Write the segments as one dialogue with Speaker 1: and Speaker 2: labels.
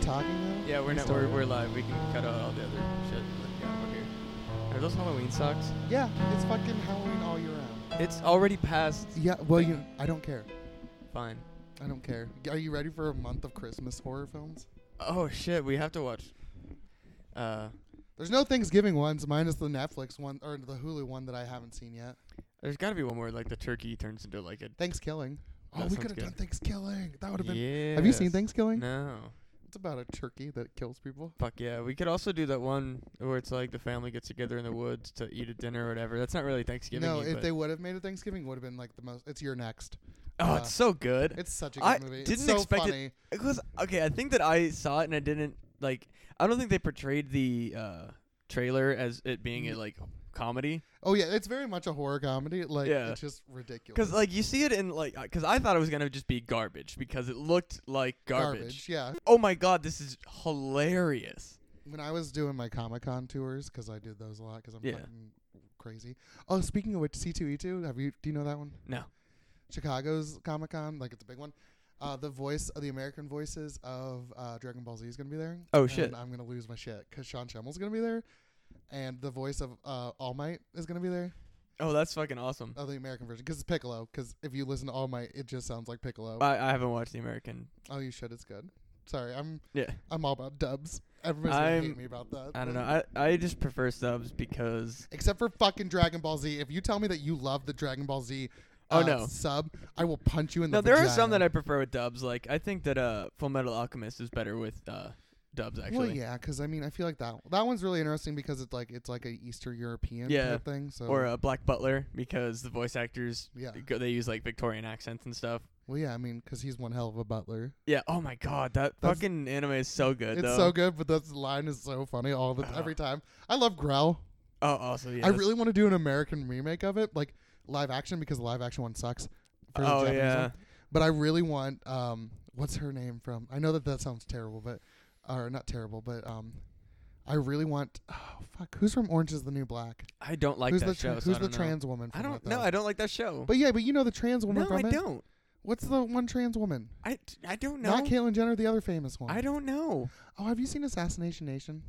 Speaker 1: talking now?
Speaker 2: Yeah, we're
Speaker 1: We
Speaker 2: not,
Speaker 1: still
Speaker 2: we're,
Speaker 1: are.
Speaker 2: we're live. We can cut out all the other shit. But yeah, we're here. Are those Halloween socks?
Speaker 1: Yeah, it's fucking Halloween all year round.
Speaker 2: It's already past.
Speaker 1: Yeah, well, you. I don't care.
Speaker 2: Fine.
Speaker 1: I don't care. Are you ready for a month of Christmas horror films?
Speaker 2: Oh shit, we have to watch. Uh,
Speaker 1: There's no Thanksgiving ones, minus the Netflix one or the Hulu one that I haven't seen yet.
Speaker 2: there's got to be one where like the turkey turns into like a.
Speaker 1: Thanksgiving. Oh,
Speaker 2: That
Speaker 1: we
Speaker 2: sounds
Speaker 1: could have
Speaker 2: good.
Speaker 1: done Thanksgiving. That would have been.
Speaker 2: Yeah.
Speaker 1: Have you seen Thanksgiving?
Speaker 2: No.
Speaker 1: It's about a turkey that kills people.
Speaker 2: Fuck yeah. We could also do that one where it's like the family gets together in the woods to eat a dinner or whatever. That's not really Thanksgiving.
Speaker 1: no, if they would have made it Thanksgiving, would have been like the most. It's your next.
Speaker 2: Oh,
Speaker 1: uh,
Speaker 2: it's so good.
Speaker 1: It's such a good
Speaker 2: I
Speaker 1: movie. it's
Speaker 2: didn't
Speaker 1: so
Speaker 2: expect it-
Speaker 1: funny.
Speaker 2: Because okay, I think that I saw it and I didn't like. I don't think they portrayed the uh, trailer as it being a
Speaker 1: Mm.
Speaker 2: like comedy.
Speaker 1: Oh yeah, it's very much a horror comedy. Like
Speaker 2: Yeah.
Speaker 1: it's just ridiculous.
Speaker 2: Because like you see it in like because I thought it was gonna just be garbage because it looked like garbage.
Speaker 1: Yeah.
Speaker 2: Oh my god, this is hilarious.
Speaker 1: When I was doing my Comic Con tours, because I did those a lot, because I'm
Speaker 2: Yeah.
Speaker 1: fucking crazy. Oh, speaking of which, C2E2, have you? Do you know that one?
Speaker 2: No.
Speaker 1: Chicago's Comic Con, like it's a big one. Uh, the voice, uh, the American voices of uh, Dragon Ball Z is gonna be there.
Speaker 2: Oh,
Speaker 1: And
Speaker 2: shit.
Speaker 1: I'm gonna lose my shit because Sean Schimmel's gonna be there, and the voice of uh, All Might is gonna be there.
Speaker 2: Oh, that's fucking awesome.
Speaker 1: Of the American version, because it's Piccolo. Because if you listen to All Might, it just sounds like Piccolo.
Speaker 2: I, I haven't watched the American.
Speaker 1: oh, you should. It's good. Sorry, I'm
Speaker 2: Yeah,
Speaker 1: I'm all about dubs. Everybody's gonna hate
Speaker 2: I'm-
Speaker 1: me about that.
Speaker 2: I don't know. I I just prefer subs because
Speaker 1: Except for fucking Dragon Ball Z. If you tell me that you love the Dragon Ball Z
Speaker 2: Oh,
Speaker 1: uh,
Speaker 2: no.
Speaker 1: sub, I will punch you in
Speaker 2: no,
Speaker 1: the
Speaker 2: there are some that
Speaker 1: vagina.
Speaker 2: I prefer with dubs. Like I think that uh Full Metal Alchemist is better with uh dubs actually.
Speaker 1: Well, yeah, because I mean, I feel like that that one's really interesting because it's like it's like a Easter European
Speaker 2: Yeah.
Speaker 1: type thing. So
Speaker 2: Or uh, Black Butler because the voice actors
Speaker 1: yeah,
Speaker 2: they go- they use like Victorian accents and stuff.
Speaker 1: well, yeah, I mean, because he's one hell of a butler.
Speaker 2: Yeah. Oh my god, that
Speaker 1: That's-
Speaker 2: fucking anime is so good.
Speaker 1: it's
Speaker 2: though.
Speaker 1: so good, but this line is so funny all the
Speaker 2: Ah.
Speaker 1: every time. I love Growl.
Speaker 2: Oh, also yeah.
Speaker 1: I
Speaker 2: that's-
Speaker 1: really want to do an American remake of it, like live action, because the live action one sucks. for the
Speaker 2: Oh
Speaker 1: Japanese one.
Speaker 2: yeah.
Speaker 1: But I really want um, what's her name from? I know that that sounds terrible, but or not terrible, but um, I really want. Oh fuck, who's from Orange Is the New Black?
Speaker 2: I don't like
Speaker 1: who's
Speaker 2: that
Speaker 1: the
Speaker 2: show.
Speaker 1: tra-
Speaker 2: so
Speaker 1: who's
Speaker 2: I
Speaker 1: the
Speaker 2: don't know.
Speaker 1: trans woman? From
Speaker 2: I don't
Speaker 1: it,
Speaker 2: know.
Speaker 1: though?
Speaker 2: I don't like that show.
Speaker 1: but yeah, but you know the trans woman
Speaker 2: no,
Speaker 1: from
Speaker 2: I
Speaker 1: it?
Speaker 2: don't.
Speaker 1: What's the one trans woman?
Speaker 2: I I don't know.
Speaker 1: Not Caitlyn Jenner, the other famous one.
Speaker 2: I don't know.
Speaker 1: oh, have you seen Assassination Nation?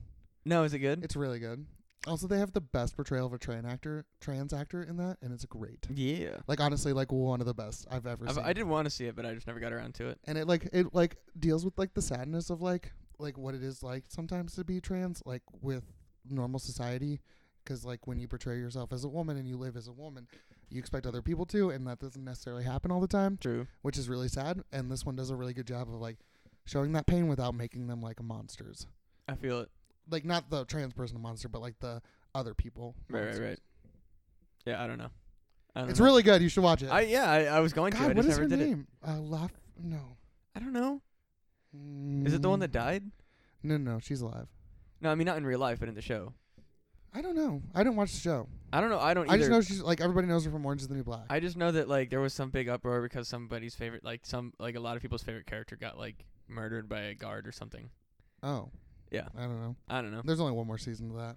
Speaker 2: No, is it good?
Speaker 1: It's really good. Also, they have the best portrayal of a trans actor, trans actor in that, and it's great.
Speaker 2: yeah.
Speaker 1: Like honestly, like one of the best I've ever
Speaker 2: I've,
Speaker 1: seen.
Speaker 2: I did want to see it, but I just never got around to it.
Speaker 1: and it like it like deals with like the sadness of like like what it is like sometimes to be trans like with normal society because like when you portray yourself as a woman and you live as a woman you expect other people to and that doesn't necessarily happen all the time
Speaker 2: True.
Speaker 1: which is really sad and this one does a really good job of like showing that pain without making them like monsters
Speaker 2: I feel it.
Speaker 1: like not the trans person a monster but like the other people
Speaker 2: Right, right,
Speaker 1: monsters.
Speaker 2: right. Yeah, I don't know. I don't
Speaker 1: it's
Speaker 2: know.
Speaker 1: really good you should watch it
Speaker 2: I yeah, I, I was going to. I
Speaker 1: god what
Speaker 2: just
Speaker 1: is
Speaker 2: never
Speaker 1: her
Speaker 2: did it.
Speaker 1: name uh Laf- no
Speaker 2: I don't know. Is it the one that
Speaker 1: Mm.
Speaker 2: died?
Speaker 1: no no no, she's alive
Speaker 2: No, I mean not in real life, but in the show.
Speaker 1: i don't know i didn't watch the show
Speaker 2: I don't know. I don't either.
Speaker 1: I just know she's like everybody knows her from Orange is the New Black.
Speaker 2: I just know that like there was some big uproar because somebody's favorite, like some, like a lot of people's favorite character got like murdered by a guard or something.
Speaker 1: oh.
Speaker 2: Yeah.
Speaker 1: I don't know.
Speaker 2: I don't know.
Speaker 1: There's only one more season of that.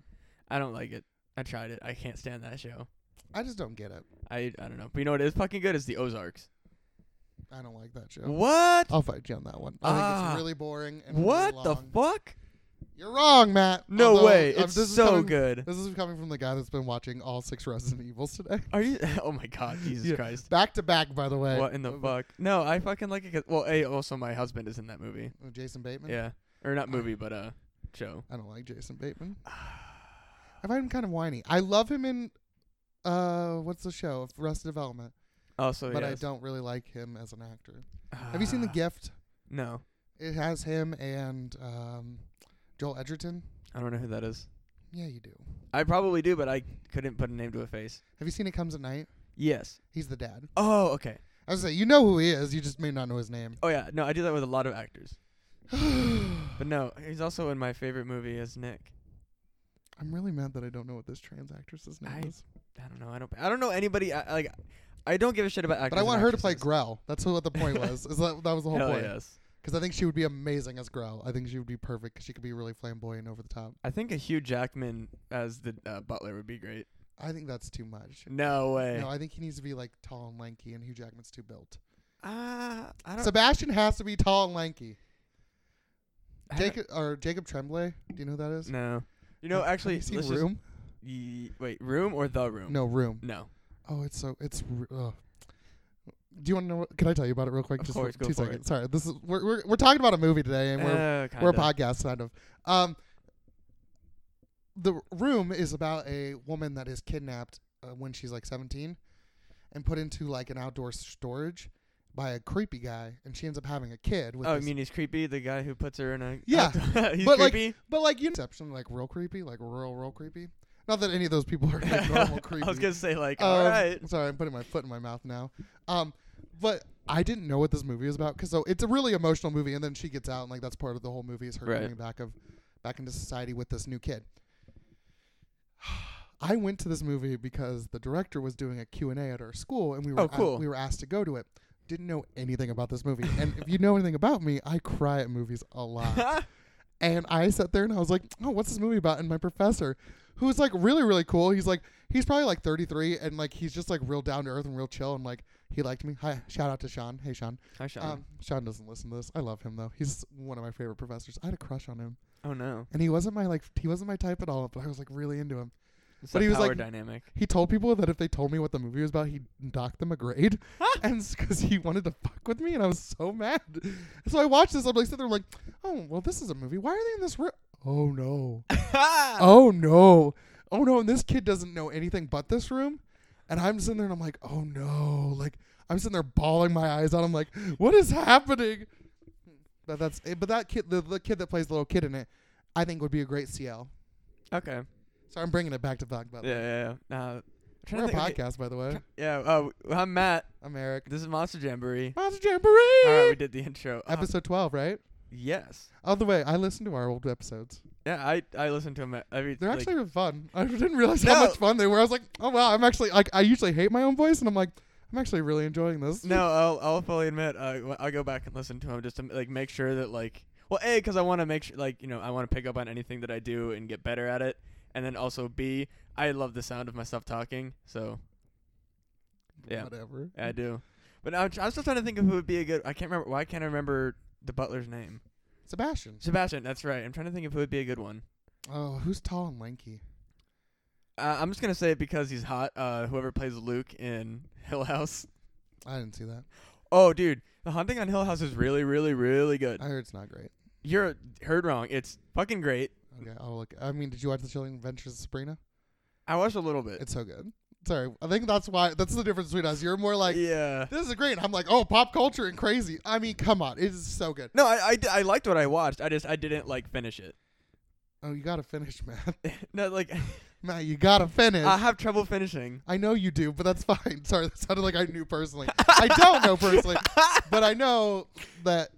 Speaker 2: I don't like it. I tried it. I can't stand that show.
Speaker 1: I just don't get it.
Speaker 2: I I don't know. But you know what is fucking good is the Ozarks.
Speaker 1: I don't like that show.
Speaker 2: What?
Speaker 1: I'll fight you on that one. I think
Speaker 2: Ah.
Speaker 1: it's really boring and really
Speaker 2: What the
Speaker 1: long.
Speaker 2: fuck?
Speaker 1: You're wrong, Matt.
Speaker 2: No
Speaker 1: Although,
Speaker 2: way.
Speaker 1: um,
Speaker 2: It's
Speaker 1: this is
Speaker 2: so
Speaker 1: coming-
Speaker 2: good.
Speaker 1: This is coming from the guy that's been watching all six Resident Evils today.
Speaker 2: Are you? Oh my god, Jesus
Speaker 1: Yeah.
Speaker 2: Christ!
Speaker 1: Back to back, by the way.
Speaker 2: What in the
Speaker 1: Uh,
Speaker 2: fuck? No, I fucking like it. 'cause- well, a also my husband is in that movie.
Speaker 1: uh, Jason Bateman?
Speaker 2: Yeah, or not movie, but uh, show.
Speaker 1: I don't like Jason Bateman. I find him kind of whiny. I love him in uh what's the show? Arrested Development.
Speaker 2: Also,
Speaker 1: but I
Speaker 2: yes.
Speaker 1: don't really like him as an actor. Have you seen The
Speaker 2: Ah,
Speaker 1: Gift?
Speaker 2: No,
Speaker 1: It has him and um, Joel Edgerton.
Speaker 2: I don't know who that is.
Speaker 1: Yeah, you do.
Speaker 2: I probably do, but I couldn't put a name to a face.
Speaker 1: Have you seen It Comes at Night?
Speaker 2: Yes.
Speaker 1: He's the dad.
Speaker 2: Oh, okay.
Speaker 1: I was gonna say you know who he is. You just may not know his name.
Speaker 2: Oh yeah. No, I do that with a lot of actors. But no, he's also in my favorite movie as Nick.
Speaker 1: I'm really mad that I don't know what this trans actress's name
Speaker 2: I-
Speaker 1: is.
Speaker 2: I don't know. I don't. I don't know anybody. I, like, I don't give a shit about actors.
Speaker 1: But I want
Speaker 2: and
Speaker 1: her to play
Speaker 2: actresses.
Speaker 1: Grell. That's what the point was. Is that that was the whole
Speaker 2: Hell
Speaker 1: point?
Speaker 2: yes.
Speaker 1: Because I think she would be amazing as Grell. I think she would be perfect because she could be really flamboyant over the top.
Speaker 2: I think a Hugh Jackman as the uh, Butler would be great.
Speaker 1: I think that's too much.
Speaker 2: No way.
Speaker 1: No, I think he needs to be like tall and lanky, and Hugh Jackman's too built.
Speaker 2: Ah, I don't.
Speaker 1: Sebastian has to be tall and lanky. Jacob or Jacob Tremblay. Do you know who that is?
Speaker 2: No. You know, actually,
Speaker 1: Have you
Speaker 2: let's
Speaker 1: seen
Speaker 2: just-
Speaker 1: Room?
Speaker 2: Ye- wait, room or the room?
Speaker 1: No, Room.
Speaker 2: No.
Speaker 1: Oh, it's so it's. r- Ugh. Do you want to know? What, can I tell you about it real quick?
Speaker 2: Of
Speaker 1: Just for
Speaker 2: course, go
Speaker 1: two
Speaker 2: for it.
Speaker 1: seconds. Sorry, this is we're, we're we're talking about a movie today, and we're
Speaker 2: Uh,
Speaker 1: we're
Speaker 2: kinda.
Speaker 1: a podcast kind of. Um, the room is about a woman that is kidnapped uh, when she's like 17, and put into like an outdoor storage by a creepy guy, and she ends up having a kid. With
Speaker 2: Oh, I
Speaker 1: this-
Speaker 2: mean, he's creepy. The guy who puts her in a
Speaker 1: Yeah,
Speaker 2: he's
Speaker 1: but, like,
Speaker 2: creepy.
Speaker 1: but like you exception, like real creepy, like real real creepy. Not that any of those people are like normal creepy.
Speaker 2: I was gonna say like,
Speaker 1: Um,
Speaker 2: all right,
Speaker 1: Sorry, I'm putting my foot in my mouth now. Um, but I didn't know what this movie was about because so it's a really emotional movie, and then she gets out, and like that's part of the whole movie is her
Speaker 2: Right.
Speaker 1: coming back of back into society with this new kid. I went to this movie because the director was doing a Q and A at our school, and we were
Speaker 2: Oh, cool.
Speaker 1: we were asked to go to it. Didn't know anything about this movie, and if you know anything about me, I cry at movies a lot. And I sat there and I was like, oh, what's this movie about? And my professor, who's like really, really cool, he's like, he's probably like 33 and like he's just like real down to earth and real chill. And like, he liked me. Hi, shout out to Sean. Hey, Sean.
Speaker 2: Hi, Sean.
Speaker 1: Um, Sean doesn't listen to this. I love him though. He's one of my favorite professors. I had a crush on him.
Speaker 2: oh no,
Speaker 1: And he wasn't my like, he wasn't my type at all, but I was like really into him.
Speaker 2: it's
Speaker 1: but
Speaker 2: that
Speaker 1: he was,
Speaker 2: power
Speaker 1: like-
Speaker 2: dynamic.
Speaker 1: He told people that if they told me what the movie was about, he'd dock them a grade. and because he wanted to fuck with me, and I was so mad. So I watched this. I'm like, sitting there, like, oh, well, this is a movie. Why are they in this room? Oh, no. oh no oh no and this kid doesn't know anything but this room and i'm sitting there and i'm like oh no like i'm sitting there bawling my eyes out i'm like what is happening but that's eh, but that kid the, the kid that plays the little kid in it i think would be a great cl
Speaker 2: okay.
Speaker 1: so i'm bringing it back to talk about
Speaker 2: Yeah, yeah. yeah. Uh, I'm trying
Speaker 1: we're a
Speaker 2: to think, okay,
Speaker 1: podcast by the way
Speaker 2: Yeah. Oh, I'm Matt.
Speaker 1: i'm eric
Speaker 2: This is Monster Jamboree.
Speaker 1: monster jamboree
Speaker 2: All right, we did the intro. Um,
Speaker 1: episode 12 right
Speaker 2: yes.
Speaker 1: oh the way i listened to our old episodes
Speaker 2: Yeah, I I listen to him at every.
Speaker 1: They're
Speaker 2: like,
Speaker 1: actually fun. I didn't realize
Speaker 2: No.
Speaker 1: how much fun they were. I was like, oh wow, I'm actually like I usually hate my own voice, and I'm like, I'm actually really enjoying this.
Speaker 2: No, I'll I'll fully admit. Uh, wh- I'll go back and listen to him just to like make sure that like well, a because I want to make sure like you know I want to pick up on anything that I do and get better at it, and then also b I love the sound of myself talking, so yeah.
Speaker 1: whatever.
Speaker 2: I do. But I'm, tr- I'm still trying to think of who would be a good. I can't remember. Why can't I remember the butler's name?
Speaker 1: Sebastian.
Speaker 2: Sebastian. That's right. I'm trying to think of who would be a good one.
Speaker 1: Oh, who's tall and lanky?
Speaker 2: Uh, I'm just gonna say it because he's hot. Uh, whoever plays Luke in Hill House.
Speaker 1: I didn't see that.
Speaker 2: Oh, dude, The Haunting on Hill House is really, really, really good.
Speaker 1: I heard it's not great.
Speaker 2: You're heard wrong. It's fucking great.
Speaker 1: Okay, I'll look. I mean, did you watch The Chilling Adventures of Sabrina?
Speaker 2: I watched a little bit.
Speaker 1: It's so good. Sorry, I think that's why that's the difference between us. You're more like
Speaker 2: yeah.
Speaker 1: this is great. and I'm like, oh, pop culture and crazy. I mean, come on, it is so good.
Speaker 2: No, I, I, d- I liked what I watched. I just I didn't like finish it.
Speaker 1: Oh, you gotta finish, Matt.
Speaker 2: no, like
Speaker 1: Matt, you gotta finish.
Speaker 2: I have trouble finishing.
Speaker 1: I know you do, but that's fine. Sorry, that sounded like I knew personally. I don't know personally, but I know that.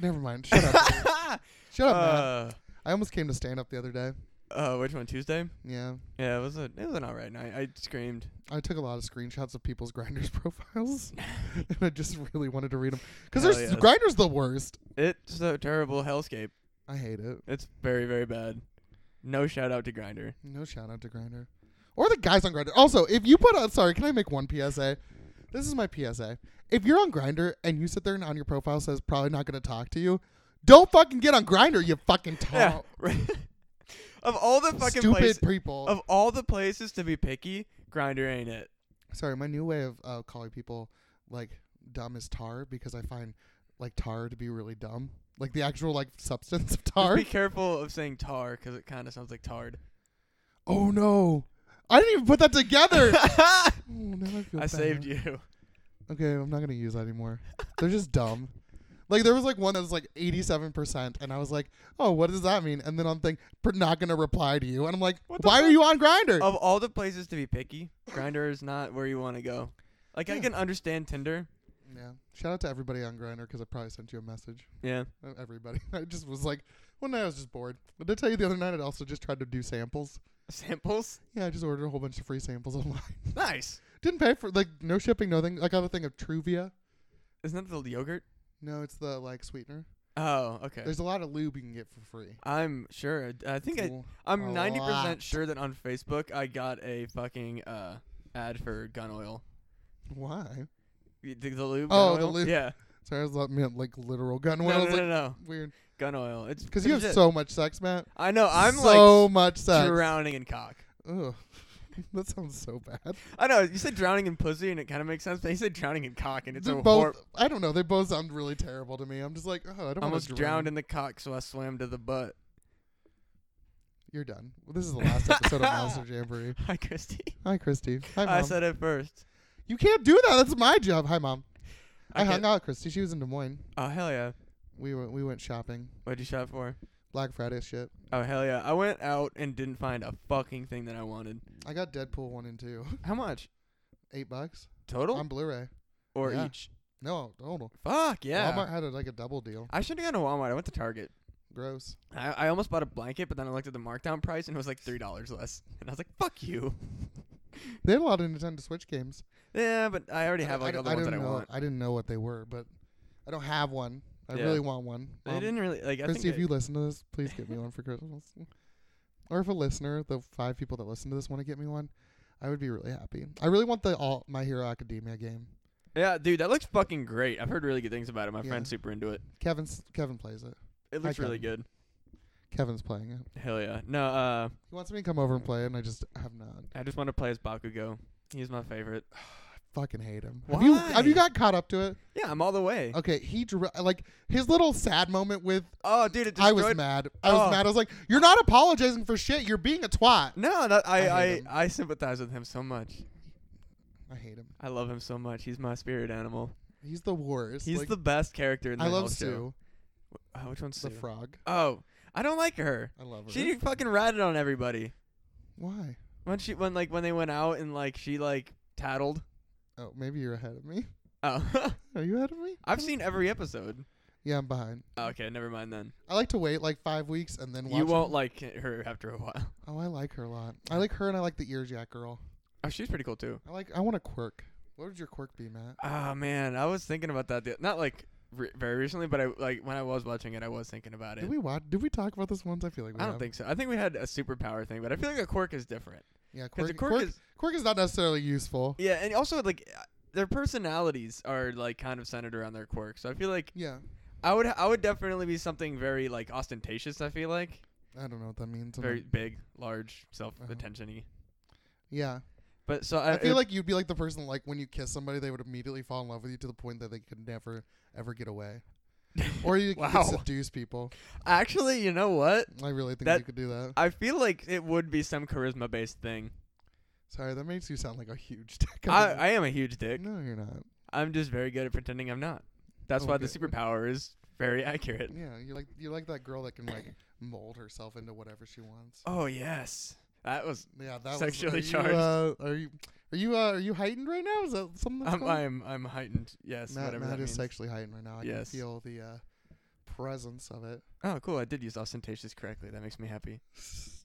Speaker 1: Never mind. Shut up. Shut up, man.
Speaker 2: uh,
Speaker 1: I almost came to stand up the other day.
Speaker 2: uh, which one? Tuesday.
Speaker 1: Yeah.
Speaker 2: Yeah, it was a it was an alright night. I screamed.
Speaker 1: I took a lot of screenshots of people's grinders profiles, and I just really wanted to read them because
Speaker 2: Hell
Speaker 1: there's
Speaker 2: yes.
Speaker 1: grinders the worst.
Speaker 2: It's a terrible hellscape.
Speaker 1: I hate it.
Speaker 2: It's very very bad. No shout out to Grinder.
Speaker 1: No shout out to Grinder or the guys on Grinder. Also, if you put on, sorry, can I make one PSA? This is my PSA. If you're on Grinder and you sit there and on your profile says probably not going to talk to you, don't fucking get on Grinder, you fucking
Speaker 2: Yeah.
Speaker 1: tall,
Speaker 2: right. of all the fucking
Speaker 1: stupid
Speaker 2: places,
Speaker 1: people.
Speaker 2: of all the places to be picky, Grinder ain't it.
Speaker 1: sorry, my new way of uh, calling people like dumb is tar because I find like tar to be really dumb, like the actual like substance of
Speaker 2: Just
Speaker 1: tar.
Speaker 2: be careful of saying tar because it kind of sounds like tard.
Speaker 1: Oh no. I didn't even put that together. oh, now I feel
Speaker 2: I
Speaker 1: bad.
Speaker 2: saved you.
Speaker 1: Okay, I'm not gonna use that anymore. They're just dumb. Like there was like one that was like 87 percent, and I was like, oh, what does that mean? And then I'm thinking, not gonna reply to you, and I'm like,
Speaker 2: What the
Speaker 1: why are
Speaker 2: fuck? Oh.
Speaker 1: you on Grinder?
Speaker 2: Of all the places to be picky, Grinder is not where you want to go. Like I
Speaker 1: Yeah.
Speaker 2: can understand Tinder.
Speaker 1: Yeah. Shout out to everybody on Grinder because I probably sent you a message.
Speaker 2: Yeah.
Speaker 1: Uh, Everybody. I just was like, one night I was just bored. But did I tell you the other night I also just tried to do samples?
Speaker 2: Samples.
Speaker 1: Yeah, I just ordered a whole bunch of free samples online.
Speaker 2: Nice.
Speaker 1: Didn't pay for like no shipping, nothing. I got a thing of Truvia.
Speaker 2: Isn't that the yogurt?
Speaker 1: No, it's the like sweetener.
Speaker 2: Oh, okay.
Speaker 1: There's a lot of lube you can get for free.
Speaker 2: I'm sure. I think I,
Speaker 1: Cool. a
Speaker 2: I'm ninety
Speaker 1: lot.
Speaker 2: percent sure that on Facebook I got a fucking uh ad for gun oil.
Speaker 1: Why?
Speaker 2: Y- The, the lube.
Speaker 1: Oh,
Speaker 2: gun
Speaker 1: the
Speaker 2: oil?
Speaker 1: lube.
Speaker 2: Yeah.
Speaker 1: Sorry, I was like, meant like literal gun
Speaker 2: no,
Speaker 1: oil.
Speaker 2: no,
Speaker 1: It's
Speaker 2: no,
Speaker 1: like
Speaker 2: no.
Speaker 1: weird
Speaker 2: Gun oil. It's
Speaker 1: because you have
Speaker 2: legit.
Speaker 1: so much sex, Matt.
Speaker 2: I know. I'm
Speaker 1: so
Speaker 2: like
Speaker 1: much sex.
Speaker 2: drowning in cock.
Speaker 1: Ugh. that sounds so bad.
Speaker 2: I know you said drowning in pussy, and it kind of makes sense, but he said drowning in cock, and it's
Speaker 1: They're
Speaker 2: a
Speaker 1: both.
Speaker 2: horrible.
Speaker 1: I don't know. They both sound really terrible to me. I'm just like, oh, I don't want
Speaker 2: Almost
Speaker 1: to
Speaker 2: drowned in the cock, so I swam to the butt.
Speaker 1: You're done. Well, this is the last episode of Monster Jamboree.
Speaker 2: Hi, Christy.
Speaker 1: Hi, Christy. Hi, mom.
Speaker 2: I said it first.
Speaker 1: you can't do that. That's my job. Hi, mom. I,
Speaker 2: can't-
Speaker 1: hung out, with Christy. She was in Des Moines.
Speaker 2: Oh hell yeah!
Speaker 1: We went. We went shopping.
Speaker 2: What'd you shop for?
Speaker 1: Black Friday shit.
Speaker 2: Oh hell yeah! I went out and didn't find a fucking thing that I wanted.
Speaker 1: I got Deadpool one and two.
Speaker 2: How much
Speaker 1: Eight bucks
Speaker 2: total
Speaker 1: on Blu-ray.
Speaker 2: or
Speaker 1: yeah.
Speaker 2: each?
Speaker 1: No, total.
Speaker 2: Fuck yeah!
Speaker 1: Walmart had a, like a double deal.
Speaker 2: I should have gone to Walmart. I went to Target.
Speaker 1: Gross.
Speaker 2: I, I almost bought a blanket, but then I looked at the markdown price and it was like three dollars less, and I was like, "Fuck you."
Speaker 1: They had a lot of Nintendo Switch games.
Speaker 2: Yeah, but I already have
Speaker 1: I-
Speaker 2: like
Speaker 1: I,
Speaker 2: other
Speaker 1: I
Speaker 2: ones that I
Speaker 1: didn't know,
Speaker 2: want.
Speaker 1: I didn't know what they were, but I don't have one. I
Speaker 2: Yeah.
Speaker 1: really want one.
Speaker 2: They
Speaker 1: Mom,
Speaker 2: didn't really like. I
Speaker 1: Um, Christy,
Speaker 2: think
Speaker 1: if you listen to this, please get me one for Christmas. Or if a listener, the five people that listen to this, want to get me one, I would be really happy. I really want the all My Hero Academia game.
Speaker 2: it- yeah, dude, that looks fucking great. I've heard really good things about it. My
Speaker 1: Yeah.
Speaker 2: friend's super into it.
Speaker 1: Kevin's Kevin plays it.
Speaker 2: It looks
Speaker 1: got
Speaker 2: really good.
Speaker 1: Kevin's playing it.
Speaker 2: Hell yeah! No, uh,
Speaker 1: He wants me to come over and play it, and I just have not.
Speaker 2: I just want to play as Bakugo. He's my favorite.
Speaker 1: Fucking hate him. Have you have you
Speaker 2: Why?
Speaker 1: got caught up to it?
Speaker 2: Yeah, I'm all the way.
Speaker 1: Okay, he dr- like his little sad moment with
Speaker 2: oh, dude, it destroyed.
Speaker 1: I was mad. I was
Speaker 2: Oh.
Speaker 1: mad. I was like, "You're not apologizing for shit. You're being a twat."
Speaker 2: No, that, I
Speaker 1: I
Speaker 2: I,
Speaker 1: hate him.
Speaker 2: I sympathize with him so much.
Speaker 1: I hate him.
Speaker 2: I love him so much. He's my spirit animal.
Speaker 1: He's the worst.
Speaker 2: He's
Speaker 1: Like,
Speaker 2: the best character in the
Speaker 1: I
Speaker 2: whole
Speaker 1: love
Speaker 2: show.
Speaker 1: Sue,
Speaker 2: Oh, which one's
Speaker 1: the
Speaker 2: Sue?
Speaker 1: frog.
Speaker 2: oh, I don't like her.
Speaker 1: I love her.
Speaker 2: She fucking ratted on everybody
Speaker 1: Why?
Speaker 2: when she when like when they went out and like she like tattled.
Speaker 1: Oh, maybe you're ahead of me.
Speaker 2: Oh,
Speaker 1: Are you ahead of me?
Speaker 2: I've seen every episode.
Speaker 1: Yeah, I'm behind.
Speaker 2: Okay, never mind then.
Speaker 1: I like to wait like five weeks and then watch.
Speaker 2: You won't
Speaker 1: it.
Speaker 2: like her after a while.
Speaker 1: Oh, I like her a lot. I like her and I like the ear jack girl.
Speaker 2: Oh, she's pretty cool too.
Speaker 1: I like. I want a quirk. What would your quirk be, Matt?
Speaker 2: Oh man, I was thinking about that. The, not like re- very recently, but I like when I was watching it, I was thinking about it.
Speaker 1: Did we watch? Did we talk about this once? I feel like we
Speaker 2: I don't
Speaker 1: have.
Speaker 2: think so. I think we had a superpower thing, but I feel like a quirk is different.
Speaker 1: Yeah,
Speaker 2: Because
Speaker 1: quirk.
Speaker 2: a
Speaker 1: quirk,
Speaker 2: quirk,
Speaker 1: quirk,
Speaker 2: is
Speaker 1: is not necessarily useful.
Speaker 2: yeah, and also like uh, their personalities are like kind of centered around their quirks. So I feel like
Speaker 1: Yeah,
Speaker 2: I would I would definitely be something very like ostentatious. I feel like
Speaker 1: I don't know what that means. I'm
Speaker 2: very
Speaker 1: not-
Speaker 2: big, large, self
Speaker 1: Uh-huh.
Speaker 2: attentiony.
Speaker 1: Yeah,
Speaker 2: But so I,
Speaker 1: I feel
Speaker 2: it-
Speaker 1: like you'd be like the person like when you kiss somebody, they would immediately fall in love with you to the point that they could never ever get away. Or you
Speaker 2: Wow.
Speaker 1: could seduce people.
Speaker 2: actually, you know what?
Speaker 1: I really think you
Speaker 2: That-
Speaker 1: could do that.
Speaker 2: I feel like it would be some charisma based thing.
Speaker 1: Sorry, that makes you sound like a huge dick.
Speaker 2: I, I am a huge dick.
Speaker 1: no, you're not.
Speaker 2: I'm just very good at pretending I'm not. That's why the
Speaker 1: Okay.
Speaker 2: superpower is very accurate.
Speaker 1: Yeah, you are like you are like that girl that can like mold herself into whatever she wants.
Speaker 2: Oh yes, that was.
Speaker 1: Yeah, that
Speaker 2: Sexually
Speaker 1: was, are
Speaker 2: charged.
Speaker 1: You, uh, are you are you uh, are you heightened right now? Is that something? That's
Speaker 2: I'm
Speaker 1: going on?
Speaker 2: I'm I'm heightened. Yes,
Speaker 1: Matt,
Speaker 2: whatever
Speaker 1: Matt
Speaker 2: that
Speaker 1: is
Speaker 2: means.
Speaker 1: sexually heightened right now. I
Speaker 2: Yes.
Speaker 1: can feel the uh, presence of it.
Speaker 2: oh, cool. I did use ostentatious correctly. That makes me happy.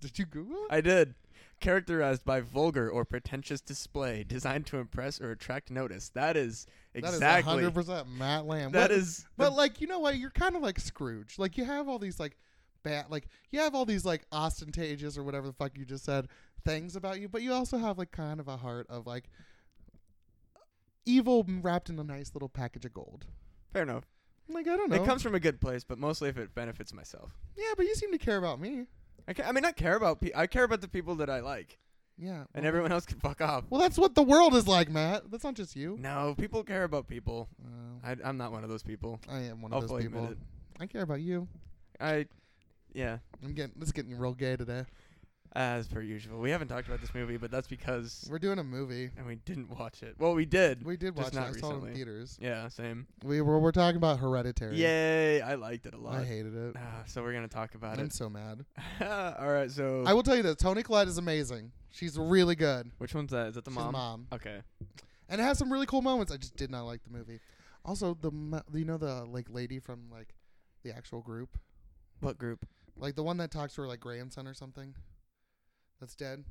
Speaker 1: Did you Google it?
Speaker 2: I did. Characterized by vulgar or pretentious display designed to impress or attract notice. That is exactly.
Speaker 1: That is 100% Matt Lamb.
Speaker 2: That
Speaker 1: What-
Speaker 2: is the-
Speaker 1: But like, you know what? You're kind of like Scrooge. Like you have all these like bad, like you have all these like ostentatious or whatever the fuck you just said things about you, but you also have like kind of a heart of like evil wrapped in a nice little package of gold.
Speaker 2: fair enough.
Speaker 1: Like I don't know.
Speaker 2: It comes from a good place, but mostly if it benefits myself.
Speaker 1: yeah, but you seem to care about me.
Speaker 2: I, ca- I mean, I care about. Pe- I care about the people that I like,
Speaker 1: Yeah.
Speaker 2: and
Speaker 1: well-
Speaker 2: everyone else can fuck off.
Speaker 1: well, that's what the world is like, Matt. That's not just you.
Speaker 2: No, people care about people.
Speaker 1: Uh,
Speaker 2: I, I'm not one of those people.
Speaker 1: I am one
Speaker 2: Mm. I'll
Speaker 1: of those
Speaker 2: fully admit
Speaker 1: people.
Speaker 2: it.
Speaker 1: I care about you.
Speaker 2: I, yeah,
Speaker 1: I'm getting this is getting real gay today.
Speaker 2: as per usual. We haven't talked about this movie, but that's because
Speaker 1: We're doing a movie.
Speaker 2: and we didn't watch it. Well, we did.
Speaker 1: We did watch
Speaker 2: Just
Speaker 1: it.
Speaker 2: not
Speaker 1: I saw it
Speaker 2: recently.
Speaker 1: in theaters.
Speaker 2: yeah, same.
Speaker 1: We were we're talking about Hereditary.
Speaker 2: Yay! I liked it a lot.
Speaker 1: I hated it.
Speaker 2: Ah, so we're gonna talk about
Speaker 1: I'm
Speaker 2: it.
Speaker 1: so mad.
Speaker 2: All right. So
Speaker 1: I will tell you this: Tony Collette is amazing. She's really good.
Speaker 2: which one's that? Is that the
Speaker 1: She's
Speaker 2: mom?
Speaker 1: mom,
Speaker 2: Okay.
Speaker 1: and it has some really cool moments. I just did not like the movie. Also, the mo- you know the like lady from like the actual group,
Speaker 2: What group?
Speaker 1: like the one that talks to her like grandson or something, that's dead.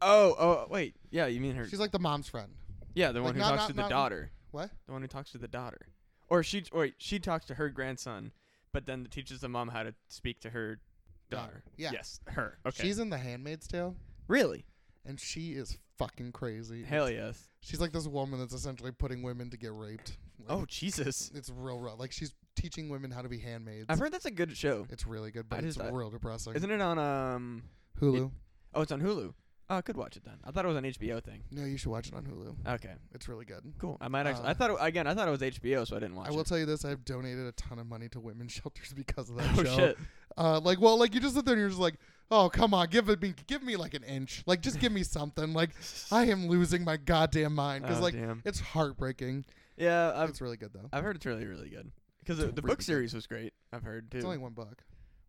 Speaker 2: Oh, oh, wait. Yeah, you mean her?
Speaker 1: She's like the mom's friend.
Speaker 2: yeah, the
Speaker 1: like,
Speaker 2: one who
Speaker 1: not-
Speaker 2: talks
Speaker 1: not-
Speaker 2: to the
Speaker 1: not-
Speaker 2: daughter.
Speaker 1: What?
Speaker 2: The one who talks to the daughter, or she, or wait, she talks to her grandson, but then teaches the mom how to speak to her daughter.
Speaker 1: Daughter. Yeah.
Speaker 2: Yes, her. Okay.
Speaker 1: She's in The Handmaid's Tale,
Speaker 2: really
Speaker 1: and she is fucking crazy.
Speaker 2: hell yes.
Speaker 1: She's like this woman that's essentially putting women to get raped. Like,
Speaker 2: oh Jesus!
Speaker 1: it's real rough. Like she's teaching women how to be handmaids.
Speaker 2: I've heard that's a good show.
Speaker 1: it's really good,
Speaker 2: I
Speaker 1: but it's
Speaker 2: just- I-
Speaker 1: real depressing.
Speaker 2: Isn't it on um?
Speaker 1: Hulu?
Speaker 2: Oh, it's on Hulu. Oh, I could watch it then. I thought it was an HBO thing.
Speaker 1: no, you should watch it on Hulu.
Speaker 2: Okay,
Speaker 1: It's really good.
Speaker 2: cool. I might actually.
Speaker 1: Uh,
Speaker 2: I thought it- again. I thought it was HBO, so I didn't watch
Speaker 1: I will
Speaker 2: it.
Speaker 1: tell you this: I've donated a ton of money to women's shelters because of that
Speaker 2: oh
Speaker 1: show.
Speaker 2: shit!
Speaker 1: Uh, like, well, like you just sit there and you're just like, oh come on, give it me, give me like an inch, like just give me something. Like I am losing my goddamn mind because
Speaker 2: Oh,
Speaker 1: like
Speaker 2: damn.
Speaker 1: it's heartbreaking.
Speaker 2: yeah, I've
Speaker 1: it's really good though.
Speaker 2: I've heard it's really really good because the,
Speaker 1: It's
Speaker 2: the
Speaker 1: really
Speaker 2: book
Speaker 1: good.
Speaker 2: series was great. I've heard too.
Speaker 1: It's only one book,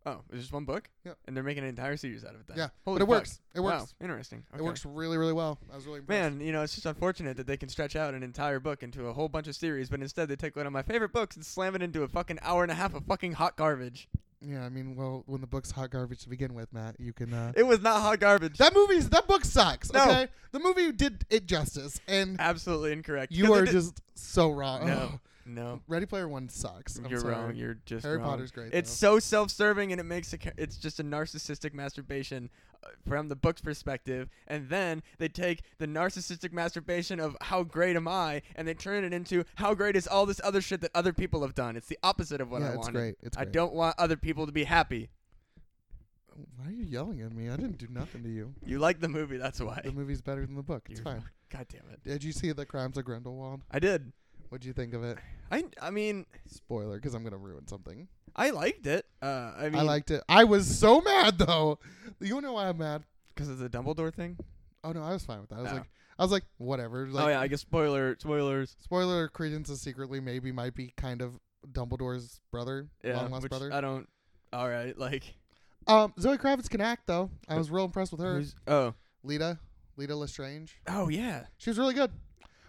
Speaker 2: oh, it's just one book.
Speaker 1: Yeah.
Speaker 2: and they're making an entire series out of it. Then.
Speaker 1: Yeah,
Speaker 2: Holy
Speaker 1: but it
Speaker 2: fuck.
Speaker 1: works. It
Speaker 2: Wow,
Speaker 1: works.
Speaker 2: Interesting.
Speaker 1: It
Speaker 2: Okay.
Speaker 1: works really, really well. I was really impressed.
Speaker 2: Man, you know, it's just unfortunate that they can stretch out an entire book into a whole bunch of series, but instead they take one of my favorite books and slam it into a fucking hour and a half of fucking hot garbage.
Speaker 1: Yeah, I mean, well, when the book's hot garbage to begin with, Matt, you can. Uh,
Speaker 2: It was not hot garbage.
Speaker 1: that movie's that book sucks.
Speaker 2: No.
Speaker 1: Okay, the movie did it justice, and
Speaker 2: Absolutely incorrect.
Speaker 1: you
Speaker 2: 'Cause it
Speaker 1: are
Speaker 2: did-
Speaker 1: just so wrong.
Speaker 2: No. no.
Speaker 1: Ready Player One sucks. I'm
Speaker 2: You're
Speaker 1: sorry.
Speaker 2: wrong. You're just
Speaker 1: Harry
Speaker 2: wrong.
Speaker 1: Potter's great.
Speaker 2: It's
Speaker 1: though.
Speaker 2: so self-serving, and it makes a, ca- it's just a narcissistic masturbation uh, from the book's perspective. And then they take the narcissistic masturbation of how great am I, and they turn it into how great is all this other shit that other people have done. It's the opposite of what
Speaker 1: yeah,
Speaker 2: I
Speaker 1: it's
Speaker 2: wanted.
Speaker 1: great. It's
Speaker 2: I
Speaker 1: great.
Speaker 2: don't want other people to be happy.
Speaker 1: Why are you yelling at me? I didn't do nothing to you.
Speaker 2: You like the movie, that's why.
Speaker 1: The movie's better than the book. It's
Speaker 2: You're
Speaker 1: fine.
Speaker 2: wrong. God damn it!
Speaker 1: Did you see the Crimes of Grindelwald?
Speaker 2: I did.
Speaker 1: What'd you think of it?
Speaker 2: I I mean,
Speaker 1: Spoiler, because I'm gonna ruin something.
Speaker 2: I liked it. Uh, I
Speaker 1: I,
Speaker 2: mean,
Speaker 1: liked it. I was so mad though. You know why I'm mad?
Speaker 2: because it's a Dumbledore thing.
Speaker 1: Oh no, I was fine with that. I was
Speaker 2: Oh.
Speaker 1: like, I was like, whatever. Like,
Speaker 2: oh yeah, I guess spoiler spoilers.
Speaker 1: Spoiler: Credence is secretly maybe might be kind of Dumbledore's brother,
Speaker 2: Yeah,
Speaker 1: long lost
Speaker 2: which
Speaker 1: brother.
Speaker 2: I don't. All right, like
Speaker 1: um, Zoe Kravitz can act though. I was real impressed with her.
Speaker 2: who's oh
Speaker 1: Lita, Lita Lestrange.
Speaker 2: oh yeah
Speaker 1: She was really good.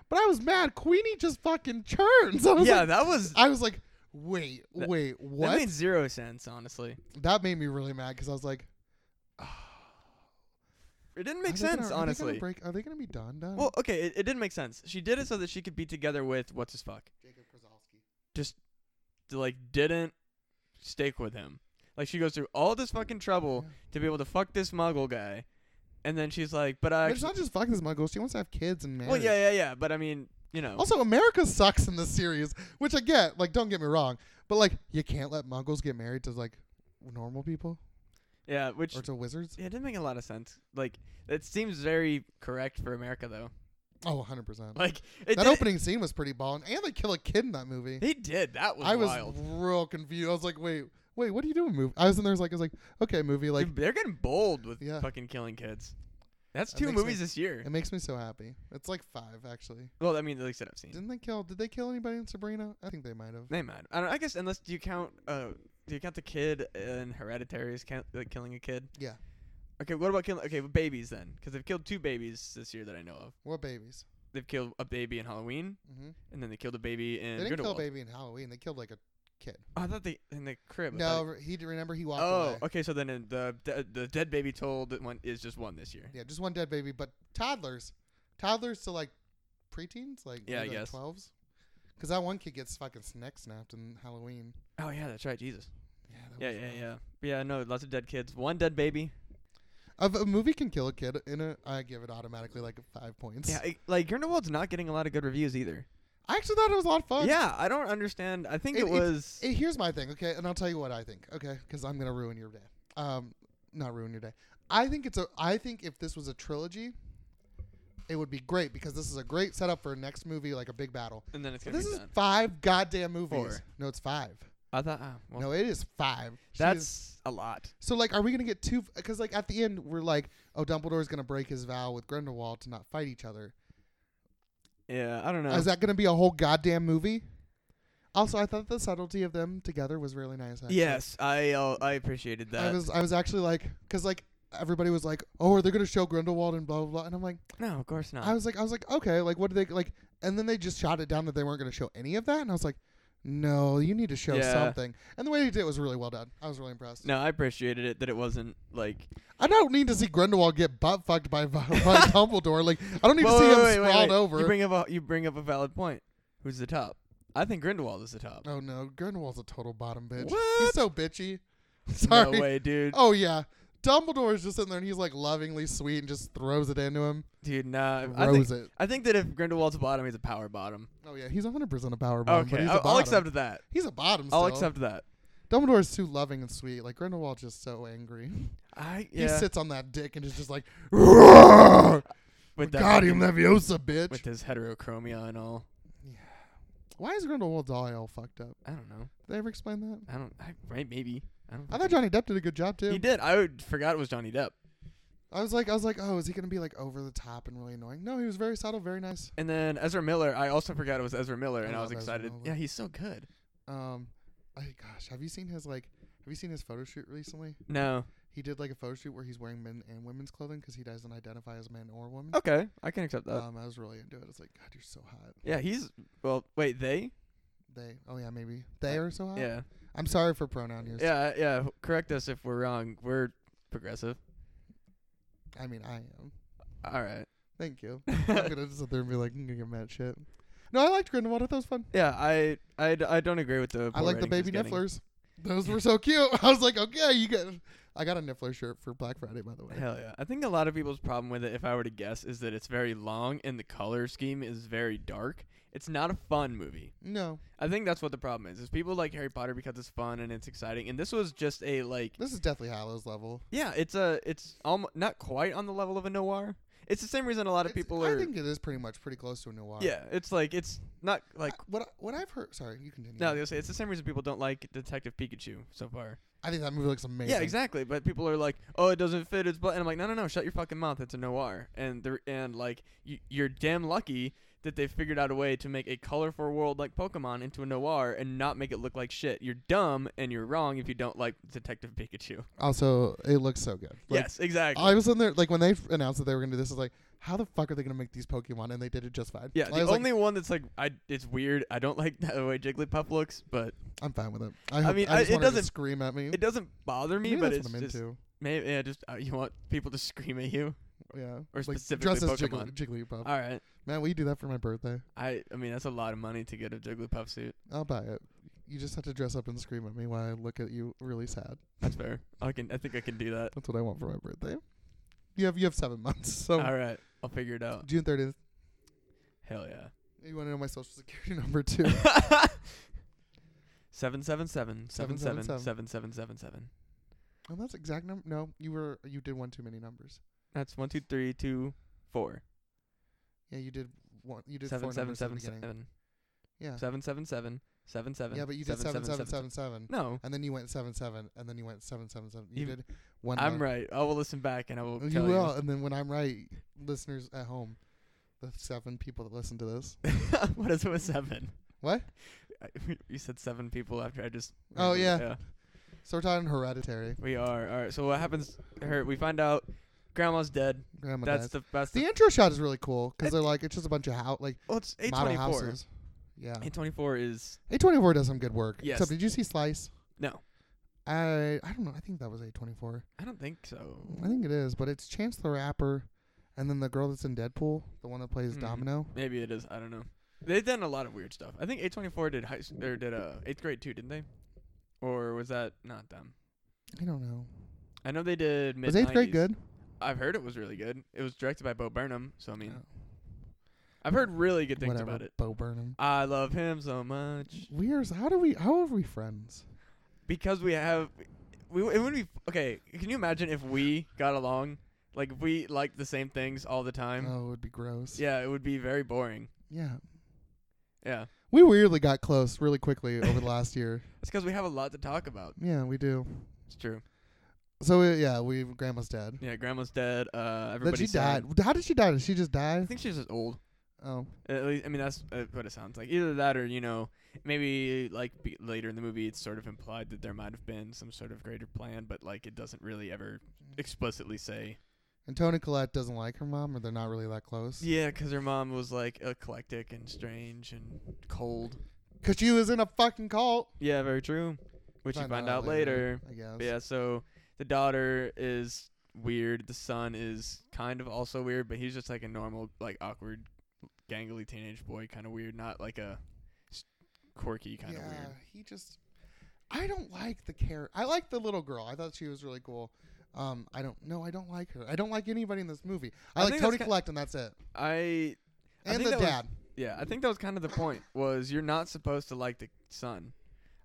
Speaker 1: But I was mad. Queenie just fucking churns. I was
Speaker 2: yeah
Speaker 1: like,
Speaker 2: that was
Speaker 1: I was like, wait,
Speaker 2: That-
Speaker 1: wait, what?
Speaker 2: that made zero sense honestly. me.
Speaker 1: me really mad because I was like,
Speaker 2: It didn't
Speaker 1: are
Speaker 2: make
Speaker 1: they
Speaker 2: sense
Speaker 1: gonna- are they gonna
Speaker 2: honestly.
Speaker 1: break- are they gonna be done? Done.
Speaker 2: Well, okay, it, it didn't make sense. She did it so that she could be together with what's his fuck.
Speaker 1: Jacob Krasowski.
Speaker 2: d- like didn't stick with him. Like she goes through all this fucking trouble
Speaker 1: Yeah.
Speaker 2: to be able to fuck this Muggle guy, and then she's like, "But I."
Speaker 1: But it's not just fucking this Muggle. She wants to have kids and marriage.
Speaker 2: well, yeah, yeah, yeah. But I mean, you know,
Speaker 1: Also, America sucks in this series, which I get. Like, don't get me wrong, but like, you can't let Muggles get married to like normal people
Speaker 2: yeah, which
Speaker 1: or to wizards.
Speaker 2: yeah, it didn't make a lot of sense. Like it seems very correct for America though.
Speaker 1: Oh, 100 percent.
Speaker 2: Like it
Speaker 1: That
Speaker 2: did,
Speaker 1: opening scene was pretty balling, and they kill a kid in that movie.
Speaker 2: They did that was
Speaker 1: I was
Speaker 2: wild.
Speaker 1: real confused. I was like, wait, wait, what are you doing, movie? I was in there, I was like, I was like, okay, movie, like,
Speaker 2: Dude, they're getting bold with
Speaker 1: Yeah.
Speaker 2: fucking killing kids. That's
Speaker 1: That
Speaker 2: two
Speaker 1: makes me-
Speaker 2: movies this year.
Speaker 1: it makes me so happy. It's like five actually.
Speaker 2: Well, I mean, at least that I've seen.
Speaker 1: Didn't they kill? Did they kill anybody in Sabrina? I think they might have.
Speaker 2: They might. I don't. I guess unless do you count? Uh, do you count the kid in Hereditary as count, like killing a kid?
Speaker 1: Yeah.
Speaker 2: Okay. What about killing? Okay, well, babies then, because they've killed two babies this year that I know of.
Speaker 1: What babies?
Speaker 2: They've killed a baby in Halloween,
Speaker 1: hmm
Speaker 2: and then they killed a baby
Speaker 1: They
Speaker 2: in.
Speaker 1: didn't
Speaker 2: Grindelwald.
Speaker 1: kill a baby in Halloween. They killed like a kid.
Speaker 2: Oh, I thought they in the crib. I thought
Speaker 1: No, he remember he
Speaker 2: they-
Speaker 1: walked
Speaker 2: Oh,
Speaker 1: away.
Speaker 2: okay. So then in the the the dead baby told that one is just one this year.
Speaker 1: Yeah, just one dead baby, but toddlers, toddlers to like preteens, like
Speaker 2: Yeah, I
Speaker 1: maybe, like
Speaker 2: guess.
Speaker 1: twelves. Because that one kid gets fucking neck snapped in Halloween.
Speaker 2: Oh yeah, that's right. Jesus.
Speaker 1: Yeah,
Speaker 2: Yeah, yeah, yeah. Yeah, no, lots of dead kids. One dead baby.
Speaker 1: yeah. If a movie can kill a kid in it, I give it automatically like five points.
Speaker 2: Yeah, I, like Grindelwald's not getting a lot of good reviews either.
Speaker 1: I actually thought it was a lot of fun.
Speaker 2: yeah, I don't understand. I think
Speaker 1: Oh, It-
Speaker 2: it,
Speaker 1: it's-
Speaker 2: was.
Speaker 1: Eh, here's my thing, okay, and I'll tell you what I think, okay, because I'm gonna ruin your day. Um, not ruin your day. I think it's a. I think if this was a trilogy, it would be great because this is a great setup for a next movie, like a big battle.
Speaker 2: and then it's gonna
Speaker 1: This
Speaker 2: be
Speaker 1: is
Speaker 2: done.
Speaker 1: five goddamn movies.
Speaker 2: Four.
Speaker 1: No, it's five.
Speaker 2: I thought. ah, well,
Speaker 1: no, it is five. She
Speaker 2: That's
Speaker 1: is-
Speaker 2: a lot.
Speaker 1: so. Like, are we gonna get two? Because like at the end, we're like, oh, Dumbledore's gonna break his vow with Grindelwald to not fight each other.
Speaker 2: Yeah, I don't know.
Speaker 1: Is that gonna be a whole goddamn movie? Also, I thought the subtlety of them together was really nice. Actually.
Speaker 2: yes, I uh, I appreciated
Speaker 1: I
Speaker 2: that.
Speaker 1: was I was actually like, because like everybody was like, oh, are they gonna show Grindelwald and blah blah blah, and I'm like,
Speaker 2: no, of course not.
Speaker 1: I was like, I was like, okay, like what did they like? And then they just shot it down that they weren't gonna show any of that, and I was like, no, you need to show
Speaker 2: Yeah.
Speaker 1: something. And the way they did it was really well done. I was really impressed.
Speaker 2: no, I appreciated it that it wasn't like.
Speaker 1: I don't need to see Grindelwald get butt fucked by, by Dumbledore. Like I don't need
Speaker 2: Whoa,
Speaker 1: to see
Speaker 2: wait,
Speaker 1: him
Speaker 2: wait, wait,
Speaker 1: sprawled
Speaker 2: wait.
Speaker 1: over.
Speaker 2: You bring up a you bring up a valid point. Who's the top? I think Grindelwald is the top.
Speaker 1: oh no, Grindelwald's a total bottom bitch.
Speaker 2: What?
Speaker 1: He's so bitchy. Sorry.
Speaker 2: No way, dude.
Speaker 1: Oh yeah, Dumbledore is just sitting there and he's like lovingly sweet and just throws it into him.
Speaker 2: Dude, nah. I think,
Speaker 1: Throws it.
Speaker 2: I think that if Grindelwald's a bottom, he's a power bottom.
Speaker 1: Oh yeah, he's 100% a power bottom. but
Speaker 2: okay,
Speaker 1: he's a
Speaker 2: I'll, I'll
Speaker 1: bottom.
Speaker 2: accept that.
Speaker 1: He's a bottom.
Speaker 2: I'll
Speaker 1: still.
Speaker 2: accept that.
Speaker 1: Dumbledore is too loving and sweet. Like Grindelwald's just so angry.
Speaker 2: I
Speaker 1: He
Speaker 2: yeah.
Speaker 1: sits on that dick and is just like, "Roar!
Speaker 2: with that
Speaker 1: "Got him,
Speaker 2: fucking-
Speaker 1: Leviosa, bitch."
Speaker 2: with his heterochromia and all.
Speaker 1: Why is Grindelwald's eye all fucked up?
Speaker 2: I don't know.
Speaker 1: Did they ever explain that?
Speaker 2: I don't. I, right? Maybe. I don't.
Speaker 1: I
Speaker 2: fucking-
Speaker 1: thought Johnny Depp did a good job too.
Speaker 2: He did. I would, forgot it was Johnny Depp.
Speaker 1: I was like, I was like, oh, is he gonna be like over the top and really annoying? No, he was very subtle, very nice.
Speaker 2: And then Ezra Miller. I also forgot it was Ezra Miller,
Speaker 1: I
Speaker 2: and I, was
Speaker 1: love Ezra
Speaker 2: excited.
Speaker 1: Miller.
Speaker 2: Yeah, he's so good.
Speaker 1: Um, I, gosh, have you seen his like, have you seen his photo shoot recently?
Speaker 2: No.
Speaker 1: He did like a photo shoot where he's wearing men and women's clothing because he doesn't identify as man or woman.
Speaker 2: Okay, I can accept Oh, that.
Speaker 1: Um, I was really into it. It's like, God, you're so hot.
Speaker 2: yeah, he's. Well, wait, they.
Speaker 1: They, oh yeah, maybe they
Speaker 2: Uh,
Speaker 1: are so hot.
Speaker 2: Yeah.
Speaker 1: I'm sorry for pronoun use.
Speaker 2: Yeah. Yeah. Correct us if we're wrong. We're progressive.
Speaker 1: I mean, I am.
Speaker 2: All right.
Speaker 1: Thank you. I'm gonna just sit there and be like, I'm gonna get mad shit. No, I liked Grindelwald. I thought it was fun.
Speaker 2: Yeah, I, I, d- I don't agree with the.
Speaker 1: I
Speaker 2: poor
Speaker 1: like the
Speaker 2: ratings
Speaker 1: baby
Speaker 2: he's getting.
Speaker 1: nifflers. Those were so cute. I was like, okay, you get. I got a niffler shirt for Black Friday, by the way.
Speaker 2: Hell yeah! I think a lot of people's problem with it, if I were to guess, is that it's very long and the color scheme is very dark. It's not a fun movie.
Speaker 1: No,
Speaker 2: I think that's what the problem is. Is people like Harry Potter because it's fun and it's exciting, and this was just a like,
Speaker 1: this is Deathly Hallows level.
Speaker 2: yeah, it's a, it's almost not quite on the level of a noir. It's the same reason a lot of
Speaker 1: It's-
Speaker 2: people
Speaker 1: I
Speaker 2: are.
Speaker 1: think it is pretty much pretty close to a noir.
Speaker 2: yeah, it's like it's not like.
Speaker 1: I- what I- what I've heard. Sorry, you continue.
Speaker 2: No, I was gonna say it's the same reason people don't like Detective Pikachu so far.
Speaker 1: I think that movie looks amazing.
Speaker 2: Yeah, exactly. But people are like, "Oh, it doesn't fit." It's but, and I'm like, "No, no, no! Shut your fucking mouth! It's a noir." And they're and like, you, you're damn lucky that they figured out a way to make a colorful world like Pokemon into a noir and not make it look like shit. You're dumb and you're wrong if you don't like Detective Pikachu.
Speaker 1: Also, it looks so good. Like,
Speaker 2: yes, exactly.
Speaker 1: I was in there like when they f- announced that they were gonna do this. I was like, how the fuck are they gonna make these Pokemon? And they did it just fine.
Speaker 2: yeah,
Speaker 1: I
Speaker 2: the
Speaker 1: was like,
Speaker 2: only one that's like, I it's weird. I don't like the way Jigglypuff looks, but
Speaker 1: I'm fine with it. I, hope-
Speaker 2: mean, I-
Speaker 1: I just
Speaker 2: it
Speaker 1: want her to
Speaker 2: doesn't-
Speaker 1: scream at me.
Speaker 2: it doesn't bother me.
Speaker 1: Maybe
Speaker 2: but
Speaker 1: that's
Speaker 2: it's
Speaker 1: what I'm
Speaker 2: just
Speaker 1: into.
Speaker 2: maybe yeah, just uh, you want people to scream at you.
Speaker 1: Yeah,
Speaker 2: or
Speaker 1: like
Speaker 2: specifically
Speaker 1: dress as Jiggly,
Speaker 2: Pokemon. Uh,
Speaker 1: Jigglypuff.
Speaker 2: All right,
Speaker 1: Man, we do that for my birthday.
Speaker 2: I I mean that's a lot of money to get a Jigglypuff suit.
Speaker 1: I'll buy it. You just have to dress up and scream at me while I look at you really sad.
Speaker 2: That's fair. I can. I think I can do that.
Speaker 1: That's what I want for my birthday. You have you have seven months, so
Speaker 2: All right, I'll figure it out.
Speaker 1: June thirtieth.
Speaker 2: Hell yeah.
Speaker 1: You want to know my social security number too?
Speaker 2: Seven seven seven seven seven
Speaker 1: seven.
Speaker 2: seven seven seven seven.
Speaker 1: oh, that's exact number. No, you were you did one too many numbers.
Speaker 2: That's one two three two four
Speaker 1: Yeah, you did one. You did
Speaker 2: seven
Speaker 1: four
Speaker 2: seven
Speaker 1: numbers at the
Speaker 2: seven
Speaker 1: beginning.
Speaker 2: seven
Speaker 1: Yeah,
Speaker 2: seven seven seven seven seven.
Speaker 1: yeah, but you did seven seven seven seven,
Speaker 2: No,
Speaker 1: and then you went seven seven, and then you went seven seven seven. You,
Speaker 2: You-
Speaker 1: did one.
Speaker 2: I'm
Speaker 1: month.
Speaker 2: right. I will listen back and I will
Speaker 1: You
Speaker 2: tell
Speaker 1: will, and then when I'm right, listeners at home, the seven people that listen to this.
Speaker 2: what is it with seven?
Speaker 1: What?
Speaker 2: I- You said seven people after I just.
Speaker 1: Oh, yeah.
Speaker 2: yeah.
Speaker 1: So we're talking hereditary.
Speaker 2: We are all right. So what happens? Her we find out grandma's dead.
Speaker 1: Grandma
Speaker 2: that's
Speaker 1: dies.
Speaker 2: the that's
Speaker 1: The
Speaker 2: the.
Speaker 1: intro shot is really cool because they're like it's just a bunch of how like
Speaker 2: Well, it's eight
Speaker 1: model
Speaker 2: twenty four.
Speaker 1: houses. Yeah,
Speaker 2: Eight twenty four is
Speaker 1: A twenty four does some good work.
Speaker 2: Yes.
Speaker 1: Except, did you see Slice?
Speaker 2: No.
Speaker 1: I I don't know. I think that was A twenty four.
Speaker 2: I don't think so.
Speaker 1: I think it is, but it's Chance the Rapper, and then the girl that's in Deadpool, the one that plays
Speaker 2: Hmm.
Speaker 1: Domino.
Speaker 2: Maybe it is. I don't know. They've done a lot of weird stuff. I think A24 did high s- or did uh eighth grade too, didn't they? Or was that not them?
Speaker 1: I don't know.
Speaker 2: I know they did. Mid
Speaker 1: Was eighth grade good?
Speaker 2: I've heard it was really good. It was directed by Bo Burnham, so I mean,
Speaker 1: Oh,
Speaker 2: I've heard really good things
Speaker 1: whatever.
Speaker 2: about it.
Speaker 1: Bo Burnham.
Speaker 2: I love him so much
Speaker 1: Weird. How do we? How are we friends?
Speaker 2: because we have. We it would be okay. Can you imagine if we got along? Like if we liked the same things all the time.
Speaker 1: oh, it would be gross.
Speaker 2: Yeah, it would be very boring.
Speaker 1: Yeah.
Speaker 2: Yeah,
Speaker 1: We weirdly got close really quickly over the last year.
Speaker 2: it's because we have a lot to talk about.
Speaker 1: Yeah, we do.
Speaker 2: It's true.
Speaker 1: So uh, yeah, we grandma's dead.
Speaker 2: Yeah, grandma's dead. Uh,
Speaker 1: But she
Speaker 2: everybody's sad.
Speaker 1: died. How did she die? Did she just
Speaker 2: I
Speaker 1: die?
Speaker 2: think she's just old.
Speaker 1: Oh,
Speaker 2: At least, I mean, that's uh, what it sounds like. Either that, or you know, maybe like be later in the movie, it's sort of implied that there might have been some sort of greater plan, but like it doesn't really ever explicitly say.
Speaker 1: and Tony Collette doesn't like her mom, or they're not really that close.
Speaker 2: Yeah, 'cause her mom was like eclectic and strange and cold.
Speaker 1: Cause she was in a fucking cult.
Speaker 2: Yeah, very true. Which you find out later.
Speaker 1: I guess.
Speaker 2: But yeah, so the daughter is weird. The son is kind of also weird, but he's just like a normal, like awkward, gangly teenage boy, kind of weird, not like a s- quirky kind of
Speaker 1: Yeah,
Speaker 2: weird.
Speaker 1: he just. I don't like the character. I like the little girl. I thought she was really cool. Um, I don't. No, I don't like her. I don't like anybody in this movie. I,
Speaker 2: I
Speaker 1: like
Speaker 2: think that's
Speaker 1: Tony
Speaker 2: ki-
Speaker 1: Collect, and that's it.
Speaker 2: I I
Speaker 1: And
Speaker 2: think
Speaker 1: the
Speaker 2: that was-
Speaker 1: dad.
Speaker 2: yeah, I think that was kind of the point was you're not supposed to like the son.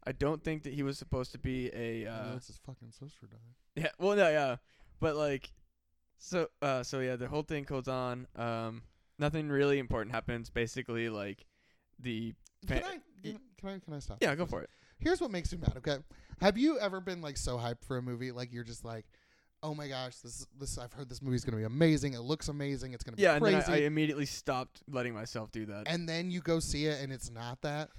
Speaker 2: I don't think that he was supposed to be a
Speaker 1: I mean,
Speaker 2: uh,
Speaker 1: that's his fucking sister died.
Speaker 2: yeah. Well, no, yeah, but like, so uh, so yeah, the whole thing goes on. Um, nothing really important happens. Basically, like the
Speaker 1: Can
Speaker 2: fa-
Speaker 1: I? Can, can I? Can I stop?
Speaker 2: yeah, go for it.
Speaker 1: Here's what makes me mad. Okay, have you ever been like so hyped for a movie like you're just like, oh my gosh, this this I've heard this movie's gonna be amazing. It looks amazing. It's gonna be
Speaker 2: Yeah, and
Speaker 1: crazy.
Speaker 2: then I, I immediately stopped letting myself do that.
Speaker 1: and then you go see it and it's not that.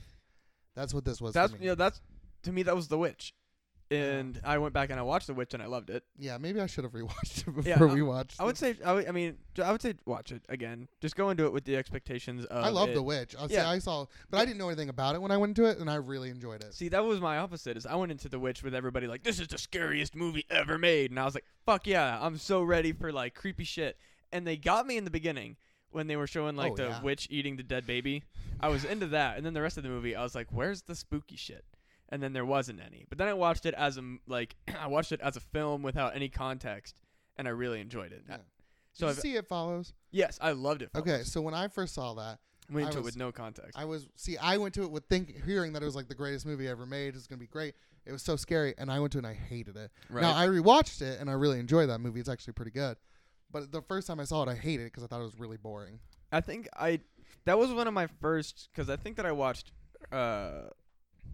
Speaker 1: That's what this was. to
Speaker 2: that's
Speaker 1: me.
Speaker 2: yeah, that's to me that was The Witch,
Speaker 1: Yeah.
Speaker 2: and I went back and I watched The Witch and I loved it.
Speaker 1: Yeah, maybe I should have rewatched it before
Speaker 2: Yeah, I-
Speaker 1: we watched.
Speaker 2: I would
Speaker 1: this.
Speaker 2: say I, would, I mean j- I would say watch it again. Just go into it with the expectations of
Speaker 1: I love
Speaker 2: it.
Speaker 1: The Witch. I
Speaker 2: Yeah.
Speaker 1: I saw, but I didn't know anything about it when I went into it, and I really enjoyed it.
Speaker 2: See, that was my opposite. Is I went into The Witch with everybody like, "This is the scariest movie ever made," and I was like, "Fuck yeah, I'm so ready for like creepy shit." And they got me in the beginning when they were showing like
Speaker 1: Oh,
Speaker 2: the
Speaker 1: yeah.
Speaker 2: witch eating the dead baby. I was into that, and then the rest of the movie, I was like, "Where's the spooky shit?" And then there wasn't any. But then I watched it as a m- like I watched it as a film without any context, and I really enjoyed it.
Speaker 1: Yeah.
Speaker 2: So
Speaker 1: Did
Speaker 2: I've, Oh.
Speaker 1: you see it follows.
Speaker 2: yes, I loved it.
Speaker 1: Okay, so when I first saw that,
Speaker 2: went
Speaker 1: I
Speaker 2: into it
Speaker 1: was-
Speaker 2: with no context.
Speaker 1: I was see, I went to it with think hearing that it was like the greatest movie ever made. It's gonna be great. It was so scary, and I went to it and I hated it.
Speaker 2: right.
Speaker 1: Now I rewatched it and I really enjoyed that movie. It's actually pretty good. But the first time I saw it, I hated it because I thought it was really boring.
Speaker 2: I think I that was one of my first because I think that I watched uh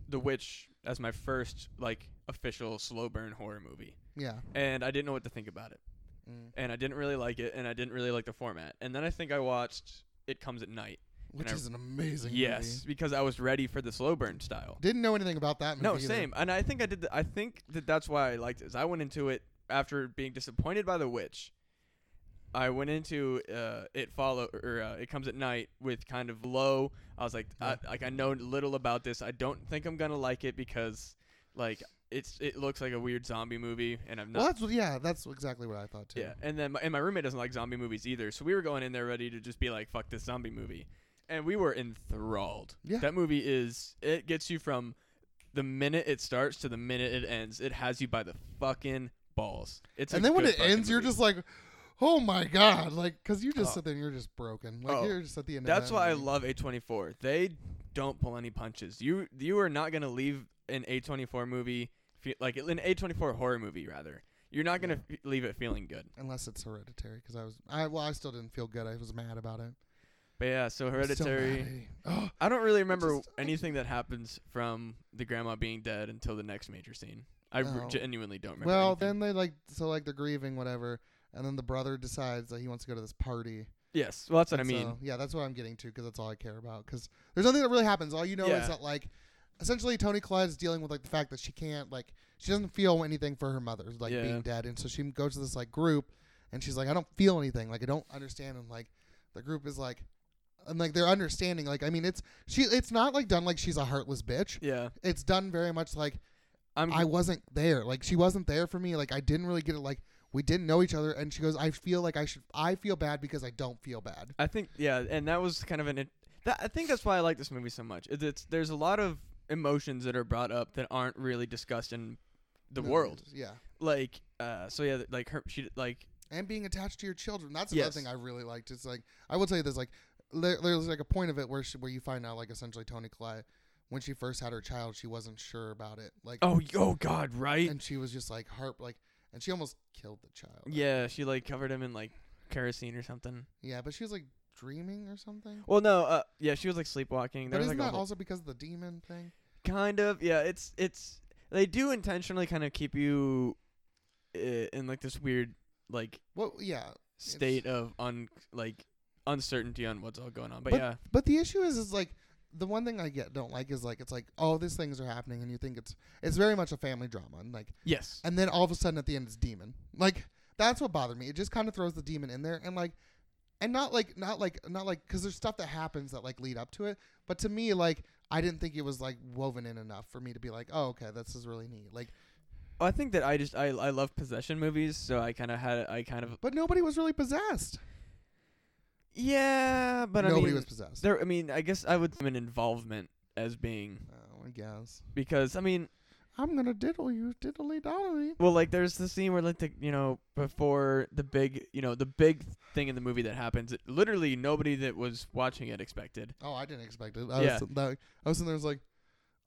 Speaker 2: The Witch as my first like official slow burn horror movie,
Speaker 1: Yeah.
Speaker 2: and I didn't know what to think about it,
Speaker 1: Mm.
Speaker 2: and I didn't really like it, and I didn't really like the format, and then I think I watched It Comes at Night.
Speaker 1: Which
Speaker 2: I-
Speaker 1: is an amazing
Speaker 2: yes, because I was ready for the slow burn style.
Speaker 1: movie. Didn't know anything about that movie.
Speaker 2: No,
Speaker 1: either.
Speaker 2: same, and I think I did. The, I think that that's why I liked it. Is I went into it after being disappointed by The Witch. I went into uh, it follow or uh, it comes at night with kind of low. I was like, I, like I know little about this. I don't think I'm gonna like it because, like, it's it looks like a weird zombie movie, and I'm not.
Speaker 1: Well, that's what- yeah, that's exactly what I thought too.
Speaker 2: Yeah, and then my, and my roommate doesn't like zombie movies either, so we were going in there ready to just be like, "Fuck this zombie movie," and we were enthralled.
Speaker 1: Yeah.
Speaker 2: that movie is it gets you from the minute it starts to the minute it ends. It has you by the fucking balls. It's a
Speaker 1: and then when
Speaker 2: good
Speaker 1: it
Speaker 2: fucking
Speaker 1: ends, you're
Speaker 2: movie.
Speaker 1: just like, oh my god, like because you just
Speaker 2: Oh.
Speaker 1: sit there and you're just broken. Like
Speaker 2: Oh.
Speaker 1: you're just at the end.
Speaker 2: That's
Speaker 1: of that
Speaker 2: why I
Speaker 1: movie.
Speaker 2: love A24. They don't pull any punches. You you are not gonna leave an A24 movie fe- like an A24 horror movie rather. You're not gonna f- leave it feeling good.
Speaker 1: Unless it's hereditary, because I was, I well, I still didn't feel good. I was mad about it.
Speaker 2: But yeah, so
Speaker 1: I was so mad
Speaker 2: Hereditary.
Speaker 1: at it. Oh,
Speaker 2: I don't really remember
Speaker 1: just- I
Speaker 2: anything that happens from the grandma being dead until the next major scene. I r-
Speaker 1: No.
Speaker 2: genuinely don't remember.
Speaker 1: Oh. well,
Speaker 2: anything.
Speaker 1: then they like, so like they're grieving, whatever, and then the brother decides that he wants to go to this party.
Speaker 2: yes, well that's what I
Speaker 1: And
Speaker 2: mean.
Speaker 1: so, yeah, that's uh, what I'm getting to, because that's all I care about. Because there's nothing that really happens. All you know
Speaker 2: Yeah.
Speaker 1: is that like, essentially, Tony Collette is dealing with like the fact that she can't like, she doesn't feel anything for her mother, like
Speaker 2: Yeah.
Speaker 1: being dead, and so she goes to this like group, and she's like, I don't feel anything. Like I don't understand, and like, the group is like. And like they're understanding, like I mean, it's she. It's not like done like she's a heartless bitch.
Speaker 2: yeah,
Speaker 1: It's done very much like
Speaker 2: I'm.
Speaker 1: I wasn't there. Like she wasn't there for me. Like I didn't really get it. Like we didn't know each other. And she goes, I feel like I should. I feel bad because I don't feel bad.
Speaker 2: I think yeah, and that was kind of an. in- That, I think that's why I like this movie so much. Is it's there's a lot of emotions that are brought up that aren't really discussed in the
Speaker 1: No,
Speaker 2: world.
Speaker 1: Yeah.
Speaker 2: Like, uh, so yeah, like her, she like
Speaker 1: And being attached to your children. That's another
Speaker 2: Yes.
Speaker 1: thing I really liked. It's like I will tell you this. Like there, there's like a point of it where she, where you find out like essentially Tony Collette when she first had her child, she wasn't sure about it. Like
Speaker 2: oh y- oh god right
Speaker 1: and she was just like harp like. And she almost killed the child.
Speaker 2: yeah she like covered him in like kerosene or something.
Speaker 1: Yeah, but she was like dreaming or something.
Speaker 2: Well no, uh, yeah she was like sleepwalking. There
Speaker 1: But
Speaker 2: was
Speaker 1: isn't
Speaker 2: like a
Speaker 1: that
Speaker 2: whole,
Speaker 1: also because of the demon thing?
Speaker 2: kind of yeah it's it's they do intentionally kind of keep you uh, in like this weird like
Speaker 1: Well, yeah.
Speaker 2: state of un like uncertainty on what's all going on but,
Speaker 1: But-
Speaker 2: yeah
Speaker 1: But the issue is, is like the one thing I get don't like is like it's like all these things are happening, and you think it's it's very much a family drama, and like
Speaker 2: yes
Speaker 1: and then all of a sudden at the end it's demon. Like that's what bothered me. It just kind of throws the demon in there, and like and not like not like not like because there's stuff that happens that like lead up to it. But to me, like I didn't think it was like woven in enough for me to be like, oh okay, this is really neat. Like,
Speaker 2: i think that i just i, I love possession movies so i kind of had i kind of
Speaker 1: but nobody was really possessed.
Speaker 2: yeah but
Speaker 1: nobody
Speaker 2: i mean
Speaker 1: was possessed.
Speaker 2: there i mean i guess i would an involvement as being
Speaker 1: oh, I guess.
Speaker 2: because i mean
Speaker 1: I'm gonna diddle you, diddly doddly.
Speaker 2: Well, like there's the scene where like the you know before the big you know the big thing in the movie that happens. It, literally nobody that was watching it expected.
Speaker 1: Oh, I didn't expect it. I
Speaker 2: Yeah.
Speaker 1: was sit- that, I was sitting there was like,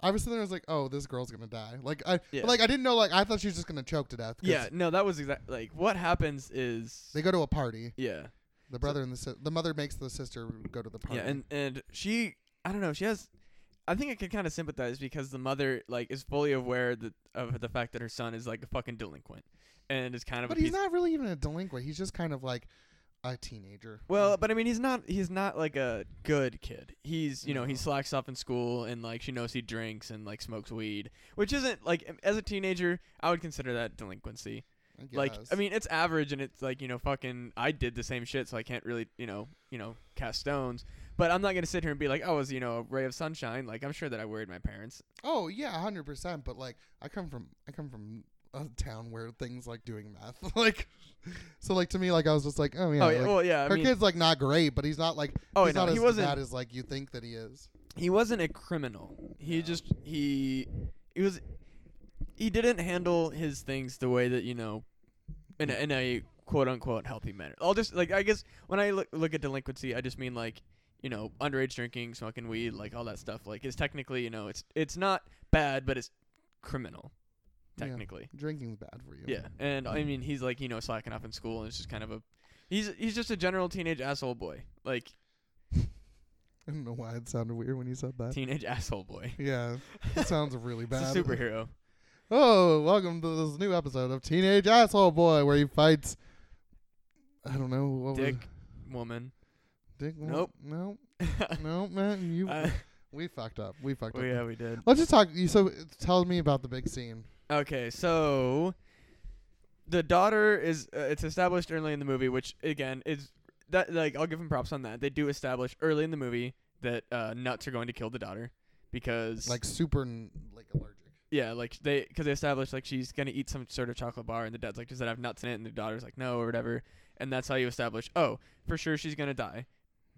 Speaker 1: I was sitting there was like, oh, this girl's gonna die. Like I,
Speaker 2: Yeah.
Speaker 1: like I didn't know. Like I thought she was just gonna choke to death. 'cause
Speaker 2: Yeah, no, that was exact. Like what happens is
Speaker 1: They go to a party.
Speaker 2: yeah,
Speaker 1: The brother and the si- the mother makes the sister go to the party.
Speaker 2: yeah, and and she I don't know she has. I think I can kind of sympathize because the mother like is fully aware that of the fact that her son is like a fucking delinquent and is kind of
Speaker 1: but
Speaker 2: a
Speaker 1: he's
Speaker 2: piece.
Speaker 1: not really even a delinquent. He's just kind of like a teenager.
Speaker 2: well, but I mean he's not he's not like a good kid. He's you know he
Speaker 1: No.
Speaker 2: slacks off in school and like she knows he drinks and like smokes weed, which isn't like as a teenager I would consider that delinquency. Like
Speaker 1: guess.
Speaker 2: I mean, it's average and it's like, you know, fucking I did the same shit, so I can't really, you know, you know, cast stones. But I'm not gonna sit here and be like, I was, you know, a ray of sunshine. Like I'm sure that I worried my parents.
Speaker 1: oh yeah, hundred percent. But like, I come from I come from a town where things like doing math, like, so like to me, like I was just like, oh yeah,
Speaker 2: oh yeah,
Speaker 1: like,
Speaker 2: well yeah, I
Speaker 1: her
Speaker 2: mean,
Speaker 1: kid's like not great, but he's not like
Speaker 2: oh
Speaker 1: he's
Speaker 2: no,
Speaker 1: not
Speaker 2: he
Speaker 1: as
Speaker 2: wasn't.
Speaker 1: bad as like you think that he is.
Speaker 2: he wasn't a criminal. He
Speaker 1: No.
Speaker 2: just he he was he didn't handle his things the way that you know in a, in a quote unquote healthy manner. I'll just like I guess when I look look at delinquency, I just mean like you know underage drinking, smoking weed, like all that stuff. Like it's technically you know it's it's not bad, but it's criminal
Speaker 1: Yeah.
Speaker 2: technically.
Speaker 1: Drinking's bad for you.
Speaker 2: Yeah, and I mean he's like you know slacking off in school, and it's just kind of a he's he's just a general teenage asshole boy, like
Speaker 1: I don't know why it sounded weird when you said that.
Speaker 2: teenage asshole boy.
Speaker 1: Yeah, it sounds really
Speaker 2: It's
Speaker 1: bad.
Speaker 2: a superhero.
Speaker 1: Oh, welcome to this new episode of Teenage Asshole Boy, where he fights. I don't know what was-
Speaker 2: Dick, woman.
Speaker 1: Dick.
Speaker 2: Nope.
Speaker 1: No. No, man. You.
Speaker 2: Uh,
Speaker 1: we fucked up. We fucked
Speaker 2: well,
Speaker 1: up.
Speaker 2: yeah, we did.
Speaker 1: Let's just talk. You so tell me about the big scene.
Speaker 2: Okay, so the daughter is uh, it's established early in the movie, which again is that like I'll give him props on that. They do establish early in the movie that uh, nuts are going to kill the daughter because
Speaker 1: Like super, n- like allergic.
Speaker 2: yeah, like they because they establish like she's gonna eat some sort of chocolate bar, and the dad's like, "Does that have nuts in it?" And the daughter's like, "No" or whatever, and that's how you establish, oh, for sure she's gonna die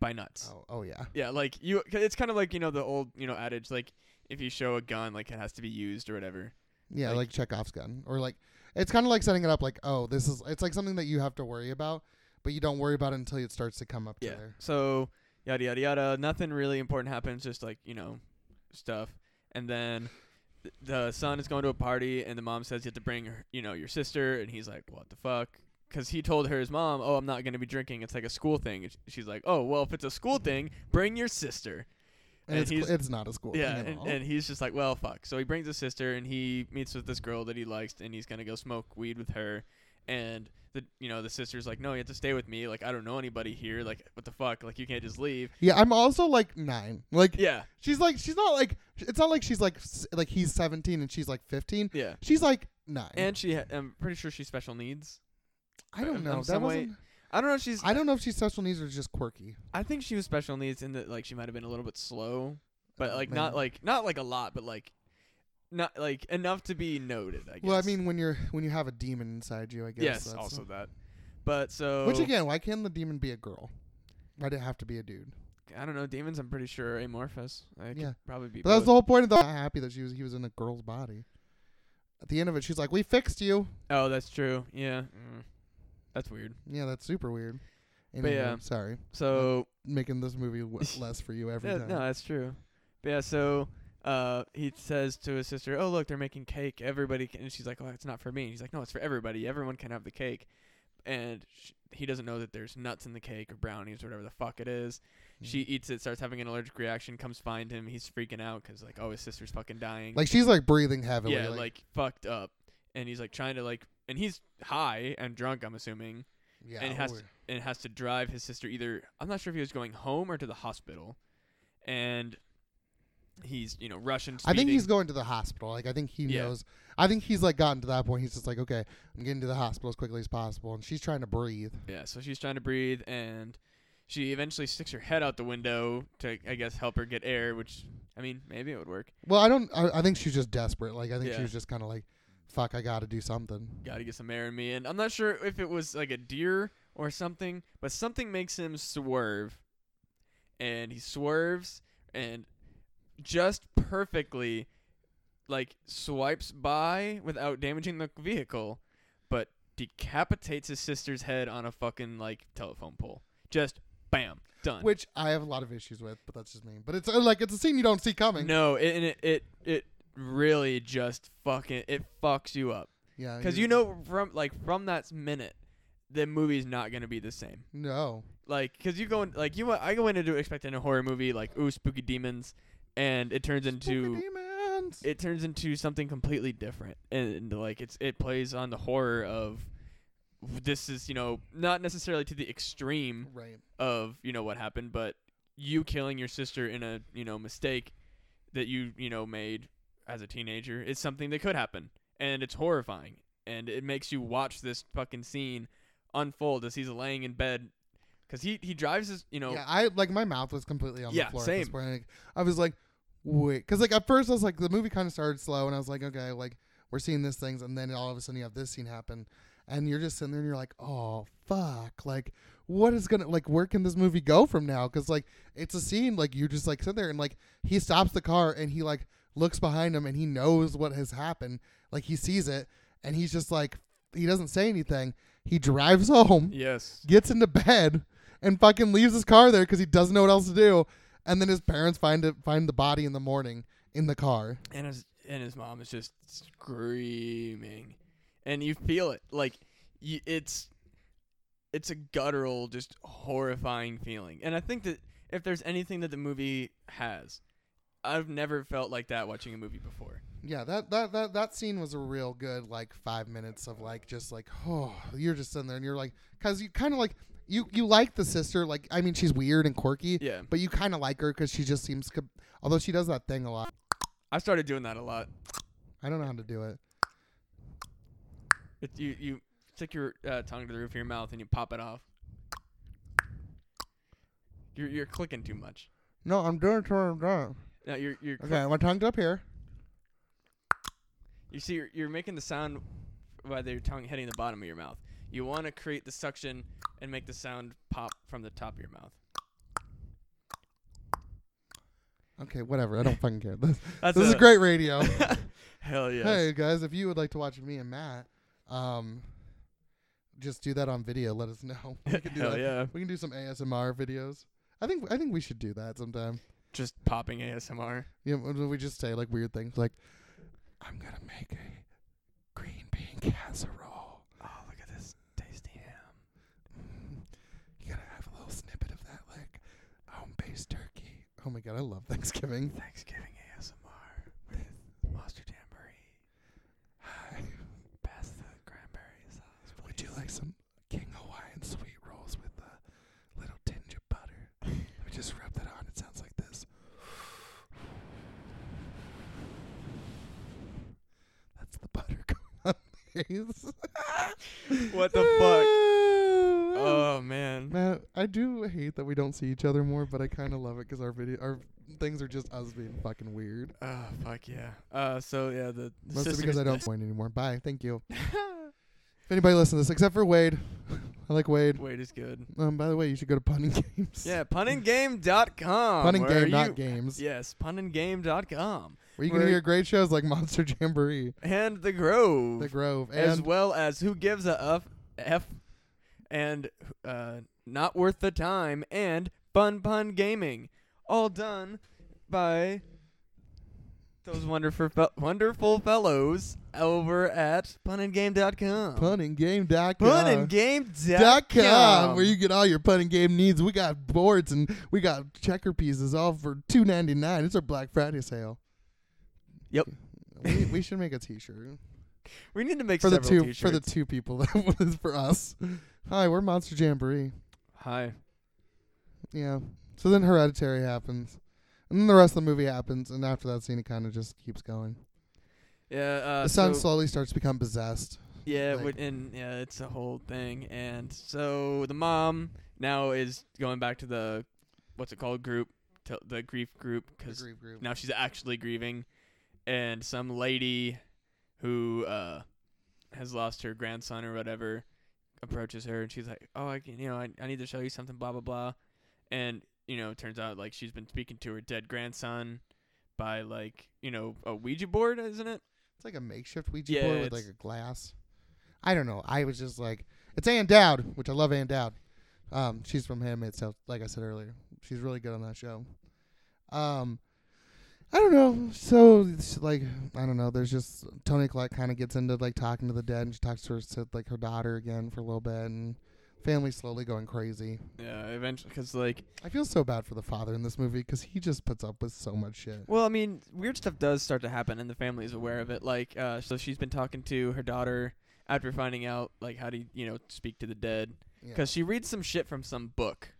Speaker 2: by nuts.
Speaker 1: Oh, oh yeah.
Speaker 2: Yeah, like you, 'cause it's kind of like you know the old you know adage like if you show a gun like it has to be used or whatever.
Speaker 1: Yeah,
Speaker 2: Like-
Speaker 1: like, Chekhov's gun, or like it's kind of like setting it up. Like, oh, this is it's like something that you have to worry about, but you don't worry about it until it starts to come up
Speaker 2: Yeah.
Speaker 1: to there.
Speaker 2: So yada yada yada. Nothing really important happens. Just like you know stuff, and then th- the son is going to a party, and the mom says you have to bring her, you know your sister, and he's like, what the fuck? Because he told her his mom, oh, I'm not gonna be drinking. It's like a school thing. And sh- she's like, oh, well, if it's a school thing, bring your sister.
Speaker 1: And,
Speaker 2: And
Speaker 1: it's,
Speaker 2: he's-
Speaker 1: cl- it's not a school.
Speaker 2: Yeah,
Speaker 1: thing at
Speaker 2: and,
Speaker 1: all.
Speaker 2: and he's just like, well, fuck. So he brings his sister, and he meets with this girl that he likes, and he's gonna go smoke weed with her. And the you know the sister's like, no, you have to stay with me. Like I don't know anybody here. Like what the fuck? Like you can't just leave.
Speaker 1: yeah, I'm also like nine. Like
Speaker 2: Yeah,
Speaker 1: she's like she's not like it's not like she's like s- like he's 17 and she's like 15.
Speaker 2: yeah.
Speaker 1: She's like nine.
Speaker 2: And she, ha- I'm pretty sure she's special needs.
Speaker 1: I
Speaker 2: um,
Speaker 1: don't know.
Speaker 2: um,
Speaker 1: That
Speaker 2: some way-
Speaker 1: wasn't-
Speaker 2: I don't know. if She's. I,
Speaker 1: I don't know if she's special needs or just quirky.
Speaker 2: think she was special needs in that like she might have been a little bit slow, but
Speaker 1: Oh,
Speaker 2: like
Speaker 1: maybe.
Speaker 2: not like not like a lot, but like not like enough to be noted. I guess.
Speaker 1: Well, I mean, when you're when you have a demon inside you, I guess.
Speaker 2: yes,
Speaker 1: that's-
Speaker 2: also Oh. that. But so
Speaker 1: Which again, why can't the demon be a girl? Why did it have to be a dude?
Speaker 2: I don't know. Demons, I'm pretty sure are amorphous. I
Speaker 1: Yeah.
Speaker 2: could probably be.
Speaker 1: But that was
Speaker 2: both.
Speaker 1: the whole point of the. I'm happy that she was he was in a girl's body. At the end of it, she's like, "We fixed you."
Speaker 2: Oh, that's true. Yeah. Mm. That's weird.
Speaker 1: Yeah, that's super weird.
Speaker 2: But
Speaker 1: Anyway,
Speaker 2: yeah.
Speaker 1: sorry,
Speaker 2: So
Speaker 1: making this movie w- less for you every
Speaker 2: yeah,
Speaker 1: time.
Speaker 2: no, that's true. But yeah, so uh, he says to his sister, "Oh, look, they're making cake. Everybody." Can, and she's like, "Oh, it's not for me." And he's like, "No, it's for everybody. Everyone can have the cake." And sh- he doesn't know that there's nuts in the cake or brownies or whatever the fuck it is. She
Speaker 1: Mm-hmm.
Speaker 2: eats it, starts having an allergic reaction, comes find him. He's freaking out 'cause like, oh, his sister's fucking dying.
Speaker 1: like she's like breathing heavily.
Speaker 2: yeah,
Speaker 1: like,
Speaker 2: like fucked up. And he's like trying to like, and he's high and drunk, I'm assuming.
Speaker 1: yeah,
Speaker 2: and it has
Speaker 1: we're-
Speaker 2: and has to drive his sister either I'm not sure if he was going home or to the hospital. And he's, you know, Russian
Speaker 1: I
Speaker 2: speeding.
Speaker 1: think he's going to the hospital. Like I think he
Speaker 2: Yeah.
Speaker 1: knows. I think he's like gotten to that point. He's just like, okay, I'm getting to the hospital as quickly as possible, and she's trying to breathe.
Speaker 2: Yeah, so she's trying to breathe and she eventually sticks her head out the window to I guess help her get air, which I mean, maybe it would work.
Speaker 1: Well, I don't. I, I think she's just desperate. Like I think
Speaker 2: Yeah.
Speaker 1: she was just kind of like, "Fuck, I got to do something."
Speaker 2: Gotta get some air in me. And I'm not sure if it was like a deer or something, but something makes him swerve. And he swerves and just perfectly like swipes by without damaging the vehicle, but decapitates his sister's head on a fucking like telephone pole. Just bam, done.
Speaker 1: which I have a lot of issues with, but that's just me. But it's uh, like it's a scene you don't see coming.
Speaker 2: no, it, and it it it really just fucking it fucks you up
Speaker 1: Yeah,
Speaker 2: because you know from like from that minute, the movie's not gonna be the same.
Speaker 1: no.
Speaker 2: Like, cause you go in, like you I go into it expecting a horror movie like ooh spooky demons, and it turns into
Speaker 1: Spooky demons.
Speaker 2: it turns into something completely different and, and, like it's it plays on the horror of this is you know not necessarily to the extreme
Speaker 1: right.
Speaker 2: of you know what happened but you killing your sister in a you know mistake that you you know made as a teenager is something that could happen and it's horrifying and it makes you watch this fucking scene unfold as he's laying in bed because he he drives his you know
Speaker 1: Yeah, I like my mouth was completely on
Speaker 2: Yeah,
Speaker 1: the floor. At
Speaker 2: same.
Speaker 1: this point. Like, I was like, wait, because like at first I was like, the movie kind of started slow, and I was like, okay, like we're seeing these things, and then all of a sudden you have this scene happen, and you're just sitting there and you're like, oh fuck, like what is gonna like where can this movie go from now? Because like it's a scene like you just like sit there and like he stops the car and he like looks behind him and he knows what has happened, like he sees it, and he's just like he doesn't say anything. He drives home
Speaker 2: yes
Speaker 1: gets into bed and fucking leaves his car there because he doesn't know what else to do. And then his parents find it, find the body in the morning in the car.
Speaker 2: and his and his mom is just screaming, and you feel it like you, it's it's a guttural, just horrifying feeling. And I think that if there's anything that the movie has, I've never felt like that watching a movie before.
Speaker 1: Yeah, that that that that scene was a real good like five minutes of like just like oh you're just sitting there and you're like because you kind of like you you like the sister like I mean she's weird and quirky
Speaker 2: Yeah,
Speaker 1: but you kind of like her because she just seems co- although she does that thing a lot
Speaker 2: I started doing that a lot.
Speaker 1: I don't know how to do it
Speaker 2: It, you you stick your uh, tongue to the roof of your mouth and you pop it off. You're you're clicking too much.
Speaker 1: no I'm doing it I'm doing
Speaker 2: No, you're you're
Speaker 1: it. okay my tongue's up here
Speaker 2: You see, you're, you're making the sound by your tongue hitting the bottom of your mouth. You want to create the suction and make the sound pop from the top of your mouth.
Speaker 1: okay whatever I don't fucking care this,
Speaker 2: That's
Speaker 1: this is
Speaker 2: a-
Speaker 1: great radio
Speaker 2: Hell yes.
Speaker 1: Hey guys, if you would like to watch me and Matt, um, just do that on video. Let us know. We can do
Speaker 2: Hell
Speaker 1: that.
Speaker 2: yeah.
Speaker 1: We can do some ASMR videos. I think I think we should do that sometime.
Speaker 2: Just popping ASMR.
Speaker 1: You know, when we just say like weird things like, "I'm gonna make a green bean casserole."
Speaker 2: Oh, look at this tasty ham.
Speaker 1: Mm, You gotta have a little snippet of that like home based turkey. Oh my god, I love Thanksgiving.
Speaker 2: Thanksgiving ASMR with monster tambourine.
Speaker 1: Hi,
Speaker 2: Pass the cranberry sauce.
Speaker 1: would you like some King Hawaiian sweet rolls with a little tinge of butter? Let me just rub that on. It sounds like this. That's the butter going on these.
Speaker 2: What the fuck? Oh man.
Speaker 1: Matt, I do hate that we don't see each other more, but I kind of love it because our video, our things are just us being fucking weird.
Speaker 2: Oh fuck yeah. Uh, so yeah, the, the
Speaker 1: Mostly
Speaker 2: sisters-
Speaker 1: because I don't point anymore. Bye. Thank you. if anybody listens to this, except for Wade, I like Wade.
Speaker 2: Wait is good.
Speaker 1: Um, by the way, you should go to punning games.
Speaker 2: Yeah, punninggame.com.
Speaker 1: Fun and
Speaker 2: where
Speaker 1: game, not
Speaker 2: you-
Speaker 1: games.
Speaker 2: Yes, punandgame.com
Speaker 1: Where you can
Speaker 2: Where-
Speaker 1: hear great shows like Monster Jamboree,
Speaker 2: and The Grove,
Speaker 1: The Grove, and
Speaker 2: as well as Who Gives a F, F and uh, Not Worth the Time, and Fun Pun Gaming. All done by those wonderful fe- wonderful fellows over at punandgame.com.
Speaker 1: punninggame.com. Dot com,
Speaker 2: Punandgame.com.
Speaker 1: where you get all your punning game needs. We got boards and we got checker pieces all for two ninety nine. It's our Black Friday sale.
Speaker 2: Yep.
Speaker 1: We, we should make a t shirt
Speaker 2: we need to make
Speaker 1: for the
Speaker 2: several
Speaker 1: two for the
Speaker 2: t-shirts.
Speaker 1: two people that was for us. Hi, we're Monster Jamboree.
Speaker 2: Hi.
Speaker 1: Yeah. So then Hereditary happens, and then the rest of the movie happens, and after that scene, it kind of just keeps going.
Speaker 2: Yeah, uh,
Speaker 1: the son
Speaker 2: so-
Speaker 1: slowly starts to become possessed.
Speaker 2: Yeah,
Speaker 1: Like-
Speaker 2: would and yeah, it's a whole thing. And so the mom now is going back to the what's it called group, to the grief group, because now she's actually grieving. And some lady who uh, has lost her grandson or whatever approaches her, and she's like, "Oh, I can, you know, I, I need to show you something." Blah blah blah. And you know, it turns out like she's been speaking to her dead grandson, by like you know a Ouija board, isn't it?
Speaker 1: It's like a makeshift Ouija
Speaker 2: Yeah,
Speaker 1: board with
Speaker 2: it's-
Speaker 1: like a glass. I don't know. I was just like, it's Ann Dowd, which I love Ann Dowd. Um, she's from Handmaid's Tale, like I said earlier. She's really good on that show. Um, I don't know. So it's like, I don't know. There's just Tony Collette kind of gets into like talking to the dead, and she talks to her to, like her daughter again for a little bit, and family's slowly going crazy.
Speaker 2: Yeah, eventually, because like,
Speaker 1: I feel so bad for the father in this movie because he just puts up with so much shit.
Speaker 2: well, I mean, weird stuff does start to happen, and the family is aware of it. Like, uh, so she's been talking to her daughter after finding out like how do you, you know speak to the dead,
Speaker 1: Yeah.
Speaker 2: because she reads some shit from some book,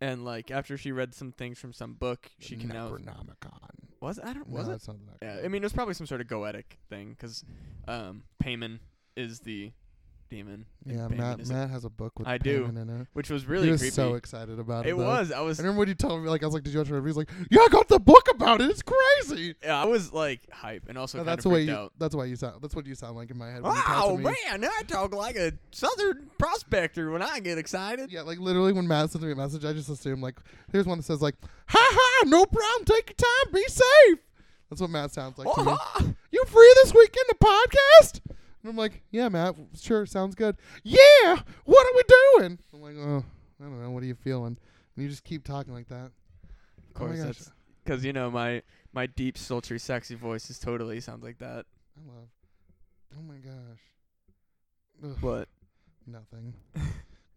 Speaker 2: and like after she read some things from some book, she can now
Speaker 1: Necronomicon.
Speaker 2: was I don't
Speaker 1: No,
Speaker 2: was it
Speaker 1: that's not the
Speaker 2: Yeah,
Speaker 1: Necronomicon.
Speaker 2: I mean, it was probably some sort of goetic thing because um, Payman is the demon. and
Speaker 1: Yeah,
Speaker 2: Payman
Speaker 1: Matt.
Speaker 2: is a-
Speaker 1: Matt has a book with
Speaker 2: I do.
Speaker 1: Payman in it.
Speaker 2: which was really
Speaker 1: he was
Speaker 2: creepy.
Speaker 1: so excited about it.
Speaker 2: it
Speaker 1: though.
Speaker 2: was. I
Speaker 1: I
Speaker 2: was.
Speaker 1: remember when you told me, like, I was like, "Did you watch it?" He's like, "Yeah, I got the book about it. It's crazy."
Speaker 2: Yeah, I was like hype and also
Speaker 1: No,
Speaker 2: kind
Speaker 1: that's the
Speaker 2: of
Speaker 1: way.
Speaker 2: freaked
Speaker 1: You,
Speaker 2: out.
Speaker 1: That's why you sound. That's what you sound like in my head. When you talk
Speaker 2: Wow,
Speaker 1: to me.
Speaker 2: Oh, man, I talk like a southern prospector when I get excited.
Speaker 1: Yeah, like literally when Matt sends me a message, I just assume like, "Here's one that says like, ha ha, no problem. Take your time. Be safe." That's what Matt sounds like to me.
Speaker 2: Oh,
Speaker 1: You free this weekend to podcast? And I'm like, yeah, Matt, sure, sounds good. Yeah, what are we doing? I'm like, oh, I don't know, what are you feeling? And you just keep talking like that.
Speaker 2: of course,
Speaker 1: oh my gosh,
Speaker 2: that's because you know my my deep, sultry, sexy voice is totally sounds like that.
Speaker 1: I love. Oh my gosh. Ugh,
Speaker 2: But
Speaker 1: Nothing.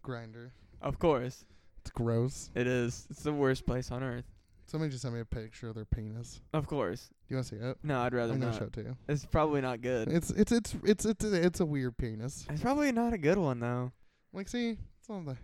Speaker 1: Grinder.
Speaker 2: of course,
Speaker 1: It's gross.
Speaker 2: it is. It's the worst place on earth.
Speaker 1: Somebody just sent me a picture of their penis.
Speaker 2: Of course.
Speaker 1: Do you want to see it?
Speaker 2: No, I'd rather
Speaker 1: I'm gonna
Speaker 2: not.
Speaker 1: show it to you.
Speaker 2: It's probably not good.
Speaker 1: It's it's it's it's it's a, it's a weird penis.
Speaker 2: It's probably not a good one though.
Speaker 1: Like, see, it's on the.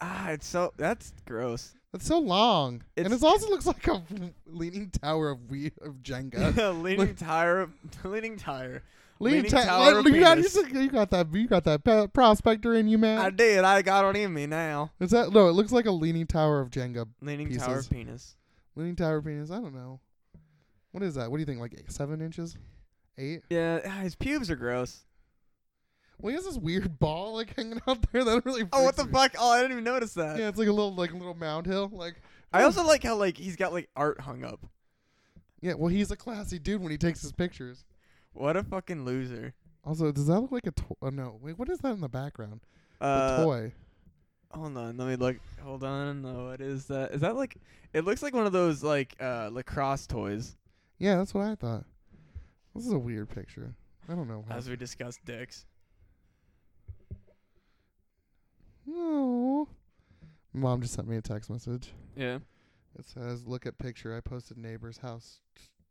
Speaker 2: Ah, it's so that's gross.
Speaker 1: It's so long, and
Speaker 2: It's-
Speaker 1: it also looks like a leaning tower of we of Jenga.
Speaker 2: leaning tire, leaning tire.
Speaker 1: Leaning
Speaker 2: Leaning
Speaker 1: ta-
Speaker 2: tower
Speaker 1: like,
Speaker 2: of
Speaker 1: you, got, you
Speaker 2: penis.
Speaker 1: said- you got that. You got that pa- prospector in you,
Speaker 2: I
Speaker 1: man.
Speaker 2: did. I got it in me now.
Speaker 1: Is that no? It looks like a leaning tower of Jenga.
Speaker 2: Leaning tower
Speaker 1: Pieces.
Speaker 2: penis.
Speaker 1: Leaning tower penis. I don't know. What is that? What do you think? Like eight, seven inches, eight?
Speaker 2: Yeah, ah, his pubes are gross.
Speaker 1: Well, he has this weird ball like hanging out there that really.
Speaker 2: Oh, what the
Speaker 1: freaks me.
Speaker 2: fuck! Oh, I didn't even notice that.
Speaker 1: Yeah, it's like a little like a little mound hill. Like
Speaker 2: I also like how like he's got like art hung up.
Speaker 1: yeah. Well, he's a classy dude when he takes his pictures.
Speaker 2: What a fucking loser.
Speaker 1: Also, does that look like a toy? Oh, no, wait. What is that in the background? a
Speaker 2: Uh,
Speaker 1: toy.
Speaker 2: hold on, let me look. Hold on, no, what is that? Is that like? It looks like one of those like uh lacrosse toys.
Speaker 1: Yeah, that's what I thought. This is a weird picture. I don't know.
Speaker 2: As we discussed, dicks.
Speaker 1: No. Mom just sent me a text message.
Speaker 2: Yeah.
Speaker 1: It says, "Look at picture I posted neighbor's house,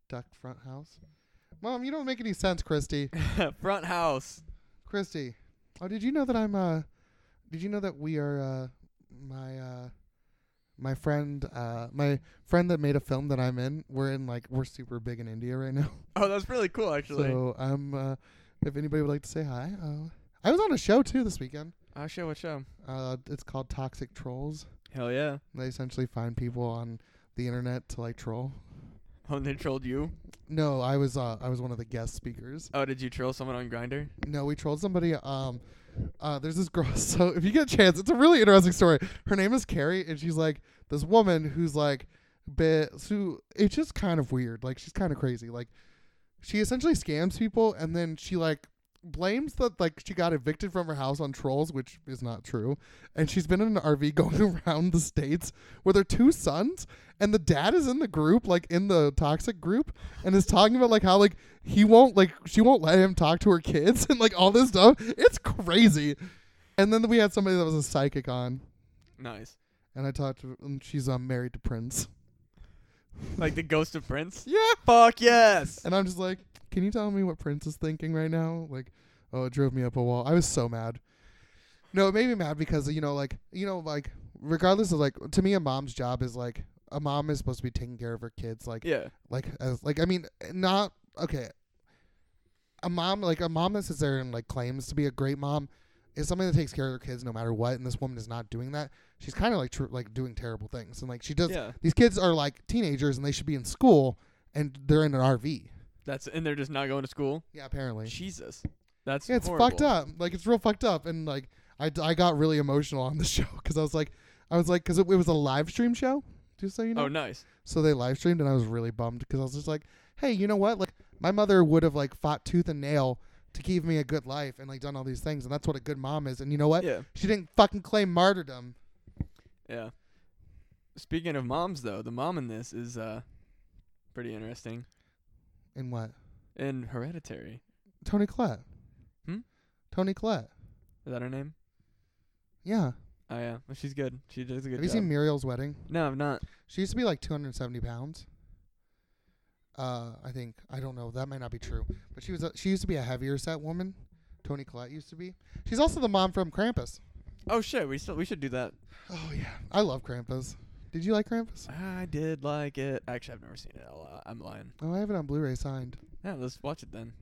Speaker 1: duck front house." Mom, you don't make any sense, Christy.
Speaker 2: Front house.
Speaker 1: Christy, oh, did you know that I'm uh, did you know that we are uh, my uh, my friend uh, my friend that made a film that I'm in. We're in like we're super big in India right now.
Speaker 2: Oh, that's really cool actually.
Speaker 1: So I'm uh, if anybody would like to say hi, uh, I was on a show too this weekend.
Speaker 2: Oh shit, what show?
Speaker 1: Uh, it's called Toxic Trolls.
Speaker 2: Hell yeah.
Speaker 1: They essentially find people on the internet to like troll.
Speaker 2: Oh, they trolled you?
Speaker 1: No, I was uh, I was one of the guest speakers.
Speaker 2: Oh, did you troll someone on Grinder?
Speaker 1: No, we trolled somebody. Um, uh, there's this girl. So if you get a chance, it's a really interesting story. Her name is Carrie, and she's like this woman who's like, bit so it's just kind of weird. Like she's kind of crazy. Like she essentially scams people, and then she like blames that like she got evicted from her house on trolls, which is not true. And she's been in an RV going around the states with her two sons, and the dad is in the group, like in the toxic group, and is talking about like how like he won't like she won't let him talk to her kids and like all this stuff. It's crazy. And then we had somebody that was a psychic on,
Speaker 2: Nice.
Speaker 1: and I talked to and she's um, married to Prince.
Speaker 2: Like the ghost of Prince?
Speaker 1: Yeah.
Speaker 2: Fuck yes.
Speaker 1: And I'm just like, can you tell me what Prince is thinking right now? Like, oh, it drove me up a wall. I was so mad. No, it made me mad because you know, like, you know, like, regardless of like, to me, a mom's job is like, a mom is supposed to be taking care of her kids, like,
Speaker 2: Yeah.
Speaker 1: like, as, like, I mean, not okay. A mom, like a mom that sits there and like claims to be a great mom, is somebody that takes care of their kids no matter what. And this woman is not doing that. She's kind of like, tr- like doing terrible things, and like she does.
Speaker 2: Yeah.
Speaker 1: These kids are like teenagers, and they should be in school, and they're in an RV.
Speaker 2: That's and they're just not going to school.
Speaker 1: Yeah, apparently.
Speaker 2: Jesus. That's
Speaker 1: Yeah, it's fucked
Speaker 2: horrible.
Speaker 1: up. Like it's real fucked up, and like I, I got really emotional on the show because I was like, I was like, because it, it was a live stream show, Just so you know.
Speaker 2: Oh, nice.
Speaker 1: So they live streamed, and I was really bummed because I was just like, "Hey, you know what? Like, my mother would have like fought tooth and nail to give me a good life, and like done all these things, and that's what a good mom is. And you know what?
Speaker 2: Yeah,
Speaker 1: She didn't fucking claim martyrdom.
Speaker 2: yeah. Speaking of moms, though, the mom in this is uh pretty interesting.
Speaker 1: In what?
Speaker 2: In Hereditary,
Speaker 1: Tony Collette.
Speaker 2: Hmm?
Speaker 1: Tony Collette.
Speaker 2: is that her name?
Speaker 1: Yeah.
Speaker 2: Oh yeah, well, she's good. She does a good
Speaker 1: have you
Speaker 2: job.
Speaker 1: seen Muriel's Wedding?
Speaker 2: no, I've not.
Speaker 1: She used to be like 270 pounds. Uh, I think I don't know. That might not be true. But she was a, she used to be a heavier set woman. Tony Collette used to be. She's also the mom from Krampus.
Speaker 2: Oh shit, we still we should do that.
Speaker 1: Oh yeah, I love Krampus. Did you like Krampus?
Speaker 2: I did like it. Actually, I've never seen it. I'll, uh, I'm lying.
Speaker 1: Oh, I have it on Blu-ray signed.
Speaker 2: Yeah, let's watch it then.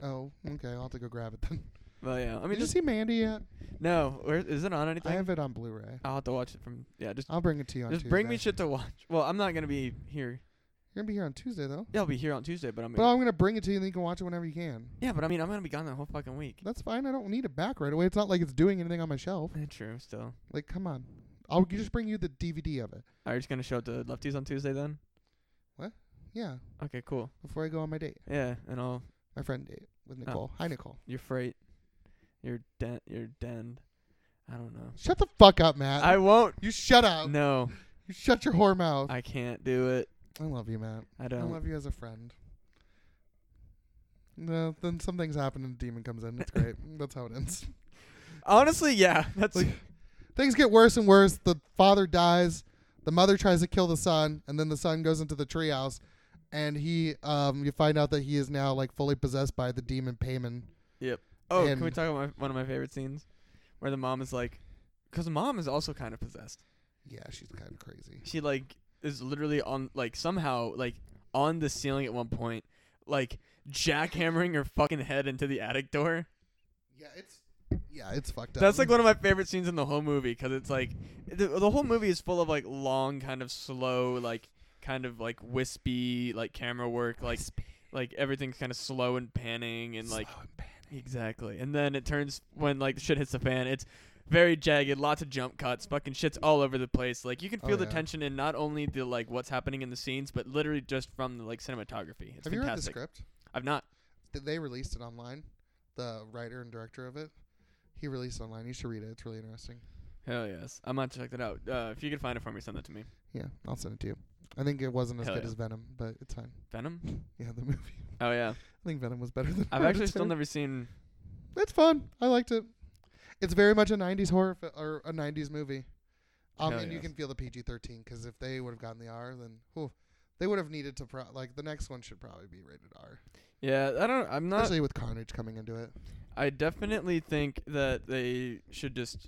Speaker 1: Oh, okay. I'll have to go grab it then.
Speaker 2: Well, yeah. I
Speaker 1: I
Speaker 2: mean,
Speaker 1: mean, Did you
Speaker 2: just
Speaker 1: see Mandy yet?
Speaker 2: no. Where is it on anything?
Speaker 1: I have it on Blu-ray.
Speaker 2: I'll have to watch it from. Yeah, just
Speaker 1: I'll bring it to you on
Speaker 2: just
Speaker 1: Tuesday.
Speaker 2: bring me shit to watch. Well, I'm not gonna be here.
Speaker 1: You're gonna be here on Tuesday though.
Speaker 2: Yeah, I'll be here on Tuesday, but I'm.
Speaker 1: But I'm gonna bring it to you, and then you can watch it whenever you can.
Speaker 2: yeah, but I mean, I'm gonna be gone the whole fucking week.
Speaker 1: That's fine. I don't need it back right away. It's not like it's doing anything on my shelf.
Speaker 2: Eh, True. Still,
Speaker 1: Like, come on. I'll just bring you the DVD of it.
Speaker 2: are you just gonna show it to lefties on Tuesday then?
Speaker 1: Yeah,
Speaker 2: Okay, cool.
Speaker 1: before I go on my date,
Speaker 2: Yeah, and I'll
Speaker 1: my friend date
Speaker 2: Oh.
Speaker 1: with Nicole. Hi, Nicole.
Speaker 2: your freight, your dent, your den. I don't know.
Speaker 1: Shut the fuck up, Matt.
Speaker 2: I won't.
Speaker 1: you shut up.
Speaker 2: No,
Speaker 1: You shut your whore mouth. I,
Speaker 2: I can't do it.
Speaker 1: love you, Matt.
Speaker 2: I
Speaker 1: I
Speaker 2: don't.
Speaker 1: love you as a friend. No, then some things happen and the demon comes in. It's great. That's how it ends.
Speaker 2: Honestly, yeah. That's
Speaker 1: Like- Things get worse and worse. The father dies. The mother tries to kill the son, and then the son goes into the treehouse, and he, um, you find out that he is now like fully possessed by the demon Payman.
Speaker 2: Oh, can we
Speaker 1: And-
Speaker 2: talk about my, one of my favorite scenes where the mom is like, because the mom is also kind of possessed.
Speaker 1: Yeah, she's kind of crazy.
Speaker 2: She like is literally on like somehow like on the ceiling at one point, like jackhammering her fucking head into the attic door.
Speaker 1: Yeah, it's yeah, it's fucked up.
Speaker 2: That's like one of my favorite scenes in the whole movie because it's like the, the whole movie is full of like long, kind of slow, like kind of like wispy, like camera work, like like everything's kind of slow and panning and like Exactly. And then it turns when like the shit hits the fan, it's very jagged, lots of jump cuts, fucking shit's all over the place. Like you can
Speaker 1: Oh,
Speaker 2: feel the
Speaker 1: yeah.
Speaker 2: tension in not only the like what's happening in the scenes, but literally just from the like cinematography. It's fantastic.
Speaker 1: Have you read the script?
Speaker 2: I've not.
Speaker 1: Did they released it online? The writer and director of it, he released it online. You should read it. It's really interesting.
Speaker 2: Hell yes. I'm gonna check that out. Uh, if you could find it for me, send that to me.
Speaker 1: Yeah, I'll send it to you. I think it wasn't as
Speaker 2: Hell
Speaker 1: good
Speaker 2: yeah.
Speaker 1: as Venom, but it's fine.
Speaker 2: Venom?
Speaker 1: Yeah, the movie.
Speaker 2: Oh yeah.
Speaker 1: I think Venom was better than.
Speaker 2: I've actually still
Speaker 1: Hereditary.
Speaker 2: never seen
Speaker 1: It's fun. I liked it. It's very much a '90s horror fi- or a '90s movie. Um,
Speaker 2: Hell
Speaker 1: and you
Speaker 2: yes.
Speaker 1: can feel the PG-13 because if they would have gotten the R, then whew, they would have needed to pro- like the next one should probably be rated R,
Speaker 2: Yeah, I don't I'm not
Speaker 1: especially with Carnage coming into it.
Speaker 2: I definitely think that they should just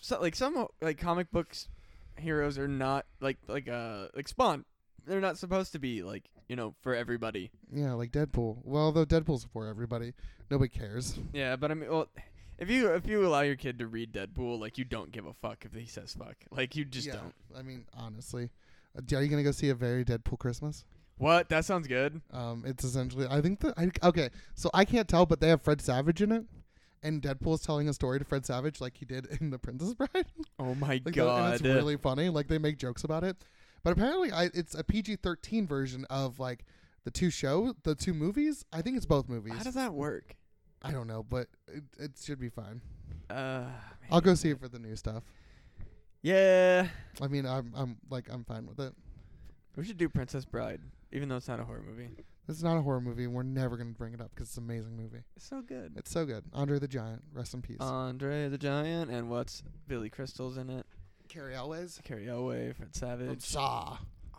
Speaker 2: so, like some like comic books heroes are not like like uh like Spawn. They're not supposed to be like, you know, for everybody.
Speaker 1: Yeah, like Deadpool. Well, though Deadpool's for everybody, nobody cares.
Speaker 2: Yeah, but I mean well if you if you allow your kid to read Deadpool, like you don't give a fuck if he says fuck. Like you just
Speaker 1: Yeah,
Speaker 2: don't.
Speaker 1: I mean, honestly, Uh, d- are you gonna go see a very Deadpool Christmas?
Speaker 2: What? That sounds good.
Speaker 1: Um, it's essentially. I think that. I, okay, so I can't tell, but they have Fred Savage in it, and Deadpool's telling a story to Fred Savage like he did in The Princess Bride.
Speaker 2: Oh my
Speaker 1: like the- and
Speaker 2: god.
Speaker 1: it's really funny. Like they make jokes about it, but apparently, I, it's a PG-13 version of like the two show, the two movies. I think it's both movies.
Speaker 2: How does that work?
Speaker 1: I don't know, but it, it should be fine.
Speaker 2: Uh man.
Speaker 1: I'll go see it for the new stuff.
Speaker 2: Yeah.
Speaker 1: I mean, I'm I'm like I'm fine with it.
Speaker 2: We should do Princess Bride, even though it's not a horror movie.
Speaker 1: It's not a horror movie. We're never gonna bring it up because it's an amazing movie.
Speaker 2: It's so good.
Speaker 1: It's so good. Andre the Giant, rest in peace.
Speaker 2: Uh, Andre the Giant, and what's Billy Crystal's in it?
Speaker 1: Carrie Elwes
Speaker 2: Carrie Elway, Fred
Speaker 1: from
Speaker 2: Savage.
Speaker 1: Saw. uh,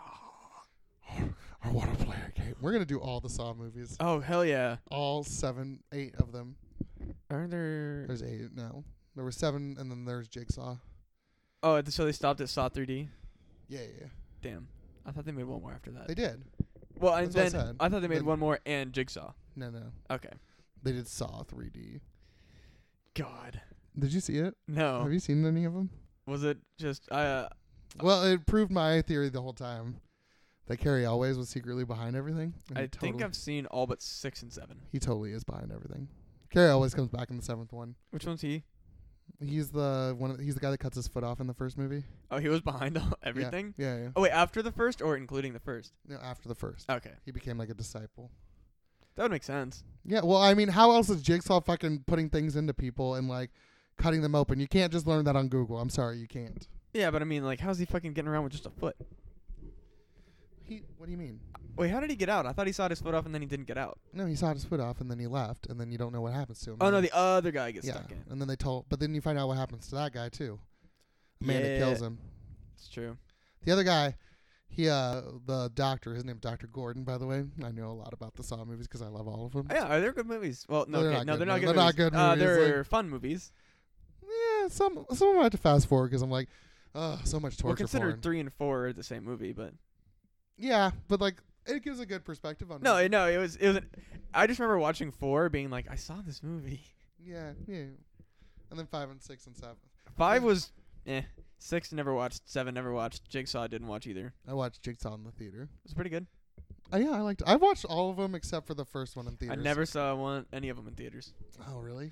Speaker 1: I want to play a game. We're gonna do all the Saw movies,
Speaker 2: Oh hell yeah!
Speaker 1: all seven, eight of them.
Speaker 2: Aren't there?
Speaker 1: There's eight now. There were seven, and then there's Jigsaw.
Speaker 2: Oh, so they stopped at Saw 3D.
Speaker 1: Yeah, yeah, yeah.
Speaker 2: Damn, I thought they made one more after that.
Speaker 1: They did.
Speaker 2: well, and
Speaker 1: that's what I
Speaker 2: then
Speaker 1: said.
Speaker 2: I thought they made
Speaker 1: Then-
Speaker 2: one more and Jigsaw.
Speaker 1: No, no,
Speaker 2: Okay.
Speaker 1: they did Saw 3D.
Speaker 2: God.
Speaker 1: Did you see it?
Speaker 2: No.
Speaker 1: Have you seen any of them?
Speaker 2: Was it just I? Uh,
Speaker 1: Well, it proved my theory the whole time that Carrie always was secretly behind everything. and
Speaker 2: I
Speaker 1: he
Speaker 2: think
Speaker 1: totally-
Speaker 2: I've seen all but six and seven.
Speaker 1: he totally is behind everything. Carrie always comes back in the seventh one.
Speaker 2: Which one's he?
Speaker 1: He's the one. Of, he's the guy that cuts his foot off in the first movie.
Speaker 2: Oh, he was behind all, everything.
Speaker 1: Yeah, yeah.
Speaker 2: Oh wait, after the first or including the first?
Speaker 1: No, after the first,
Speaker 2: Okay,
Speaker 1: he became like a disciple.
Speaker 2: that would make sense.
Speaker 1: Yeah. Well, I mean, how else is Jigsaw fucking putting things into people and like cutting them open? You can't just learn that on Google. I'm sorry, you can't.
Speaker 2: Yeah, but I mean, like, how's he fucking getting around with just a foot?
Speaker 1: He. What do you mean?
Speaker 2: Wait, how did he get out? I thought he sawed his foot off and then he didn't get out.
Speaker 1: No, he sawed his foot off and then he left, and then you don't know what happens to him.
Speaker 2: Oh
Speaker 1: And
Speaker 2: no,
Speaker 1: then-
Speaker 2: the other guy gets
Speaker 1: yeah.
Speaker 2: stuck in.
Speaker 1: And then they told, but then you find out what happens to that guy too. Amanda
Speaker 2: Yeah.
Speaker 1: kills him.
Speaker 2: It's true.
Speaker 1: The other guy, he uh the doctor, his name Doctor Gordon, by the way. I know a lot about the Saw movies because I love all of them.
Speaker 2: Oh, Yeah, are there good movies? Well, no,
Speaker 1: They're
Speaker 2: okay,
Speaker 1: not
Speaker 2: no,
Speaker 1: good
Speaker 2: they're not
Speaker 1: movies.
Speaker 2: good.
Speaker 1: They're not
Speaker 2: movies.
Speaker 1: good
Speaker 2: Uh,
Speaker 1: movies,
Speaker 2: they're fun movies.
Speaker 1: Yeah, some some of them I have to fast forward because I'm like, oh, so much
Speaker 2: Well,
Speaker 1: torture.
Speaker 2: considered
Speaker 1: porn. Mm.
Speaker 2: three and four are the same movie, but
Speaker 1: Yeah, but like it gives a good perspective on.
Speaker 2: no,
Speaker 1: it.
Speaker 2: it- no, it was it was. I just remember watching four, being like, I saw this movie.
Speaker 1: Yeah, yeah. And then five and six and seven.
Speaker 2: Five was, eh. Six never watched. Seven never watched. Jigsaw didn't watch either.
Speaker 1: I watched Jigsaw in the theater.
Speaker 2: It was pretty good.
Speaker 1: Oh yeah, I liked. I watched all of them except for the first one in theaters.
Speaker 2: I never saw one any of them in theaters.
Speaker 1: Oh really?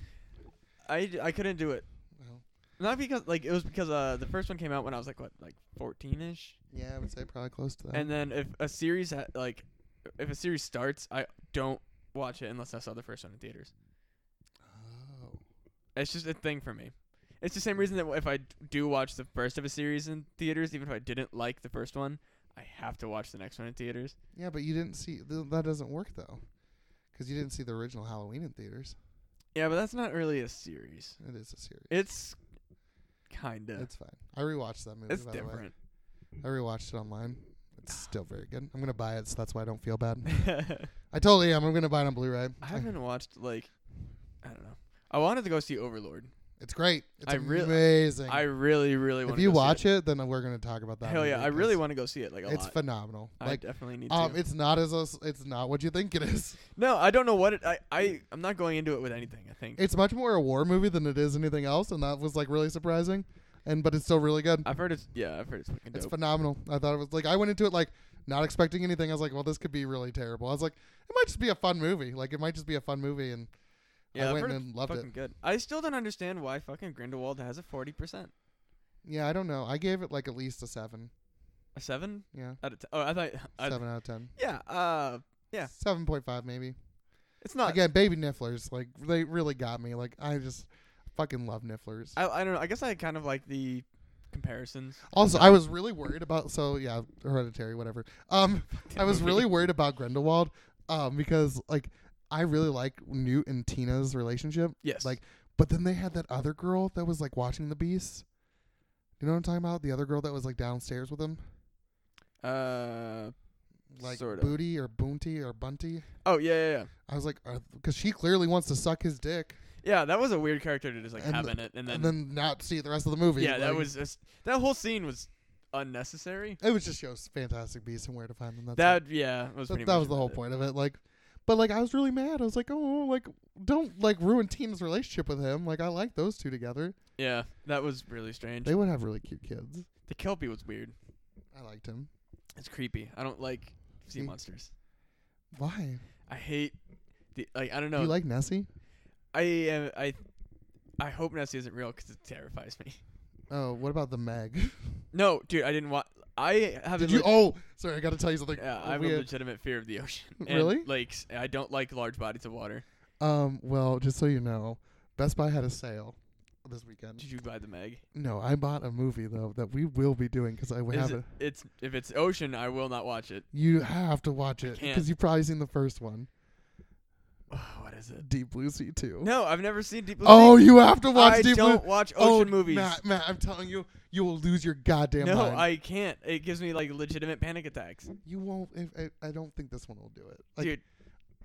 Speaker 2: I, I couldn't do it.
Speaker 1: Well,
Speaker 2: Not because like it was because uh the first one came out when I was like what like fourteen ish,
Speaker 1: yeah, I would say probably close to that.
Speaker 2: and then if a series ha- like if a series starts, I don't watch it unless I saw the first one in theaters.
Speaker 1: oh.
Speaker 2: It's just a thing for me. It's the same reason that if I d- do watch the first of a series in theaters, even if I didn't like the first one, I have to watch the next one in theaters.
Speaker 1: Yeah, but you didn't see th- that doesn't work though, because you didn't see the original Halloween in theaters.
Speaker 2: Yeah, but that's not really a series.
Speaker 1: It is a series.
Speaker 2: It's kinda. It's,
Speaker 1: It's fine. I rewatched that movie. by the way.
Speaker 2: different. Ah.
Speaker 1: I rewatched it online. It's still very good. I'm gonna buy it, so that's why I don't feel bad. I totally am. I'm gonna buy it on Blu-ray.
Speaker 2: I
Speaker 1: I-
Speaker 2: haven't watched like I don't know. I wanted to go see Overlord.
Speaker 1: It's great. It's
Speaker 2: I really-
Speaker 1: amazing.
Speaker 2: I really, really want.
Speaker 1: if you watch it, then we're gonna talk about that.
Speaker 2: hell yeah,
Speaker 1: movie
Speaker 2: I really
Speaker 1: 'cause
Speaker 2: want to go see it. Like a
Speaker 1: It's
Speaker 2: lot.
Speaker 1: phenomenal.
Speaker 2: I
Speaker 1: Like,
Speaker 2: definitely need
Speaker 1: um,
Speaker 2: to.
Speaker 1: it's not as us- it's not what you think it is.
Speaker 2: no, I don't know what it. I, I I'm not going into it with anything. I think
Speaker 1: It's much more a war movie than it is anything else, and that was like really surprising. And but it's still really good.
Speaker 2: I've heard it's yeah. I've heard it's fucking dope.
Speaker 1: It's phenomenal. I thought it was like I went into it like not expecting anything. I was like, well, this could be really terrible. I was like, it might just be a fun movie. Like it might just be a fun movie, and
Speaker 2: yeah,
Speaker 1: I
Speaker 2: I've
Speaker 1: went
Speaker 2: heard
Speaker 1: in and
Speaker 2: it's
Speaker 1: loved it.
Speaker 2: fucking good. I still don't understand why fucking Grindelwald has a forty percent,
Speaker 1: yeah, I don't know. I gave it like at least a seven.
Speaker 2: a seven
Speaker 1: Yeah,
Speaker 2: out of ten. Oh, I thought I,
Speaker 1: seven out of ten.
Speaker 2: yeah. Uh, yeah.
Speaker 1: seven point five maybe.
Speaker 2: it's not.
Speaker 1: Again, baby nifflers. Like they really got me. Like I just fucking love nifflers.
Speaker 2: I I don't know. I guess I kind of like the comparisons.
Speaker 1: Also, I was really worried about so yeah, hereditary, whatever. Um, I was
Speaker 2: movie.
Speaker 1: really worried about Grindelwald, um, because like I really like Newt and Tina's relationship,
Speaker 2: Yes.
Speaker 1: like but then they had that other girl that was like watching the beast. You know what I'm talking about? The other girl that was like downstairs with him,
Speaker 2: Uh.
Speaker 1: like
Speaker 2: Sorta.
Speaker 1: Booty or Boonty or Bunty.
Speaker 2: Oh yeah yeah yeah.
Speaker 1: I was like, because she clearly wants to suck his dick
Speaker 2: Yeah, that was a weird character to just like
Speaker 1: And
Speaker 2: have
Speaker 1: the-
Speaker 2: in it, and then,
Speaker 1: and then not see the rest of the movie.
Speaker 2: yeah, that
Speaker 1: Like,
Speaker 2: was just, that whole scene was unnecessary.
Speaker 1: it. Was just shows Fantastic Beasts and where to find them. That's it.
Speaker 2: That yeah was
Speaker 1: That,
Speaker 2: pretty
Speaker 1: that
Speaker 2: much
Speaker 1: was the
Speaker 2: about
Speaker 1: whole
Speaker 2: it.
Speaker 1: point of it. Like, but like I was really mad. I was like, oh, like don't like ruin Tina's relationship with him. Like I like those two together.
Speaker 2: Yeah, that was really strange.
Speaker 1: They would have really cute kids.
Speaker 2: the kelpie was weird.
Speaker 1: I liked him.
Speaker 2: It's creepy. I don't like sea
Speaker 1: Mm.
Speaker 2: monsters.
Speaker 1: Why?
Speaker 2: I hate the like. I don't
Speaker 1: Do
Speaker 2: know.
Speaker 1: you like Nessie?
Speaker 2: I am. I I hope Nessie isn't real because it terrifies me.
Speaker 1: Oh, what about the Meg?
Speaker 2: No, dude, I didn't want. I have
Speaker 1: Did
Speaker 2: a
Speaker 1: you?
Speaker 2: le-
Speaker 1: Oh, sorry, I got to tell you something.
Speaker 2: yeah, I have
Speaker 1: We
Speaker 2: a
Speaker 1: had-
Speaker 2: legitimate fear of the ocean. And
Speaker 1: Really?
Speaker 2: Lakes. I don't like large bodies of water.
Speaker 1: um, well, just so you know, Best Buy had a sale this weekend.
Speaker 2: Did you buy the Meg?
Speaker 1: No, I bought a movie though that we will be doing because I we
Speaker 2: Is
Speaker 1: have
Speaker 2: it-
Speaker 1: a,
Speaker 2: it's if it's ocean, I will not watch it.
Speaker 1: You have to watch it
Speaker 2: can't.
Speaker 1: because you've probably seen the first one,
Speaker 2: what is it?
Speaker 1: Deep Blue Sea Two.
Speaker 2: No, I've never seen Deep Blue
Speaker 1: Oh,
Speaker 2: Sea.
Speaker 1: you have to watch
Speaker 2: I
Speaker 1: Deep Blue.
Speaker 2: don't watch ocean
Speaker 1: Oh,
Speaker 2: movies.
Speaker 1: Matt, Matt, I'm telling you, you will lose your goddamn
Speaker 2: no,
Speaker 1: mind.
Speaker 2: I can't. It gives me like legitimate panic attacks.
Speaker 1: you won't. If, I, I don't think this one will do it. Like,
Speaker 2: Dude,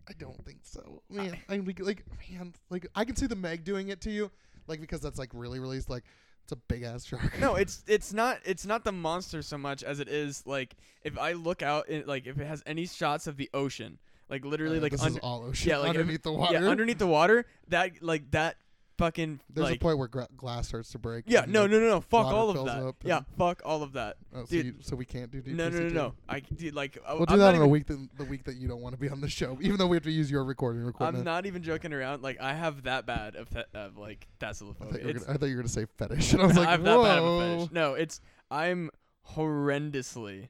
Speaker 1: I don't think so, man. I, like, like, man, like, I can see the Meg doing it to you, like, because that's like really, really, like, it's a big ass shark.
Speaker 2: no, it's it's not it's not the monster so much as it is like if I look out it, like if it has any shots of the ocean, like literally
Speaker 1: Uh,
Speaker 2: like
Speaker 1: this
Speaker 2: under,
Speaker 1: is all ocean
Speaker 2: yeah, like if-
Speaker 1: underneath the water.
Speaker 2: yeah, underneath the water, that like that fucking
Speaker 1: There's
Speaker 2: like
Speaker 1: a point where gra- glass starts to break.
Speaker 2: yeah,
Speaker 1: and,
Speaker 2: no,
Speaker 1: like,
Speaker 2: no, no, no. Fuck
Speaker 1: water
Speaker 2: all of
Speaker 1: fills
Speaker 2: that.
Speaker 1: up
Speaker 2: Yeah,
Speaker 1: and-
Speaker 2: fuck all of that.
Speaker 1: oh, so,
Speaker 2: dude.
Speaker 1: you, so we can't do DPCT.
Speaker 2: No, no, no, no. I dude, like I-
Speaker 1: We'll do
Speaker 2: I'm
Speaker 1: that
Speaker 2: not
Speaker 1: on a
Speaker 2: even-
Speaker 1: week that, the week that you don't want to be on the show, even though we have to use your recording
Speaker 2: I'm
Speaker 1: equipment.
Speaker 2: not even joking around. Like I have that bad of, fe- of like
Speaker 1: I thought,
Speaker 2: thassilophobia.
Speaker 1: you were
Speaker 2: It's
Speaker 1: gonna, I thought you were gonna say fetish, and I was like,
Speaker 2: I'm
Speaker 1: whoa.
Speaker 2: that bad of a fetish. No, it's I'm horrendously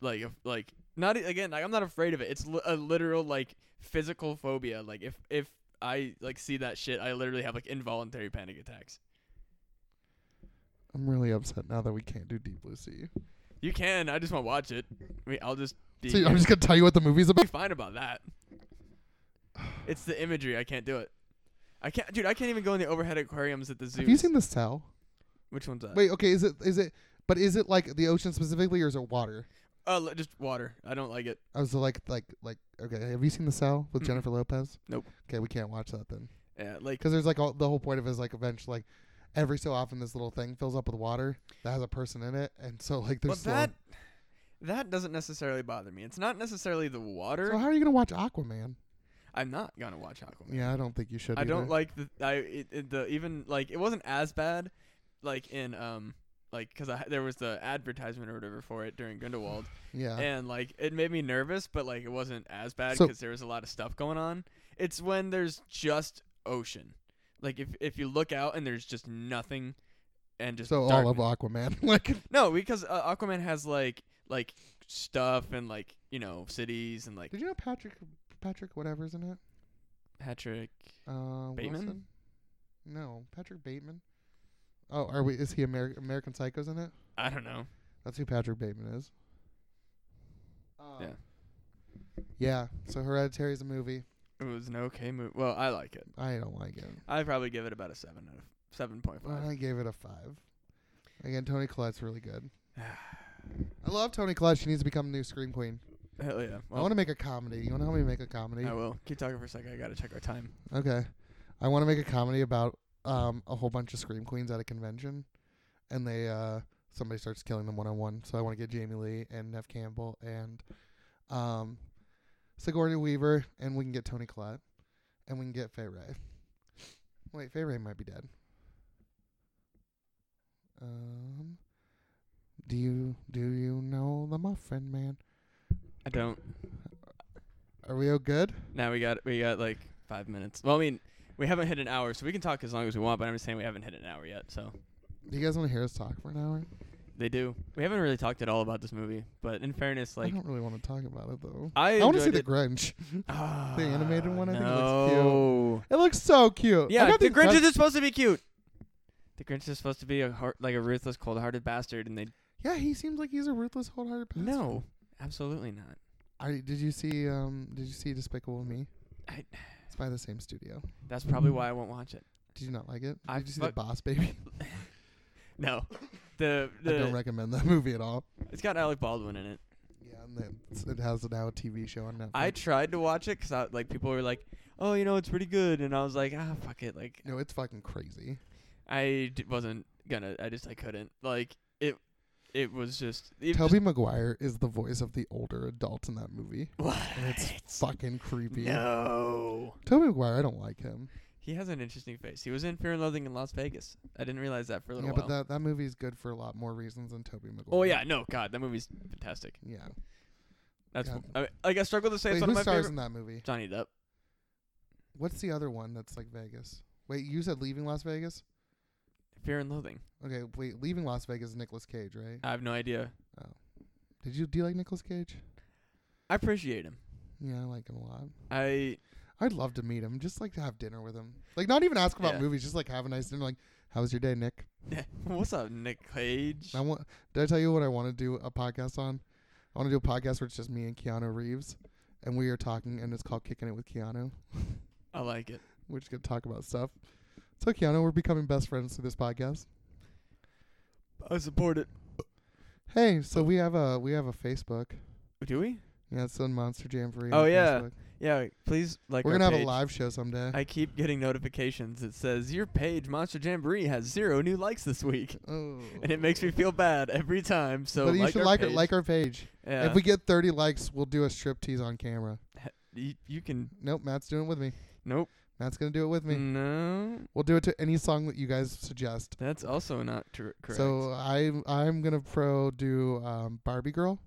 Speaker 2: like if- like not e- again. Like, I'm not afraid of it. It's li- a literal like physical phobia. Like if if I like see that shit, I literally have like involuntary panic attacks.
Speaker 1: I'm really upset now that we can't do Deep Blue Sea.
Speaker 2: You can. I just want to watch it. I mean, I'll just be,
Speaker 1: So I'm just gonna tell you what the movie's
Speaker 2: be
Speaker 1: about.
Speaker 2: fine about that. It's the imagery. I can't do it. I can't, dude. I can't even go in the overhead aquariums at the zoo.
Speaker 1: Have you seen The Cell?
Speaker 2: Which one's that?
Speaker 1: Wait, okay, is it is it? But is it like the ocean specifically, or is it water?
Speaker 2: Uh, li- just water. I don't like it.
Speaker 1: I was like, like, like. Okay, have you seen The Cell with
Speaker 2: Mm-mm.
Speaker 1: Jennifer Lopez?
Speaker 2: Nope.
Speaker 1: Okay, we can't watch that then,
Speaker 2: Yeah, like
Speaker 1: because there's like all, the whole point of it is like eventually, like every so often this little thing fills up with water that has a person in it, and so like
Speaker 2: Well,
Speaker 1: there's still-
Speaker 2: that that doesn't necessarily bother me. It's not necessarily the water.
Speaker 1: So how are you gonna watch Aquaman?
Speaker 2: I'm not gonna watch Aquaman.
Speaker 1: Yeah, I don't think you should.
Speaker 2: I don't
Speaker 1: either.
Speaker 2: like the I it, it- the even like it wasn't as bad, like in um like because I there was the advertisement or whatever for it during Grindelwald,
Speaker 1: Yeah.
Speaker 2: and like it made me nervous, but like it wasn't as bad
Speaker 1: So-
Speaker 2: because there was a lot of stuff going on. It's when there's just ocean, like if if you look out and there's just nothing, and just
Speaker 1: so
Speaker 2: darkness.
Speaker 1: all of Aquaman, like
Speaker 2: No, because uh, Aquaman has like like stuff and like you know cities and like
Speaker 1: Did you know Patrick Patrick whatever's in it?
Speaker 2: Patrick.
Speaker 1: Uh,
Speaker 2: Bateman?
Speaker 1: Wilson? No, Patrick Bateman. Oh, are we? Is he Ameri- American Psycho's in it?
Speaker 2: I don't know.
Speaker 1: That's who Patrick Bateman is. Um,
Speaker 2: Yeah.
Speaker 1: Yeah. So Hereditary is a movie.
Speaker 2: It was an okay movie. Well, I like it.
Speaker 1: I don't like it.
Speaker 2: I probably give it about a seven out of seven point five.
Speaker 1: I gave it a five. Again, Tony Collette's really good. I love Tony Collette. She needs to become a new scream queen.
Speaker 2: Hell yeah.
Speaker 1: I
Speaker 2: Well,
Speaker 1: want to make a comedy. You want to help me make a comedy?
Speaker 2: I will keep talking for a second. I gotta check our time.
Speaker 1: Okay. I want to make a comedy about um a whole bunch of scream queens at a convention, and they uh somebody starts killing them one on one. So I want to get Jamie Lee and Nev Campbell and um Sigourney Weaver, and we can get Tony Collette, and we can get Faye Ray. Wait, Faye Ray might be dead. Um, do you do you know the Muffin Man?
Speaker 2: I don't.
Speaker 1: Are we all good?
Speaker 2: Now we got we got like five minutes. Well, I mean, we haven't hit an hour, so we can talk as long as we want. But I'm just saying we haven't hit an hour yet. So
Speaker 1: Do you guys want to hear us talk for an hour?
Speaker 2: they do. We haven't really talked at all about this movie. But in fairness, like
Speaker 1: I don't really want to talk about it though.
Speaker 2: I,
Speaker 1: I want to see
Speaker 2: enjoyed
Speaker 1: the
Speaker 2: it.
Speaker 1: Grinch.
Speaker 2: Ah,
Speaker 1: animated one, I think it looks cute.
Speaker 2: no.
Speaker 1: It looks so cute. I
Speaker 2: Yeah,
Speaker 1: got
Speaker 2: the
Speaker 1: these
Speaker 2: Grinch
Speaker 1: cus-
Speaker 2: is supposed to be cute. The Grinch is supposed to be a heart, like a ruthless, cold-hearted bastard, and they
Speaker 1: yeah, he seems like he's a ruthless, wholehearted. Bastard.
Speaker 2: no, absolutely not.
Speaker 1: I did you see um did you see Despicable Me?
Speaker 2: I-
Speaker 1: It's by the same studio.
Speaker 2: That's probably why I won't watch it.
Speaker 1: Did you not like it?
Speaker 2: I
Speaker 1: did you see the
Speaker 2: fuck-
Speaker 1: Boss Baby?
Speaker 2: No, the
Speaker 1: I don't
Speaker 2: the
Speaker 1: recommend that movie at all.
Speaker 2: it's got Alec Baldwin in it.
Speaker 1: Yeah, and then it's- it has now a TV show on Netflix.
Speaker 2: I tried to watch it 'cause I like people were like, "Oh, you know, it's pretty good," and I was like, "Ah, fuck it." Like
Speaker 1: no, it's fucking crazy.
Speaker 2: I d- wasn't gonna. I just I couldn't. Like it. It was just. It
Speaker 1: Toby Maguire is the voice of the older adult in that movie.
Speaker 2: Just, what?
Speaker 1: And it's fucking creepy.
Speaker 2: no.
Speaker 1: Toby Maguire, I don't like him.
Speaker 2: He has an interesting face. He was in Fear and Loathing in Las Vegas. I didn't realize that for a
Speaker 1: Yeah,
Speaker 2: little while.
Speaker 1: but that that movie's good for a lot more reasons than Toby Maguire.
Speaker 2: Oh yeah, no, God, that movie's fantastic.
Speaker 1: Yeah.
Speaker 2: That's
Speaker 1: Yeah.
Speaker 2: one- I mean, like I struggle to say
Speaker 1: Wait,
Speaker 2: it's
Speaker 1: who
Speaker 2: one of my
Speaker 1: stars
Speaker 2: favorite.
Speaker 1: in that movie?
Speaker 2: Johnny Depp.
Speaker 1: What's the other one that's like Vegas? Wait, you said Leaving Las Vegas?
Speaker 2: Fear and Loathing.
Speaker 1: Okay, wait, Leaving Las Vegas is Nicolas Cage, right?
Speaker 2: I have no idea.
Speaker 1: Did you do you like Nicolas Cage?
Speaker 2: I appreciate him.
Speaker 1: Yeah, I like him a lot.
Speaker 2: I
Speaker 1: I'd love to meet him, just like to have dinner with him. Like not even ask about
Speaker 2: Yeah.
Speaker 1: movies, just like have a nice dinner. Like, how was your day, Nick?
Speaker 2: what's up, Nick Cage?
Speaker 1: I want. Did I tell you what I want to do a podcast on? I want to do a podcast where it's just me and Keanu Reeves, and we are talking, and it's called Kicking It with Keanu.
Speaker 2: I like it.
Speaker 1: We're just gonna talk about stuff. So Keanu, we're becoming best friends through this podcast.
Speaker 2: I support it.
Speaker 1: Hey, so we have a we have a Facebook.
Speaker 2: Do we?
Speaker 1: Yeah, it's on Monster Jam Free.
Speaker 2: Oh, yeah. Yeah. Please like.
Speaker 1: We're
Speaker 2: our
Speaker 1: gonna have a
Speaker 2: page.
Speaker 1: live show someday.
Speaker 2: I keep getting notifications that says your page Monster Jamboree has zero new likes this week,
Speaker 1: oh.
Speaker 2: and it makes me feel bad every time. So
Speaker 1: But you
Speaker 2: like
Speaker 1: should
Speaker 2: our
Speaker 1: like
Speaker 2: page.
Speaker 1: our, like our page.
Speaker 2: yeah.
Speaker 1: If we get 30 likes, we'll do a striptease on camera.
Speaker 2: you, you can
Speaker 1: Nope, Matt's doing it with me.
Speaker 2: nope.
Speaker 1: Matt's gonna do it with me.
Speaker 2: Mm. No,
Speaker 1: We'll do it to any song that you guys suggest.
Speaker 2: that's also not tr- correct.
Speaker 1: So I'm I'm gonna pro do um, Barbie Girl.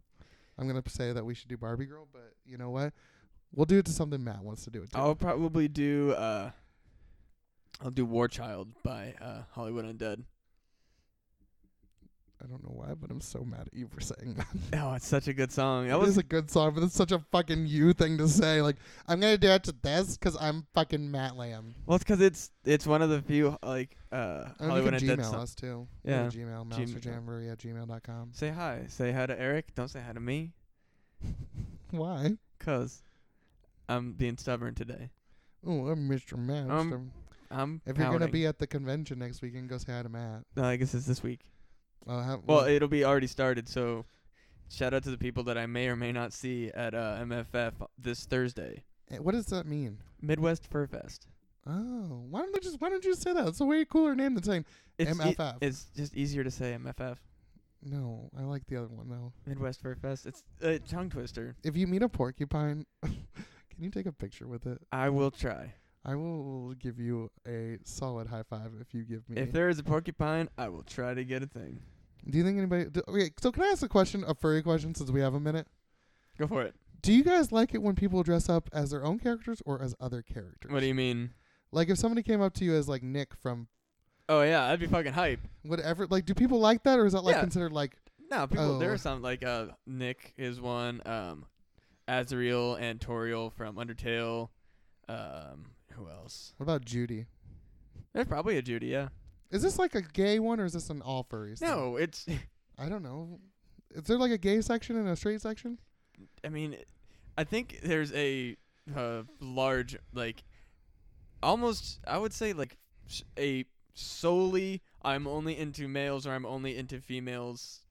Speaker 1: I'm gonna say that we should do Barbie Girl, but you know what? We'll do it to something Matt wants to do it to.
Speaker 2: I'll probably do. Uh, I'll do War Child by uh, Hollywood Undead.
Speaker 1: I don't know why, but I'm so mad at you for saying that.
Speaker 2: Oh, it's such a good song. That
Speaker 1: That was
Speaker 2: was
Speaker 1: a good song, but it's such a fucking you thing to say. Like I'm gonna do it to this because I'm fucking Matt Lamb.
Speaker 2: well, it's because it's it's one of the few like uh,
Speaker 1: I don't know
Speaker 2: Hollywood
Speaker 1: if you can
Speaker 2: Undead
Speaker 1: Gmail
Speaker 2: songs.
Speaker 1: us too.
Speaker 2: Yeah.
Speaker 1: Go to Gmail,
Speaker 2: Gmail.
Speaker 1: masterjamboree at gmail.com.
Speaker 2: Say hi. Say hi to Eric. Don't say hi to me,
Speaker 1: Why?
Speaker 2: cause I'm being stubborn today.
Speaker 1: Oh, I'm Mr. Matt.
Speaker 2: Um,
Speaker 1: Mr.
Speaker 2: I'm.
Speaker 1: if you're gonna
Speaker 2: pouting.
Speaker 1: be at the convention next weekend, go say hi to Matt. Uh,
Speaker 2: no, I guess it's this week.
Speaker 1: Well, have,
Speaker 2: Well, it'll be already started. So, shout out to the people that I may or may not see at uh, MFF this Thursday,
Speaker 1: eh, what does that mean?
Speaker 2: Midwest Fur Fest.
Speaker 1: Oh, why don't they just why don't you say that? It's a way cooler name than saying
Speaker 2: It's e-
Speaker 1: MFF.
Speaker 2: it's just easier to say MFF.
Speaker 1: no. I like the other one though.
Speaker 2: Midwest Fur Fest. It's a tongue twister.
Speaker 1: If you meet a porcupine, can you take a picture with it?
Speaker 2: I will try.
Speaker 1: I will give you a solid high five if you give me.
Speaker 2: If there is a porcupine, I will try to get a thing.
Speaker 1: do you think anybody? Do, okay, so can I ask a question, a furry question, since we have a minute?
Speaker 2: Go for it.
Speaker 1: Do you guys like it when people dress up as their own characters or as other characters?
Speaker 2: What do you mean?
Speaker 1: like if somebody came up to you as like Nick from
Speaker 2: Oh yeah, that'd be fucking hype.
Speaker 1: whatever? Like, do people like that, or is that like
Speaker 2: Yeah.
Speaker 1: considered like?
Speaker 2: No, people. There
Speaker 1: Oh.
Speaker 2: are some like uh, Nick is one. Um, Azriel and Toriel from Undertale. Um, who else?
Speaker 1: What about Judy?
Speaker 2: There's probably a Judy. Yeah.
Speaker 1: Is this like a gay one, or is this an all furries? thing?
Speaker 2: No, it's.
Speaker 1: I don't know. Is there like a gay section and a straight section?
Speaker 2: I mean, I think there's a uh, large, like, almost, I would say, like, s- a solely I'm only into males or I'm only into females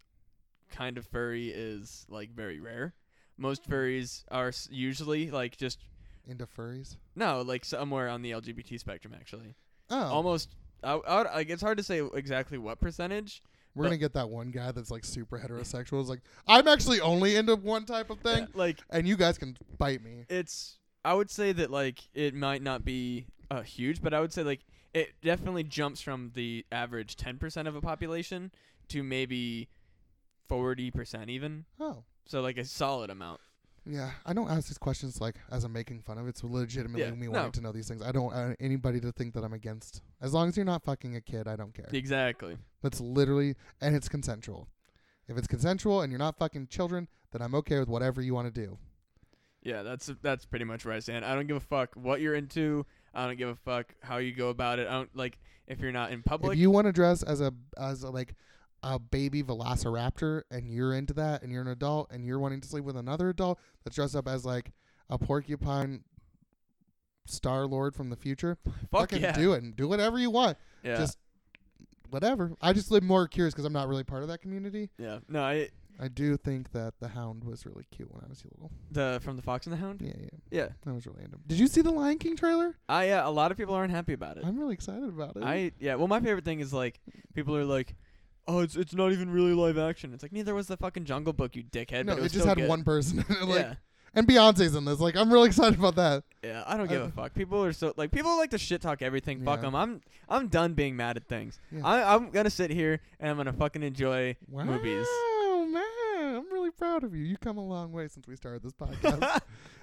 Speaker 2: kind of furry is, like, very rare. Most furries are s- usually, like, just,
Speaker 1: Into furries?
Speaker 2: no, like, somewhere on the LGBT spectrum, actually.
Speaker 1: Oh,
Speaker 2: Almost, I, I, would- like, it's hard to say exactly what percentage.
Speaker 1: we're
Speaker 2: uh,
Speaker 1: gonna get that one guy that's like super heterosexual. Is like, I'm actually only into one type of thing,
Speaker 2: Like,
Speaker 1: and you guys can bite me.
Speaker 2: it's I would say that like it might not be uh, huge, but I would say like it definitely jumps from the average ten percent of a population to maybe forty percent even.
Speaker 1: Oh,
Speaker 2: So like a solid amount.
Speaker 1: yeah. I don't ask these questions like as I'm making fun of. It's legitimately
Speaker 2: Yeah,
Speaker 1: me
Speaker 2: no.
Speaker 1: wanting to know these things. I don't want anybody to think that I'm against. As long as you're not fucking a kid, I don't care.
Speaker 2: Exactly.
Speaker 1: That's literally, and it's consensual. If it's consensual and you're not fucking children, then I'm okay with whatever you want to do.
Speaker 2: Yeah, that's that's pretty much where I stand. I don't give a fuck what you're into. I don't give a fuck how you go about it. I don't like if you're not in public.
Speaker 1: if you want to dress as a as a, like a baby velociraptor and you're into that and you're an adult and you're wanting to sleep with another adult that's dressed up as like a porcupine star lord from the future
Speaker 2: fuck
Speaker 1: fucking
Speaker 2: yeah.
Speaker 1: do it and do whatever you want
Speaker 2: yeah.
Speaker 1: just whatever i just live more curious because i'm not really part of that community
Speaker 2: yeah. No, I
Speaker 1: i do think that the hound was really cute when i was little
Speaker 2: the from the Fox and the Hound.
Speaker 1: yeah yeah
Speaker 2: Yeah.
Speaker 1: that was really into did you see the lion king trailer
Speaker 2: I uh, a lot of people aren't happy about it.
Speaker 1: i'm really excited about it
Speaker 2: Uh, I yeah. Well, my favorite thing is like people are like, oh, it's it's not even really live action. It's like neither was the fucking Jungle Book, you dickhead. but
Speaker 1: no it,
Speaker 2: it, was
Speaker 1: just
Speaker 2: still
Speaker 1: had
Speaker 2: good.
Speaker 1: one person in it, like
Speaker 2: yeah,
Speaker 1: and beyonce's in this like i'm really excited about that
Speaker 2: yeah. I don't give
Speaker 1: I-
Speaker 2: a fuck. People are so like people like to shit talk everything. Fuck
Speaker 1: uh, Yeah.
Speaker 2: them. I'm I'm done being mad at things.
Speaker 1: Yeah.
Speaker 2: I I'm gonna sit here and I'm gonna fucking enjoy
Speaker 1: wow,
Speaker 2: movies.
Speaker 1: man, I'm really proud of you. You come a long way since we started this podcast.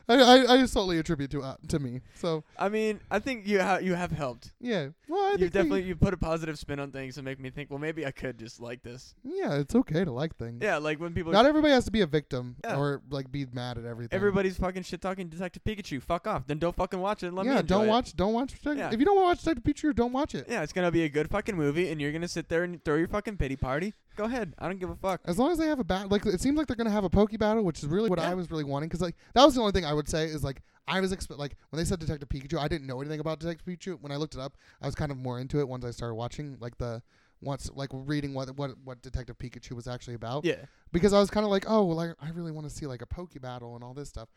Speaker 1: I, I, I solely attribute to uh, to me. So
Speaker 2: I mean, I think you ha- you have helped.
Speaker 1: yeah, well, I
Speaker 2: You
Speaker 1: think we-
Speaker 2: definitely you put a positive spin on things and make me think. Well, maybe I could just like this.
Speaker 1: yeah, it's okay to like things.
Speaker 2: Yeah, like when people
Speaker 1: Mm. Not everybody has to be a victim
Speaker 2: Yeah.
Speaker 1: or like be mad at everything.
Speaker 2: everybody's fucking shit talking Detective Pikachu. Fuck off. Then don't fucking watch it. And let me
Speaker 1: yeah,
Speaker 2: enjoy
Speaker 1: don't
Speaker 2: it.
Speaker 1: watch, don't watch.
Speaker 2: Yeah.
Speaker 1: If you don't want to watch Detective Pikachu, don't watch it.
Speaker 2: Yeah, it's gonna be a good fucking movie, and you're gonna sit there and throw your fucking pity party. Go ahead, I don't give a fuck.
Speaker 1: As long as they have a bat, like it seems like they're gonna have a Poke battle, which is really what
Speaker 2: Yeah.
Speaker 1: I was really wanting. Because like that was the only thing I would say is like I was expect like when they said Detective Pikachu, I didn't know anything about Detective Pikachu. When I looked it up, I was kind of more into it once I started watching like the once like reading what what what Detective Pikachu was actually about.
Speaker 2: Yeah,
Speaker 1: Because I was kind of like, oh well, I, I really want to see like a Poke battle and all this stuff.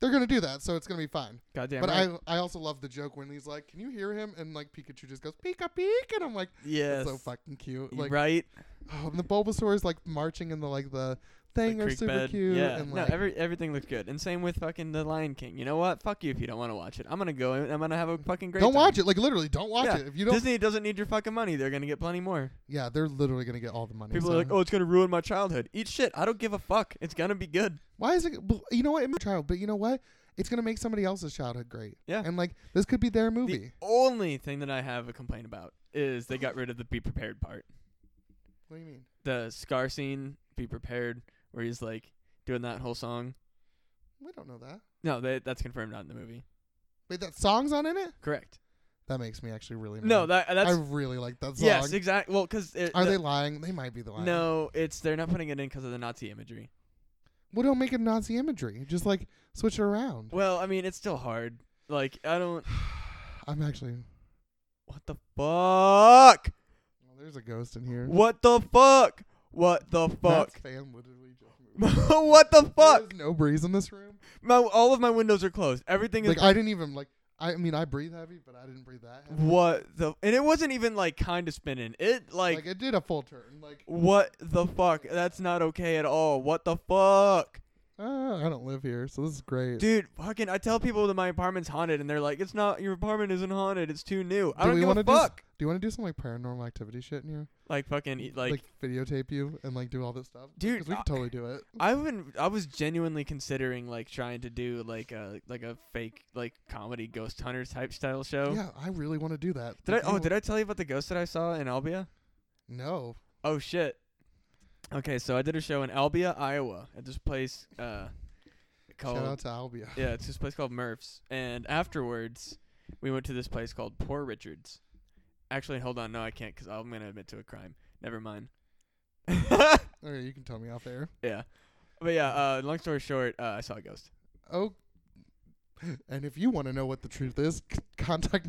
Speaker 1: They're gonna do that, so it's gonna be fine.
Speaker 2: goddamn.
Speaker 1: but
Speaker 2: right.
Speaker 1: I I also love the joke when he's like, can you hear him? And like Pikachu just goes Pika Peek, and I'm like,
Speaker 2: yes,
Speaker 1: that's so fucking cute.
Speaker 2: You
Speaker 1: Like
Speaker 2: right.
Speaker 1: Oh, and the Bulbasaur is like marching in the like the thing
Speaker 2: the
Speaker 1: are
Speaker 2: creek
Speaker 1: super
Speaker 2: bed.
Speaker 1: cute.
Speaker 2: Yeah,
Speaker 1: And
Speaker 2: no,
Speaker 1: like,
Speaker 2: every everything looked good. And same with fucking the Lion King. You know what? Fuck you if you don't want to watch it. I'm gonna go and I'm gonna have a fucking great.
Speaker 1: don't
Speaker 2: time.
Speaker 1: watch it. Like literally, don't watch
Speaker 2: Yeah,
Speaker 1: it. If you don't,
Speaker 2: Disney doesn't need your fucking money. They're gonna get plenty more.
Speaker 1: yeah, they're literally gonna get all the money.
Speaker 2: People
Speaker 1: so-
Speaker 2: are like, oh, it's gonna ruin my childhood. Eat shit. I don't give a fuck. It's gonna be good.
Speaker 1: Why is it? bl- You know what? It might be a child, but you know what? It's gonna make somebody else's childhood great.
Speaker 2: Yeah.
Speaker 1: And like this could be their
Speaker 2: The
Speaker 1: movie.
Speaker 2: only thing that I have a complaint about is they got rid of the be prepared part.
Speaker 1: what do you mean?
Speaker 2: The scar scene, be prepared, where he's like doing that whole song.
Speaker 1: We don't know that.
Speaker 2: No, they, that's confirmed not in the movie.
Speaker 1: Wait, that song's on in it.
Speaker 2: Correct.
Speaker 1: That makes me actually really. Mad.
Speaker 2: No, that uh, that's
Speaker 1: I really like that song.
Speaker 2: yes, exactly. Well, because
Speaker 1: Are they lying? They might be lying.
Speaker 2: No, it's they're not putting it in because of the Nazi imagery.
Speaker 1: Well, don't make it Nazi imagery. Just like switch it around.
Speaker 2: Well, I mean, it's still hard. Like, I don't.
Speaker 1: I'm actually.
Speaker 2: What the fuck?
Speaker 1: Well, there's a ghost in here.
Speaker 2: What the fuck? What the
Speaker 1: Matt's
Speaker 2: fuck?
Speaker 1: fan literally just moved.
Speaker 2: what the fuck?
Speaker 1: There's no breeze in this room.
Speaker 2: My all of my windows are closed. Everything is
Speaker 1: Like I didn't even like. I mean, I breathe heavy, but I didn't breathe that heavy.
Speaker 2: what the and it wasn't even like kind of spinning. It like,
Speaker 1: Like, it did a full turn. Like
Speaker 2: what the fuck? That's not okay at all. What the fuck?
Speaker 1: uh, I don't live here, so this is great.
Speaker 2: Dude, fucking I tell people that my apartment's haunted and they're like, "It's not your apartment isn't haunted. It's too new." I
Speaker 1: Do
Speaker 2: don't
Speaker 1: we
Speaker 2: give
Speaker 1: wanna
Speaker 2: a
Speaker 1: do s-
Speaker 2: fuck.
Speaker 1: Do you want to do some like paranormal activity shit in here?
Speaker 2: like fucking e- like,
Speaker 1: Like, videotape you and like do all this stuff.
Speaker 2: Dude,
Speaker 1: 'Cause we
Speaker 2: uh,
Speaker 1: could totally do it.
Speaker 2: I've been I was genuinely considering like trying to do like a like a fake like comedy ghost hunter type style show.
Speaker 1: yeah, I really want to do that.
Speaker 2: Did I oh did I tell you about the ghost that I saw in Albia?
Speaker 1: No.
Speaker 2: Oh shit. Okay, so I did a show in Albia, Iowa, at this place uh called
Speaker 1: Shout out to Albia.
Speaker 2: yeah, it's this place called Murph's, and afterwards we went to this place called Poor Richards. Actually, hold on, no, I can't because I'm gonna admit to a crime. Never mind.
Speaker 1: Okay, you can tell me off air.
Speaker 2: yeah, but yeah. Uh, long story short, uh, I saw a ghost.
Speaker 1: Oh. And if you want to know what the truth is, c- contact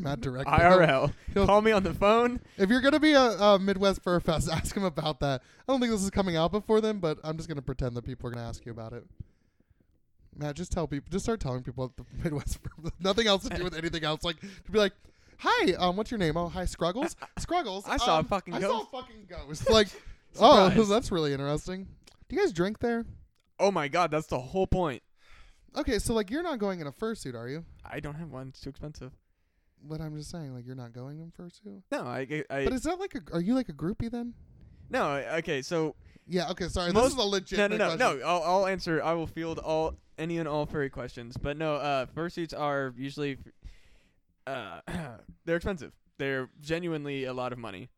Speaker 1: Matt directly.
Speaker 2: IRL.
Speaker 1: He'll-
Speaker 2: Call me on the phone.
Speaker 1: If you're gonna be a, a Midwest Fur Fest, ask him about that. I don't think this is coming out before then, but I'm just gonna pretend that people are gonna ask you about it. Matt, just tell people, just start telling people at the Midwest Fur. Fest. Nothing else to do with anything else. Like to be like, "Hi, um, what's your name? Oh, hi, Scruggles. Scruggles.
Speaker 2: I saw a
Speaker 1: um,
Speaker 2: fucking
Speaker 1: I saw a
Speaker 2: ghost."
Speaker 1: fucking ghost. Like, oh,
Speaker 2: Surprise.
Speaker 1: that's really interesting. Do you guys drink there?
Speaker 2: Oh my god, that's the whole point.
Speaker 1: Okay, so like you're not going in a fursuit, are you?
Speaker 2: I don't have one. It's too expensive.
Speaker 1: But I'm just saying, like you're not going in fursuit.
Speaker 2: No, I, I, I
Speaker 1: But is that like a? Are you like a groupie then?
Speaker 2: no. I- Okay, so
Speaker 1: Yeah. Okay. Sorry.
Speaker 2: Most-
Speaker 1: this is a legit.
Speaker 2: no, no, no,
Speaker 1: question.
Speaker 2: no. I'll, I'll answer. I will field all any and all furry questions. But no, uh, fursuits are usually, uh, they're expensive. They're genuinely a lot of money,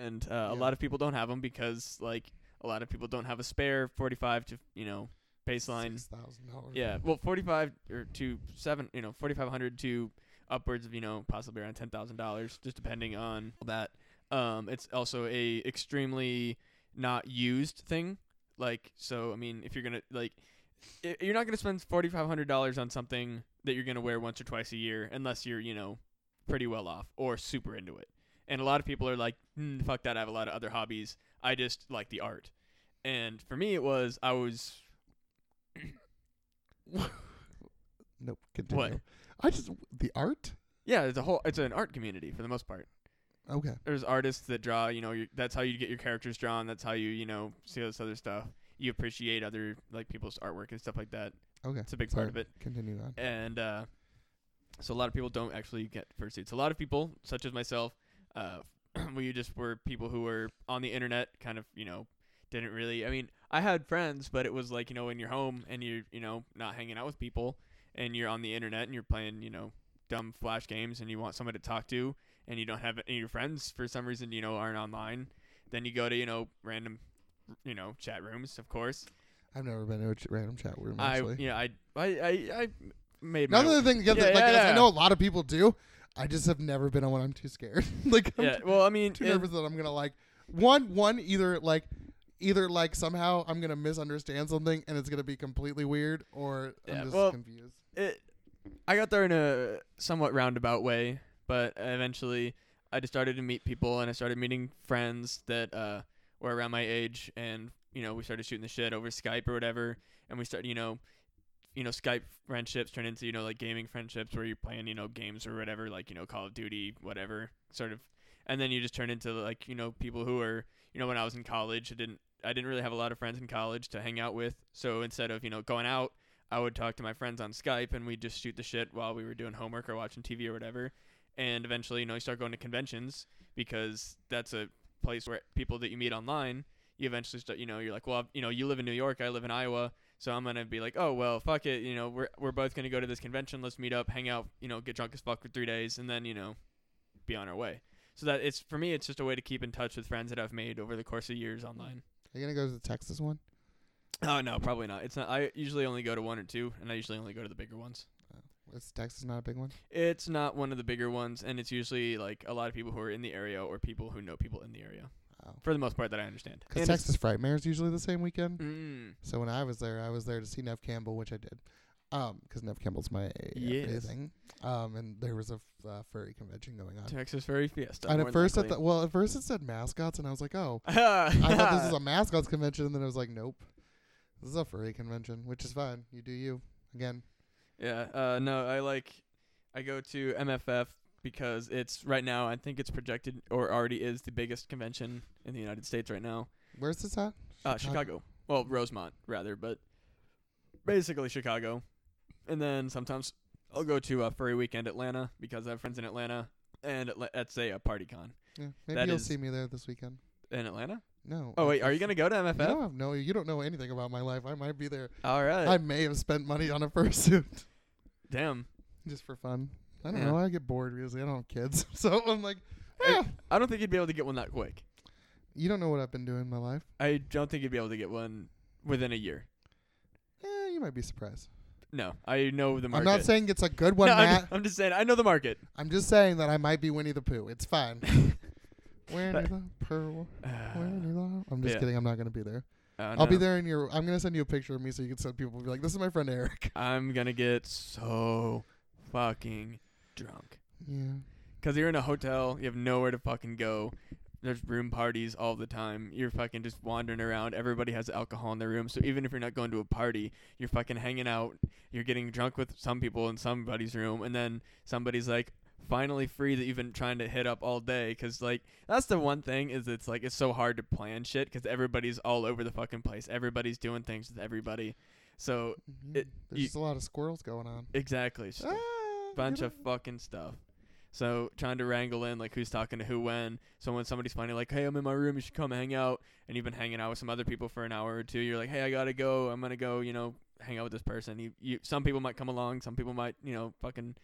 Speaker 2: and uh,
Speaker 1: Yeah.
Speaker 2: a lot of people don't have them because like a lot of people don't have a spare forty-five to you know baseline
Speaker 1: Six thousand dollars.
Speaker 2: Yeah, well, forty-five or to seven, you know, forty-five hundred to upwards of you know possibly around ten thousand dollars, just depending on that. Um, it's also a extremely not used thing. Like, so I mean, if you're gonna like, i you're not gonna spend forty-five hundred dollars on something that you're gonna wear once or twice a year, unless you're you know pretty well off or super into it. And a lot of people are like, mm, fuck that, I have a lot of other hobbies. I just like the art. And for me, it was I was
Speaker 1: Nope. Continue. I just the art.
Speaker 2: Yeah, it's a whole it's an art community for the most part.
Speaker 1: Okay.
Speaker 2: There's artists that draw, you know, you that's how you get your characters drawn, that's how you, you know, see all this other stuff. You appreciate other like people's artwork and stuff like that.
Speaker 1: Okay.
Speaker 2: It's a big
Speaker 1: Sorry.
Speaker 2: part of it.
Speaker 1: Continue on.
Speaker 2: And uh so a lot of people don't actually get fursuits. A lot of people, such as myself, uh we just were people who were on the internet, kind of, you know, didn't really I mean, I had friends, but it was like, you know, when you're home and you're, you know, not hanging out with people and you're on the internet and you're playing, you know, dumb flash games and you want someone to talk to and you don't have any of your friends for some reason, you know, aren't online, then you go to, you know, random you know, chat rooms, of course.
Speaker 1: I've never been to a ch- random chat room
Speaker 2: I
Speaker 1: actually.
Speaker 2: you know, I I I, I made my
Speaker 1: Another thing, yeah,
Speaker 2: Yeah,
Speaker 1: like
Speaker 2: yeah,
Speaker 1: as I
Speaker 2: yeah.
Speaker 1: know a lot of people do. I just have never been on one. I'm too scared. like I'm
Speaker 2: yeah.
Speaker 1: t-
Speaker 2: Well, I mean,
Speaker 1: too
Speaker 2: it-
Speaker 1: nervous that I'm gonna like one one either like either like somehow I'm gonna misunderstand something and it's gonna be completely weird or I'm
Speaker 2: Yeah,
Speaker 1: just
Speaker 2: well-
Speaker 1: confused.
Speaker 2: it, I got there in a somewhat roundabout way, but eventually I just started to meet people and I started meeting friends that uh, were around my age, and you know we started shooting the shit over Skype or whatever, and we started you know, you know Skype friendships turned into you know like gaming friendships where you're playing you know games or whatever like you know Call of Duty whatever sort of, and then you just turn into like you know people who are you know when I was in college I didn't I didn't really have a lot of friends in college to hang out with so instead of you know going out I would talk to my friends on Skype and we'd just shoot the shit while we were doing homework or watching TV or whatever and eventually you know you start going to conventions because that's a place where people that you meet online you eventually start you know you're like well you know you live in New York I live in Iowa so I'm gonna be like, oh well, fuck it, you know, we're we're both gonna go to this convention. Let's meet up, hang out, you know, get drunk as fuck for three days, and then you know, be on our way. So that it's for me, it's just a way to keep in touch with friends that I've made over the course of years online.
Speaker 1: Are you gonna go to the Texas one?
Speaker 2: Oh no, probably not. It's not. I usually only go to one or two, and I usually only go to the bigger ones.
Speaker 1: Is Texas not a big one?
Speaker 2: It's not one of the bigger ones, and it's usually like a lot of people who are in the area or people who know people in the area.
Speaker 1: Oh.
Speaker 2: For the most part, that I understand. And
Speaker 1: Because
Speaker 2: it's-
Speaker 1: Texas Frightmare is usually the same weekend.
Speaker 2: Mm,
Speaker 1: So when I was there, I was there to see Nev Campbell, which I did. Um, 'cause Nev Campbell's my
Speaker 2: Yes.
Speaker 1: everything. Um, and there was a f- uh, furry convention going on.
Speaker 2: Texas Furry Fiesta.
Speaker 1: and
Speaker 2: more
Speaker 1: at
Speaker 2: than
Speaker 1: first, I
Speaker 2: likely.
Speaker 1: thought, well, at first it said mascots, and I was like, oh, I
Speaker 2: I
Speaker 1: thought this was a mascots convention, and then I was like, nope, this is a furry convention, which is fine. You do you. Again,
Speaker 2: Yeah. Uh, no, I like. I go to MFF because it's right now. I think it's projected or already is the biggest convention in the United States right now.
Speaker 1: where's this at?
Speaker 2: Uh, Chicago. Well, Rosemont rather, but basically Chicago. And then sometimes I'll go to uh, Furry Weekend Atlanta because I have friends in Atlanta, and Atla- that's a, uh party con
Speaker 1: Yeah, maybe
Speaker 2: That
Speaker 1: you'll
Speaker 2: is-
Speaker 1: see me there this weekend.
Speaker 2: in Atlanta.
Speaker 1: No.
Speaker 2: Oh
Speaker 1: I-
Speaker 2: wait, are you gonna go to
Speaker 1: You
Speaker 2: MFF?
Speaker 1: don't have no. You don't know anything about my life. I might be there.
Speaker 2: All right.
Speaker 1: I may have spent money on a fursuit.
Speaker 2: Damn.
Speaker 1: just for fun. I don't
Speaker 2: Yeah.
Speaker 1: know. I get bored because I don't have kids, so I'm like,
Speaker 2: I-
Speaker 1: "Eh,
Speaker 2: I don't think you'd be able to get one that quick.
Speaker 1: you don't know what I've been doing in my life.
Speaker 2: I don't think you'd be able to get one within a year.
Speaker 1: Eh, you might be surprised.
Speaker 2: No, I know the
Speaker 1: I'm
Speaker 2: market.
Speaker 1: not saying it's a good one,
Speaker 2: no, I'm,
Speaker 1: Matt.
Speaker 2: just, I'm just saying I know the market.
Speaker 1: I'm just saying that I might be Winnie the Pooh. It's fine. Winnie
Speaker 2: But-
Speaker 1: the Pooh.
Speaker 2: Uh,
Speaker 1: Winnie the. I'm just
Speaker 2: yeah.
Speaker 1: kidding. I'm not gonna be there.
Speaker 2: I
Speaker 1: I'll be
Speaker 2: know.
Speaker 1: there in your. I'm gonna send you a picture of me so you can send people be like, "This is my friend Eric."
Speaker 2: I'm gonna get so fucking drunk
Speaker 1: Yeah.
Speaker 2: because you're in a hotel. You have nowhere to fucking go. There's room parties all the time. You're fucking just wandering around. Everybody has alcohol in their room. So even if you're not going to a party, you're fucking hanging out. You're getting drunk with some people in somebody's room. And then somebody's like, finally free that you've been trying to hit up all day. Cause like, that's the one thing is it's like, it's so hard to plan shit because everybody's all over the fucking place. Everybody's doing things with everybody. So
Speaker 1: Mhm.
Speaker 2: It-
Speaker 1: There's
Speaker 2: you-
Speaker 1: just a lot of squirrels going on.
Speaker 2: Exactly. It's Just
Speaker 1: Ah,
Speaker 2: a bunch
Speaker 1: you
Speaker 2: of
Speaker 1: know.
Speaker 2: fucking stuff. So trying to wrangle in like who's talking to who when. So when somebody's finally like, Hey, I'm in my room, you should come hang out and you've been hanging out with some other people for an hour or two, you're like, Hey, I gotta go, I'm gonna go, you know, hang out with this person. You you some people might come along, some people might, you know, fucking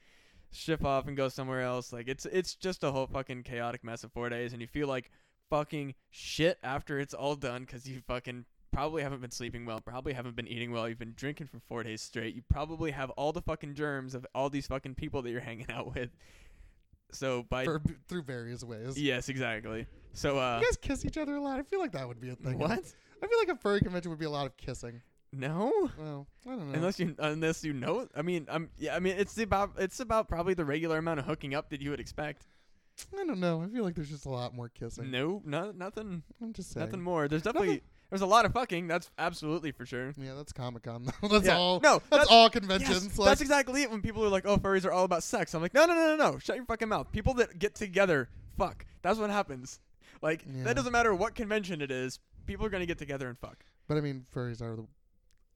Speaker 2: shift off and go somewhere else. Like it's it's just a whole fucking chaotic mess of four days and you feel like fucking shit after it's all done because you fucking probably haven't been sleeping well, probably haven't been eating well, you've been drinking for four days straight, you probably have all the fucking germs of all these fucking people that you're hanging out with. So by
Speaker 1: For- through various ways.
Speaker 2: yes, exactly. So uh,
Speaker 1: You guys kiss each other a lot. I feel like that would be a thing.
Speaker 2: what?
Speaker 1: I feel like a furry convention would be a lot of kissing.
Speaker 2: No,
Speaker 1: Well, I don't know.
Speaker 2: unless you unless you know. I mean, I'm yeah. I mean, it's about it's about probably the regular amount of hooking up that you would expect.
Speaker 1: I don't know. I feel like there's just a lot more kissing.
Speaker 2: No, no, nothing,
Speaker 1: I'm just saying.
Speaker 2: nothing more. There's definitely there's a lot of fucking. That's absolutely for sure.
Speaker 1: Yeah, that's Comic Con though. That's
Speaker 2: Yeah.
Speaker 1: all.
Speaker 2: No,
Speaker 1: that's,
Speaker 2: that's-
Speaker 1: all
Speaker 2: Yes,
Speaker 1: conventions. like,
Speaker 2: that's exactly it. When people are like, "Oh, furries are all about sex," I'm like, "No, no, no, no, no! Shut your fucking mouth." People that get together, fuck. That's what happens. Like
Speaker 1: Yeah.
Speaker 2: that doesn't matter what convention it is. People are gonna get together and fuck.
Speaker 1: but I mean, furries are the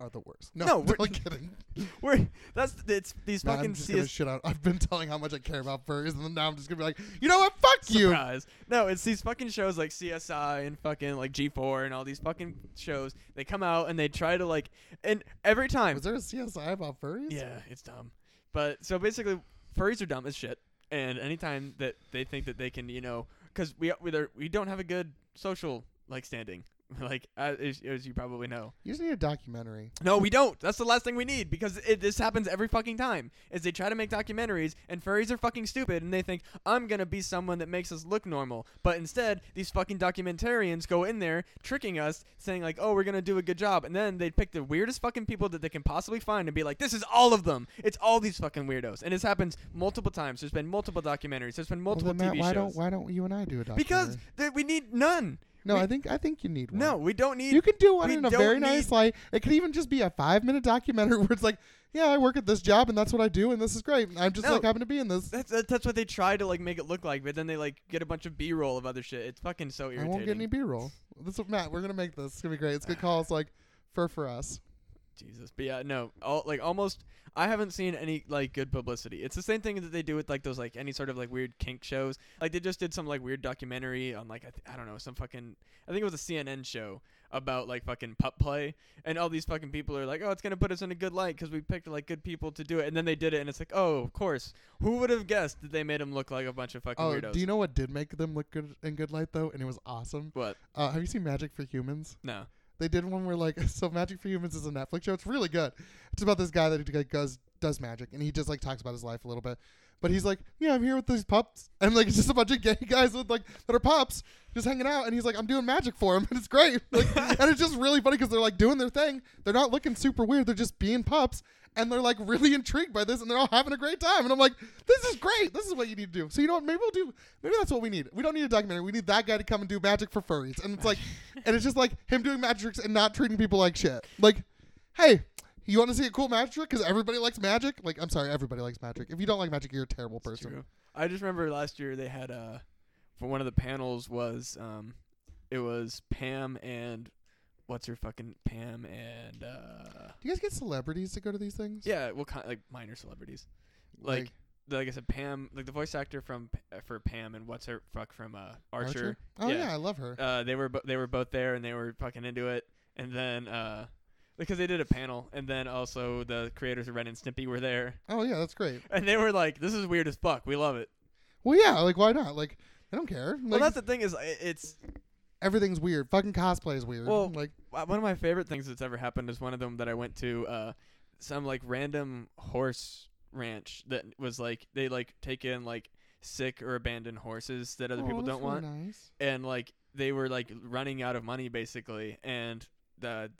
Speaker 1: are the worst. No,
Speaker 2: No,
Speaker 1: I'm
Speaker 2: we're-
Speaker 1: totally kidding.
Speaker 2: We're that's it's these
Speaker 1: Matt,
Speaker 2: fucking
Speaker 1: I'm just gonna
Speaker 2: CS-
Speaker 1: shit out. I've been telling how much I care about furries, and then now I'm just gonna be like, you know what? Fuck you.
Speaker 2: surprise. No, it's these fucking shows like CSI and fucking like G4 and all these fucking shows. They come out and they try to like and every time
Speaker 1: Was there a CSI about furries?
Speaker 2: Yeah, it's dumb. But so basically, furries are dumb as shit. And anytime that they think that they can, you know, because we we there- we don't have a good social like standing, like as, as- as you probably know.
Speaker 1: You just need a documentary.
Speaker 2: No, we don't. That's the last thing we need because it, this happens every fucking time. Is they try to make documentaries and furries are fucking stupid and they think I'm gonna be someone that makes us look normal, but instead these fucking documentarians go in there tricking us, saying like, oh, we're gonna do a good job, and then they pick the weirdest fucking people that they can possibly find and be like, this is all of them. It's all these fucking weirdos, and this happens multiple times. There's been multiple documentaries. There's been multiple
Speaker 1: well, then, Matt,
Speaker 2: TV
Speaker 1: why
Speaker 2: shows.
Speaker 1: don't why don't you and I do a documentary?
Speaker 2: because th- we need none.
Speaker 1: No,
Speaker 2: We-
Speaker 1: I think I think you need one.
Speaker 2: No, we don't need.
Speaker 1: You can do one
Speaker 2: we
Speaker 1: in a
Speaker 2: don't
Speaker 1: very
Speaker 2: need-
Speaker 1: nice light. It could even just be a five minute documentary where it's like, yeah, I work at this job and that's what I do and this is great. and I'm just
Speaker 2: No.
Speaker 1: like happen to be in this.
Speaker 2: that's, that's that's what they try to like make it look like, but then they like get a bunch of B roll of other shit. It's fucking so
Speaker 1: I
Speaker 2: irritating.
Speaker 1: won't get any B roll. This is Matt. We're gonna make this. It's gonna be great. It's gonna call us like fur for us.
Speaker 2: Jesus, but yeah, no, all like almost. I haven't seen any like good publicity. It's the same thing that they do with like those like any sort of like weird kink shows. Like they just did some like weird documentary on like I, th- I don't know some fucking I think it was a CNN show about like fucking pup play, and all these fucking people are like, oh, it's gonna put us in a good light because we picked like good people to do it, and then they did it, and it's like, oh, of course, who would have guessed that they made him look like a bunch of fucking
Speaker 1: Oh,
Speaker 2: weirdos?
Speaker 1: do you know what did make them look good in good light though? And it was awesome.
Speaker 2: what?
Speaker 1: Uh, have you seen Magic for Humans?
Speaker 2: No.
Speaker 1: They did one where like so Magic for Humans is a Netflix show. It's really good. It's about this guy that like, goes does magic and he just like talks about his life a little bit. But he's like, yeah, I'm here with these pups, and like it's just a bunch of gay guys with like that are pups just hanging out, and he's like, I'm doing magic for him, and it's great. Like, and it's just really funny because they're like doing their thing. They're not looking super weird. They're just being pups, and they're like really intrigued by this, and they're all having a great time. And I'm like, this is great. This is what you need to do. So you know what? Maybe we'll do. Maybe that's what we need. We don't need a documentary. We need that guy to come and do magic for furries, and it's like, and it's just like him doing magic tricks and not treating people like shit. Like, hey. You want to see a cool magic trick? Because everybody likes magic. Like, I'm sorry, everybody likes magic. If you don't like magic, you're a terrible
Speaker 2: It's
Speaker 1: person.
Speaker 2: true. I just remember last year they had uh for one of the panels was um it was Pam and what's her fucking Pam and uh
Speaker 1: Do you guys get celebrities to go to these things?
Speaker 2: yeah well kind like minor celebrities like the- like I said Pam like the voice actor from P- uh, for Pam and what's her fuck from uh Archer,
Speaker 1: Oh yeah.
Speaker 2: yeah.
Speaker 1: I love her.
Speaker 2: uh they were bo- they were both there and they were fucking into it and then uh because they did a panel and then also the creators of Ren and Snippy were there
Speaker 1: Oh yeah, that's great.
Speaker 2: and they were like this is weird as fuck we love it
Speaker 1: Well, yeah, like why not? Like I don't care. Like,
Speaker 2: well that's the thing is i- it's
Speaker 1: everything's weird. Fucking cosplay is weird.
Speaker 2: Well-
Speaker 1: like
Speaker 2: Uh, one of my favorite things that's ever happened is one of them that I went to uh, some like random horse ranch that was like they like take in like sick or abandoned horses that other
Speaker 1: oh,
Speaker 2: people
Speaker 1: that's
Speaker 2: don't
Speaker 1: really
Speaker 2: want
Speaker 1: Nice.
Speaker 2: and like they were like running out of money basically and the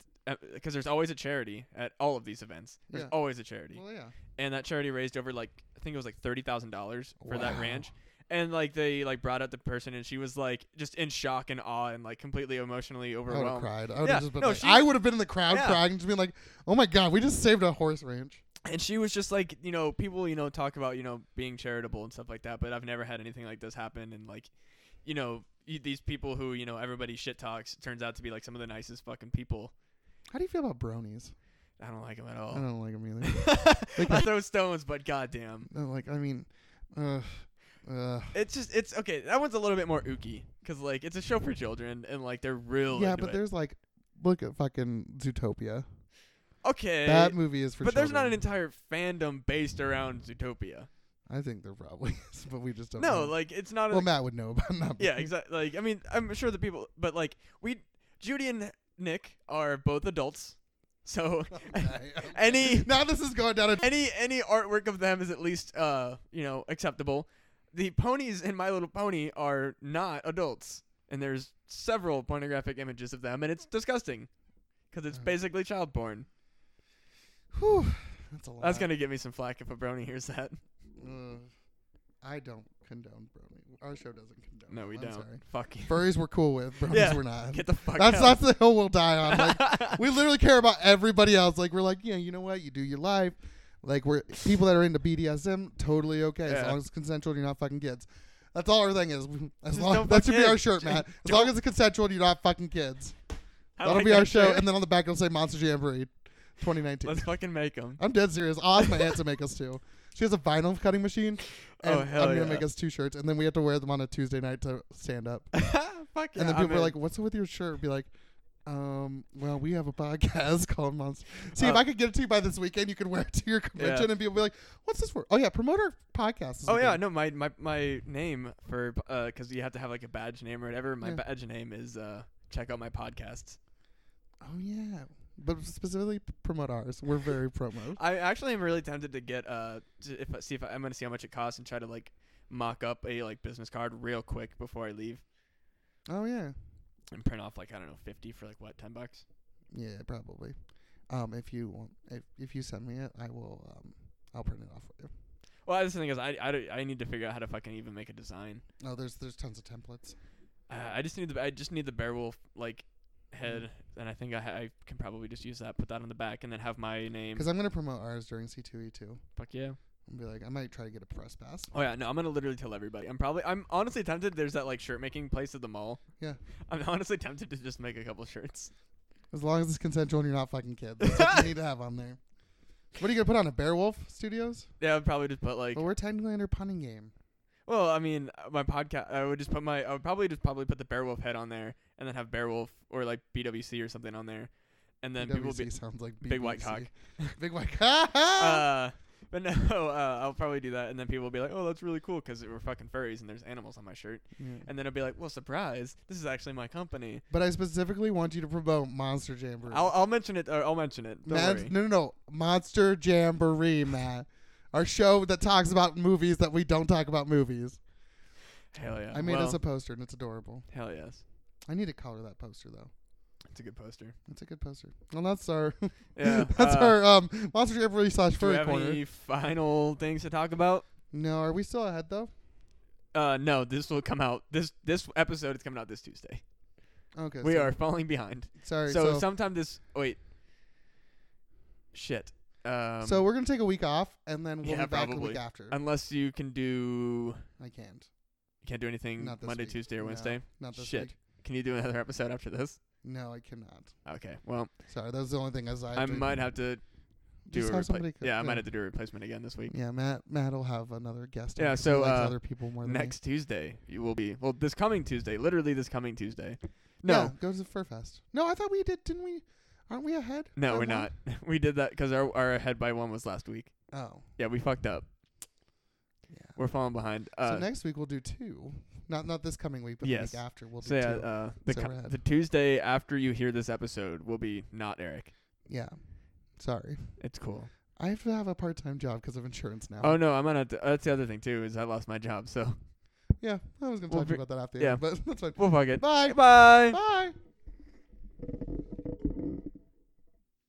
Speaker 2: because there's always a charity at all of these events there's
Speaker 1: Yeah.
Speaker 2: always a charity
Speaker 1: Well, yeah.
Speaker 2: and that charity raised over like I think it was like thirty thousand dollars for that
Speaker 1: Wow.
Speaker 2: ranch. And like they like brought up the person, and she was like just in shock and awe, and like completely emotionally
Speaker 1: I would
Speaker 2: overwhelmed.
Speaker 1: have cried. I would have
Speaker 2: Yeah,
Speaker 1: just been
Speaker 2: no,
Speaker 1: like,
Speaker 2: she-
Speaker 1: I would have been in the crowd
Speaker 2: Yeah.
Speaker 1: crying, just being like, "Oh my god, we just saved a horse ranch."
Speaker 2: and she was just like you know people you know talk about you know being charitable and stuff like that but i've never had anything like this happen and like you know y- these people who you know everybody shit talks turns out to be like some of the nicest fucking people
Speaker 1: How do you feel about bronies?
Speaker 2: i don't like them at
Speaker 1: I
Speaker 2: all
Speaker 1: don't like them either.
Speaker 2: i throw stones but goddamn
Speaker 1: No, like I mean, uh, uh,
Speaker 2: it's just it's okay that one's a little bit more ooky because like it's a show for children and like they're real
Speaker 1: yeah,
Speaker 2: into
Speaker 1: but
Speaker 2: it.
Speaker 1: there's like, look at fucking Zootopia.
Speaker 2: okay
Speaker 1: that movie is
Speaker 2: Eh,
Speaker 1: for.
Speaker 2: but there's not an
Speaker 1: children.
Speaker 2: entire fandom based around zootopia
Speaker 1: I think there probably is, but we just don't.
Speaker 2: no
Speaker 1: know.
Speaker 2: like it's not a,
Speaker 1: well, Matt would know about not.
Speaker 2: Yeah, exactly. Like, I mean, I'm sure the people, but like, we, Judy and Nick are both adults, so
Speaker 1: Okay, okay.
Speaker 2: any
Speaker 1: now this is going down a
Speaker 2: any any artwork of them is at least uh you know acceptable. The ponies in My Little Pony are not adults, and there's several pornographic images of them, and it's disgusting, because it's
Speaker 1: Uh.
Speaker 2: basically child porn.
Speaker 1: Whew, that's a lot.
Speaker 2: That's gonna give me some flack if a brony hears that.
Speaker 1: Uh, I don't condone brony. Our show doesn't condone.
Speaker 2: No,
Speaker 1: it.
Speaker 2: we
Speaker 1: I'm
Speaker 2: don't.
Speaker 1: Sorry.
Speaker 2: Fuck you.
Speaker 1: Furries we're cool with. Bronies
Speaker 2: Yeah,
Speaker 1: we're not.
Speaker 2: Get the fuck
Speaker 1: That's
Speaker 2: out.
Speaker 1: that's the hill we'll die on. Like we literally care about everybody else. Like we're like, yeah, you know what? You do your life. Like we're people that are into BDSM, totally okay as
Speaker 2: Yeah.
Speaker 1: long as it's consensual. and You're not fucking kids. That's all our thing is. As
Speaker 2: Just
Speaker 1: long
Speaker 2: don't fuck
Speaker 1: that should be our
Speaker 2: kids.
Speaker 1: shirt, Matt. As
Speaker 2: Don't-
Speaker 1: long as it's consensual, and you're not fucking kids.
Speaker 2: I
Speaker 1: That'll
Speaker 2: like
Speaker 1: be our
Speaker 2: that
Speaker 1: show.
Speaker 2: shit.
Speaker 1: And then on the back it'll say Monster Jamboree, 2019.
Speaker 2: Let's fucking make them.
Speaker 1: I'm dead serious. I'll ask my aunt to make us two. She has a vinyl cutting machine. And
Speaker 2: Oh, hell
Speaker 1: I'm gonna
Speaker 2: yeah.
Speaker 1: make us two shirts, and then we have to wear them on a Tuesday night to stand up.
Speaker 2: Fuck yeah.
Speaker 1: and then
Speaker 2: I'm
Speaker 1: people are
Speaker 2: in.
Speaker 1: like, "What's with your shirt?" Be like, "Um, well, we have a podcast called Monster." See, if
Speaker 2: Uh,
Speaker 1: I could get it to you by this weekend, you could wear it to your convention, and people be like, "What's this for?" Oh yeah, promote our podcast. this
Speaker 2: Oh yeah,
Speaker 1: weekend."
Speaker 2: no, my my my name for because you have to have like a badge name or whatever. My
Speaker 1: Yeah.
Speaker 2: badge name is uh, check out my podcasts.
Speaker 1: Oh yeah, but specifically p- promote ours. We're very promo.
Speaker 2: I actually am really tempted to get uh to if I see if I, I'm gonna see how much it costs and try to like mock up a like business card real quick before I leave
Speaker 1: Oh yeah,
Speaker 2: and print off like I don't know fifty for like what ten bucks.
Speaker 1: yeah, probably. Um, if you want, if if you send me it, I will. Um, I'll print it off for you. Oh,
Speaker 2: Well, that's the thing is I I, don't- I need to figure out how to fucking even make a design.
Speaker 1: No, there's there's tons of templates.
Speaker 2: uh, I just need the I just need the bear wolf like
Speaker 1: Mm.
Speaker 2: head, and I think I, ha- I can probably just use that, put that on the back, and then have my name.
Speaker 1: Because I'm gonna promote ours during C2E2. I'm
Speaker 2: Fuck yeah.
Speaker 1: be like, I might try to get a press pass.
Speaker 2: Oh yeah, no, I'm gonna literally tell everybody. I'm probably, I'm honestly tempted. There's that like shirt making place at the mall.
Speaker 1: Yeah.
Speaker 2: I'm honestly tempted to just make a couple shirts.
Speaker 1: As long as it's consensual and you're not fucking kids. That's what you need to have on there. What are you gonna put on a Bear Wolf Studios?
Speaker 2: Yeah, I'd probably just put like.
Speaker 1: Well, we're technically under punning game.
Speaker 2: Well, I mean, uh, my podcast. I would just put my. I would probably just probably put the Beowulf head on there, and then have Beowulf or like BWC or something on there, and then people will
Speaker 1: BWC
Speaker 2: be
Speaker 1: E sounds like
Speaker 2: big white
Speaker 1: BBC.
Speaker 2: cock.
Speaker 1: Big white cock.
Speaker 2: Uh, but no, uh, I'll probably do that, and then people will be like, "Oh, that's really cool," because we're fucking furries and there's animals on my shirt,
Speaker 1: Yeah.
Speaker 2: and then I'll be like, "Well, surprise! This is actually my company."
Speaker 1: But I specifically want you to promote Monster Jamboree.
Speaker 2: I'll I'll mention it. Or I'll mention it. Don't
Speaker 1: Mad-
Speaker 2: worry.
Speaker 1: no, no, no. Monster Jamboree, Matt. Our show that talks about movies that we don't talk about movies.
Speaker 2: Hell yeah!
Speaker 1: I made
Speaker 2: well,
Speaker 1: us a poster and it's adorable.
Speaker 2: Hell yes!
Speaker 1: I need to color that poster though.
Speaker 2: It's a good poster.
Speaker 1: That's a good poster. Well, that's our
Speaker 2: Yeah,
Speaker 1: that's
Speaker 2: uh,
Speaker 1: our um, Monster Jamboree slash
Speaker 2: Do we
Speaker 1: furry
Speaker 2: have
Speaker 1: corner.
Speaker 2: any final things to talk about?
Speaker 1: No, are we still ahead though?
Speaker 2: Uh, no. This will come out. This this episode is coming out this Tuesday.
Speaker 1: Okay,
Speaker 2: we
Speaker 1: so-
Speaker 2: are falling behind.
Speaker 1: Sorry.
Speaker 2: so,
Speaker 1: So, so,
Speaker 2: sometime this wait. Shit. Um,
Speaker 1: we're gonna take a week off and then we'll
Speaker 2: Yeah,
Speaker 1: be back a
Speaker 2: probably.
Speaker 1: week after.
Speaker 2: unless you can do
Speaker 1: I can't.
Speaker 2: you can't do anything
Speaker 1: Not this
Speaker 2: Monday,
Speaker 1: week.
Speaker 2: Tuesday, or
Speaker 1: No.
Speaker 2: Wednesday.
Speaker 1: Not this
Speaker 2: Shit.
Speaker 1: week.
Speaker 2: Can you do another episode after this?
Speaker 1: No, I cannot.
Speaker 2: Okay. Well,
Speaker 1: Sorry, that was the only thing I was.
Speaker 2: I, might have to do
Speaker 1: Just
Speaker 2: a
Speaker 1: have somebody
Speaker 2: replacement.
Speaker 1: cook,
Speaker 2: Yeah, I
Speaker 1: yeah.
Speaker 2: might have to do a replacement again this week.
Speaker 1: Yeah, Matt. Matt will have another guest. on
Speaker 2: Yeah,
Speaker 1: 'cause he
Speaker 2: so,
Speaker 1: likes
Speaker 2: uh,
Speaker 1: other people more than me.
Speaker 2: Next Tuesday, you will be well. This coming Tuesday, literally this coming Tuesday. No,
Speaker 1: Yeah, go to the Fur Fest. No, I thought we did. Didn't we? Aren't we ahead?
Speaker 2: no,
Speaker 1: by
Speaker 2: we're
Speaker 1: one?
Speaker 2: not. we did that because our our head by one was last week.
Speaker 1: Oh,
Speaker 2: Yeah, we fucked up.
Speaker 1: yeah.
Speaker 2: We're falling behind. Uh,
Speaker 1: so next week we'll do two. Not not this coming week, but
Speaker 2: Yes.
Speaker 1: the week after we'll do
Speaker 2: So yeah,
Speaker 1: two.
Speaker 2: uh, the,
Speaker 1: So
Speaker 2: co-
Speaker 1: we're ahead.
Speaker 2: the Tuesday after you hear this episode will be not Eric.
Speaker 1: yeah. Sorry,
Speaker 2: It's cool.
Speaker 1: I have to have a part-time job because of insurance now.
Speaker 2: Oh no, I'm gonna. Have to, that's the other thing too is I lost my job, so
Speaker 1: yeah, I was gonna
Speaker 2: We'll
Speaker 1: talk to you
Speaker 2: br-
Speaker 1: about that after.
Speaker 2: yeah.
Speaker 1: Yeah, but that's fine.
Speaker 2: we'll fuck it.
Speaker 1: Bye.
Speaker 2: Bye.
Speaker 1: Bye.